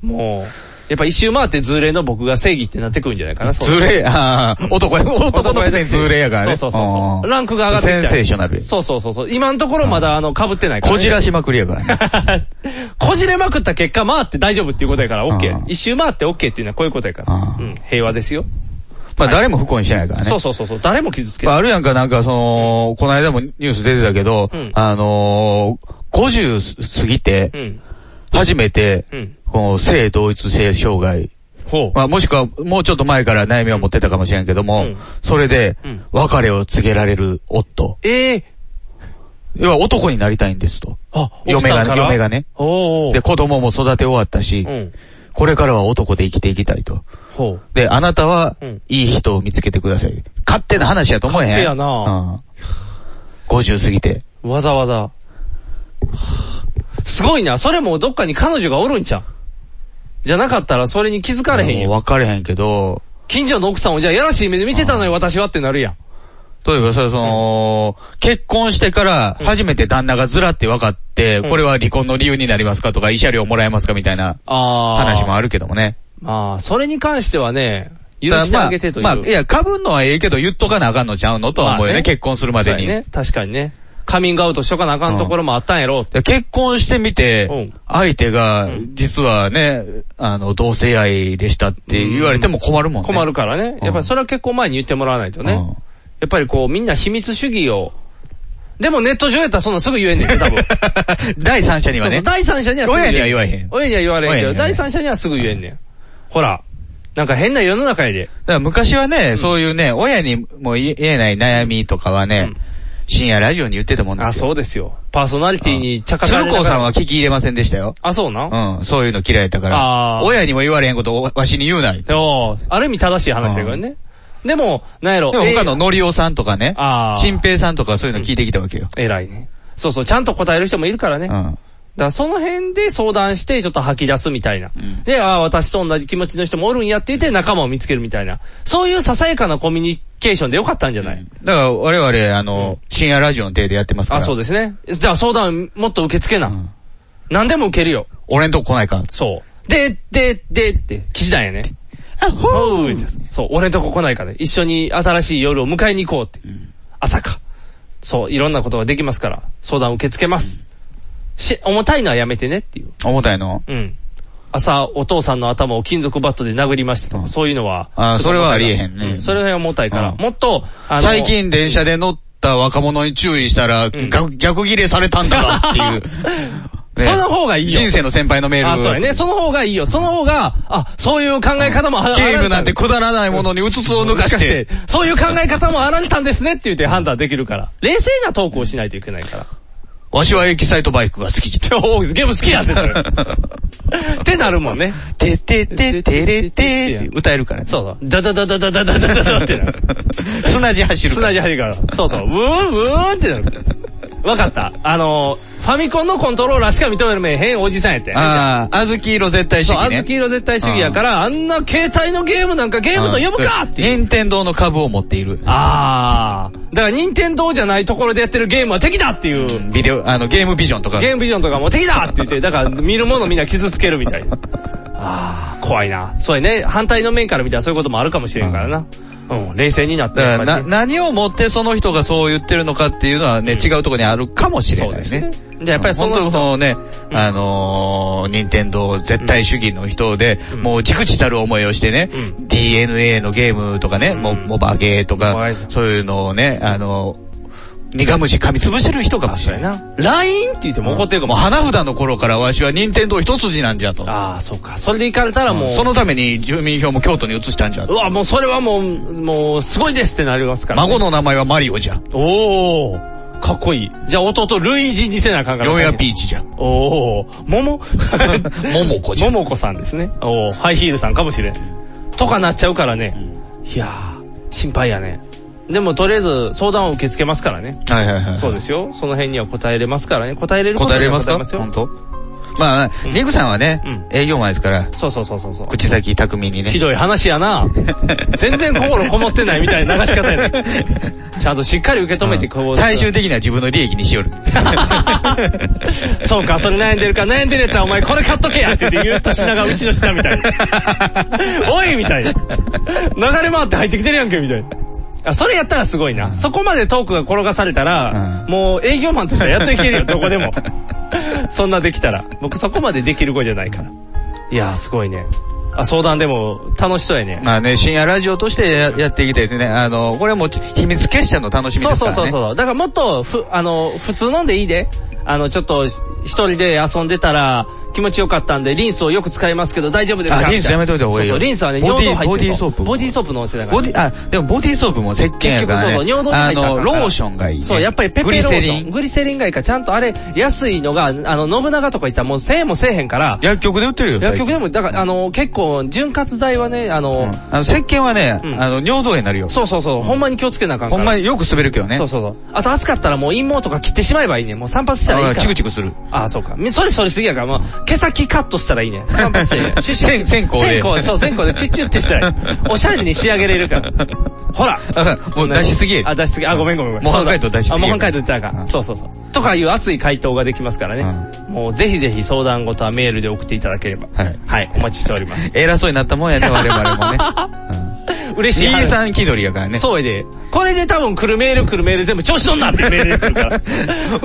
[SPEAKER 2] もう。やっぱ一周回ってズレの僕が正義ってなってくるんじゃないかな。そう
[SPEAKER 3] ズレ、ああ、男や、男のくせにズレやからね。
[SPEAKER 2] そうそうそうそ
[SPEAKER 3] ん
[SPEAKER 2] う。ランクが上がってきた
[SPEAKER 3] センセーショナル。
[SPEAKER 2] そうそうそうそう。今のところまだあの、被ってないから、
[SPEAKER 3] こ
[SPEAKER 2] ね。
[SPEAKER 3] じらしまくりやからね。
[SPEAKER 2] こじれまくった結果回って大丈夫っていうことやから、OK。一周回って OK っていうのはこういうことやから。うん、平和ですよ。
[SPEAKER 3] まあ誰も不幸にしてないからね。
[SPEAKER 2] そうそうそうそう。誰も傷つけ
[SPEAKER 3] ま
[SPEAKER 2] ない。
[SPEAKER 3] あ、あるやんか、なんかその、この間もニュース出てたけど、
[SPEAKER 2] ん
[SPEAKER 3] あのー、50過ぎて、
[SPEAKER 2] うん
[SPEAKER 3] 初めて、
[SPEAKER 2] うん
[SPEAKER 3] この性同一性障害、まあ、もしくはもうちょっと前から悩みを持ってたかもしれんけども、それで、別れを告げられる夫。
[SPEAKER 2] ええ
[SPEAKER 3] 要は男になりたいんですと。
[SPEAKER 2] 奥
[SPEAKER 3] 嫁
[SPEAKER 2] さ
[SPEAKER 3] が
[SPEAKER 2] んか
[SPEAKER 3] ね、
[SPEAKER 2] ら
[SPEAKER 3] 嫁がね。で、子供も育て終わったし、これからは男で生きていきたいと。
[SPEAKER 2] ほう。
[SPEAKER 3] で、あなたは、いい人を見つけてください。勝手な話やと思えへん。
[SPEAKER 2] 勝手やな
[SPEAKER 3] うん。50過ぎて。
[SPEAKER 2] わざわざ。はぁすごいな。それもどっかに彼女がおるんちゃうじゃなかったらそれに気づかれへんよ。
[SPEAKER 3] 分かれへんけど、
[SPEAKER 2] 近所の奥さんをじゃあやらしい目で見てたのよ、私はってなるやん。
[SPEAKER 3] 例えばさ、その、結婚してから初めて旦那がずらって分かって、これは離婚の理由になりますかとか、慰謝料もらえますかみたいな
[SPEAKER 2] ああ。
[SPEAKER 3] 話もあるけどもね。
[SPEAKER 2] まあ、それに関してはね、許してあげてという。
[SPEAKER 3] まあ、まあいや、かぶんのはええけど言っとかなあかんのちゃうのとは思うよね、結婚するまで
[SPEAKER 2] そう
[SPEAKER 3] に。
[SPEAKER 2] やね。確かにね。カミングアウトしとかなあかんところもあったんやろって。
[SPEAKER 3] で結婚してみて、相手が、実はね、あの、同性愛でしたって言われても困るもんね。
[SPEAKER 2] 困るからね。やっぱりそれは結構前に言ってもらわないとね。やっぱりこう、みんな秘密主義を、でもネット上やったらそんなんすぐ言えんねんけど、多分。
[SPEAKER 3] 第三者には
[SPEAKER 2] そ
[SPEAKER 3] ね
[SPEAKER 2] うそう第三者にはすぐ
[SPEAKER 3] 親には言わへん
[SPEAKER 2] 親には言われへんけ
[SPEAKER 3] 親
[SPEAKER 2] ど、
[SPEAKER 3] には
[SPEAKER 2] 第三者にはすぐ言えんねん。ほら、なんか変な世の中やで。
[SPEAKER 3] だから昔はね、そういうね、親にも言えない悩みとかはね、深夜ラジオに言ってたもんですよ。
[SPEAKER 2] あ、そうですよ。パーソナリティに茶化され
[SPEAKER 3] 鶴
[SPEAKER 2] ながら
[SPEAKER 3] 光さんは聞き入れませんでしたよ。
[SPEAKER 2] あ、そうな
[SPEAKER 3] うん、そういうの嫌いだから。親にも言われへんことをわしに言うない。
[SPEAKER 2] でも、ある意味正しい話だからね。でも、なんやろ。
[SPEAKER 3] でも他の
[SPEAKER 2] え
[SPEAKER 3] のりおさんとかね、
[SPEAKER 2] あー
[SPEAKER 3] ちんぺいさんとかそういうの聞いてきたわけよ。
[SPEAKER 2] 偉いね。そうそう、ちゃんと答える人もいるからね。
[SPEAKER 3] だ
[SPEAKER 2] からその辺で相談して、ちょっと吐き出すみたいな。で、ああ、私と同じ気持ちの人もおるんやって言って仲間を見つけるみたいな。そういうささやかなコミュニケーションでよかったんじゃない、
[SPEAKER 3] だから我々、あの、深夜ラジオの手でやってますから。
[SPEAKER 2] あ、そうですね。じゃあ相談もっと受け付けな。何でも受けるよ。
[SPEAKER 3] 俺んとこ来ないか。
[SPEAKER 2] そう。で、で、でって、騎士団やね。あ、ほうそう、俺んとこ来ないからね。一緒に新しい夜を迎えに行こうって。朝か。そう、いろんなことができますから、相談受け付けます。し、重たいのはやめてねっていう。
[SPEAKER 3] 重たいの
[SPEAKER 2] うん。朝、お父さんの頭を金属バットで殴りましたとか、そういうのは。
[SPEAKER 3] あー
[SPEAKER 2] ちょっと重たい
[SPEAKER 3] それはありえ
[SPEAKER 2] から
[SPEAKER 3] へんね
[SPEAKER 2] うそれは重たいから。もっと、あの
[SPEAKER 3] 最近電車で乗った若者に注意したら、が逆ギレされたんだなって いう。ね
[SPEAKER 2] その方がいいよ。
[SPEAKER 3] 人生の先輩のメール
[SPEAKER 2] あ、そうやね。その方がいいよ。その方が、あ、そういう考え方も、
[SPEAKER 3] ゲームなんてくだらないものにうつつを抜かして。
[SPEAKER 2] そういう考え方もあられたんですねって言って判断できるから。冷静なトークをしないといけないから。
[SPEAKER 3] わしはエキサイトバイクが好 きじゃ。
[SPEAKER 2] おーゲーム好きやってなる。ってなるもんね。
[SPEAKER 3] ててててれてって歌えるからね。
[SPEAKER 2] そうそう。ダダダダダダダダダダってなる。
[SPEAKER 3] 砂地走るから。
[SPEAKER 2] 砂地走るから。そうそう。ウーン、ウーンってなる。わかった。あのー、ファミコンのコントローラーしか認めへんおじさんやって。
[SPEAKER 3] ああ、あずき色絶対主
[SPEAKER 2] そう、
[SPEAKER 3] 義
[SPEAKER 2] あ
[SPEAKER 3] ね。。
[SPEAKER 2] ずき色絶対主義やからら、あんな携帯のゲームなんかゲームと呼ぶかっていう。
[SPEAKER 3] 任天堂の株を持っている。
[SPEAKER 2] ああ。だから、任天堂じゃないところでやってるゲームは敵だっていう。
[SPEAKER 3] ビデオ、あの、ゲームビジョンとか。
[SPEAKER 2] ゲームビジョンとかも敵だって言って、だから見るものみんな傷つけるみたいな。ああ、怖いな。そうやね。反対の面から見たらそういうこともあるかもしれんからな。うん、冷静になって。
[SPEAKER 3] だからな、何をもってその人がそう言ってるのかっていうのはね、違うところにあるかもしれないね。
[SPEAKER 2] じゃあやっぱりその人
[SPEAKER 3] 本当のね、あのー、任天堂絶対主義の人で、もう熟知たる思いをしてね、DNA のゲームとかね、もうモバゲーとか、そういうのをね、あのー、苦虫噛み潰してる人かもしれない。
[SPEAKER 2] LINE って言っても怒ってるかも。
[SPEAKER 3] もう花札の頃からわしは任天堂一筋なんじゃと。
[SPEAKER 2] ああ、そうか。それで行かれたらもう。
[SPEAKER 3] そのために住民票も京都に移したんじゃ
[SPEAKER 2] う。わ、もうそれはもう、もう、すごいですってなりますから、
[SPEAKER 3] 孫の名前はマリオじゃ。
[SPEAKER 2] おおかっこいい。じゃあ弟、ルイージにせなあかんから。
[SPEAKER 3] ヨーヤピーチじゃ。
[SPEAKER 2] おお桃 桃子じゃん。桃子さんですね。おおハイヒールさんかもしれん。とかなっちゃうからね。いやー、心配やね。でもとりあえず相談を受け付けますからね。
[SPEAKER 3] はいはいはい。
[SPEAKER 2] そうですよ。その辺には答えれますからね。答えれること
[SPEAKER 3] 答えれますか
[SPEAKER 2] 本当
[SPEAKER 3] まあ、リグさんはね、営業マンですから、
[SPEAKER 2] そうそうそうそうそう。
[SPEAKER 3] 口先巧みにね。
[SPEAKER 2] ひどい話やな全然心こもってないみたいな流し方やね ちゃんとしっかり受け止めてこう。
[SPEAKER 3] 最終的には自分の利益にしよる。
[SPEAKER 2] そうか、それ悩んでるか悩んでるやったらお前これ買っとけやって言って言った品がうちの品みたいな。おいみたいな。流れ回って入ってきてるやんけみたいな。あそれやったらすごいな。そこまでトークが転がされたら、もう営業マンとしてはやっといけるよ、どこでも。そんなできたら。僕そこまでできる子じゃないから。いやーすごいね。あ、相談でも楽しそうやね。
[SPEAKER 3] まあね、深夜ラジオとしてややっていきたいですね。あの、これはもう秘密結社の楽しみ
[SPEAKER 2] そう
[SPEAKER 3] ですか
[SPEAKER 2] そ
[SPEAKER 3] ら
[SPEAKER 2] う
[SPEAKER 3] ね。
[SPEAKER 2] そうそう。だからもっと、ふ、あの、普通飲んでいいで。あの、ちょっと、一人で遊んでたら、気持ちよかったんで、リンスをよく使いますけど、大丈夫ですか
[SPEAKER 3] あリンスやめといた方がいいよ
[SPEAKER 2] そうそう、リンスはね、
[SPEAKER 3] ボディ
[SPEAKER 2] 尿道入ってる
[SPEAKER 3] ボディーソープ
[SPEAKER 2] ボディーソープのおせだから。
[SPEAKER 3] ボディ、あ、でもボディーソープも石鹸や
[SPEAKER 2] 結局そ
[SPEAKER 3] か
[SPEAKER 2] う
[SPEAKER 3] ら
[SPEAKER 2] そう、
[SPEAKER 3] ね。
[SPEAKER 2] 尿道に
[SPEAKER 3] あ
[SPEAKER 2] 入ったらあかん
[SPEAKER 3] の、
[SPEAKER 2] から
[SPEAKER 3] ローションがいい、ね。
[SPEAKER 2] そう、やっぱりペ
[SPEAKER 3] グ
[SPEAKER 2] ペ
[SPEAKER 3] リ
[SPEAKER 2] ロー
[SPEAKER 3] セ
[SPEAKER 2] シ
[SPEAKER 3] リ
[SPEAKER 2] ョン。
[SPEAKER 3] ン。
[SPEAKER 2] グリセリンがいいから、ちゃんとあれ、安いのが、あの、信長とか言ったらもう1000円もせえへんから、
[SPEAKER 3] 薬局で売ってるよ。
[SPEAKER 2] 薬局で
[SPEAKER 3] 最近
[SPEAKER 2] も、だから、あの、結構、潤滑剤はね、あの、
[SPEAKER 3] あの、石鹸はね、あの、尿道炎になるよ。
[SPEAKER 2] そうそうそう、ほんまに気をつけなあかんか
[SPEAKER 3] ほ
[SPEAKER 2] ら。
[SPEAKER 3] んまによく滑るけどね。
[SPEAKER 2] そうそうそう。あと暑かったらもう陰毛とか切ってしまえばいいね。もう散髪したらいいから。
[SPEAKER 3] あチクチクする。
[SPEAKER 2] ああ、そうか。みそれそれすぎやから、もう、毛先カットしたらいいね。散髪していい ね。シュッシュッシュッ
[SPEAKER 3] 線線香で
[SPEAKER 2] 線香、そう、線香でチュッチュッってしたらいい。おしゃれに仕上げれる から。ほら。
[SPEAKER 3] もう出しすぎ。
[SPEAKER 2] あ、出しすぎ。あ、ごめんごめんごめん。
[SPEAKER 3] 模範解答出しすぎ
[SPEAKER 2] あ、模範解答言ったらあかん。そうそうそう。とかいう熱い回答ができますからね。もうぜひぜひ相談事はメールで送っていただければ。
[SPEAKER 3] はい。
[SPEAKER 2] はい、お待ちしております。
[SPEAKER 3] 偉そうになったもんやね、我 々もね。
[SPEAKER 2] 嬉しい。
[SPEAKER 3] 兄さん気取りやからね。
[SPEAKER 2] そうやで。これで多分来るメール来るメール全部調子乗んなっていうメールでするから。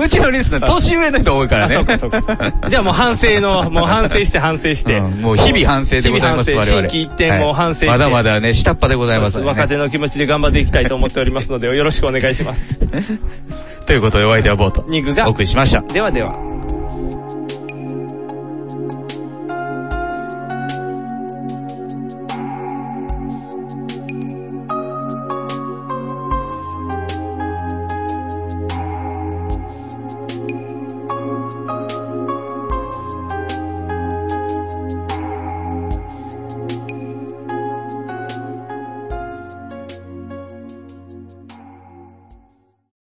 [SPEAKER 3] うちのリスナー、年上の人多いからね。
[SPEAKER 2] あ そうかそうか。じゃあもう反省の、もう反省して反省して。
[SPEAKER 3] もう日々反省でございます、
[SPEAKER 2] 日々反
[SPEAKER 3] 我
[SPEAKER 2] 省心
[SPEAKER 3] 々。
[SPEAKER 2] 機一転もう反省して。
[SPEAKER 3] はいまだまだね、下っ端でございます、ね。
[SPEAKER 2] 若手の気持ちで頑張っていきたいと思っておりますので、よろしくお願いします。
[SPEAKER 3] ということで、お相手はボート。
[SPEAKER 2] ニグが
[SPEAKER 3] お送りしました。
[SPEAKER 2] ではでは。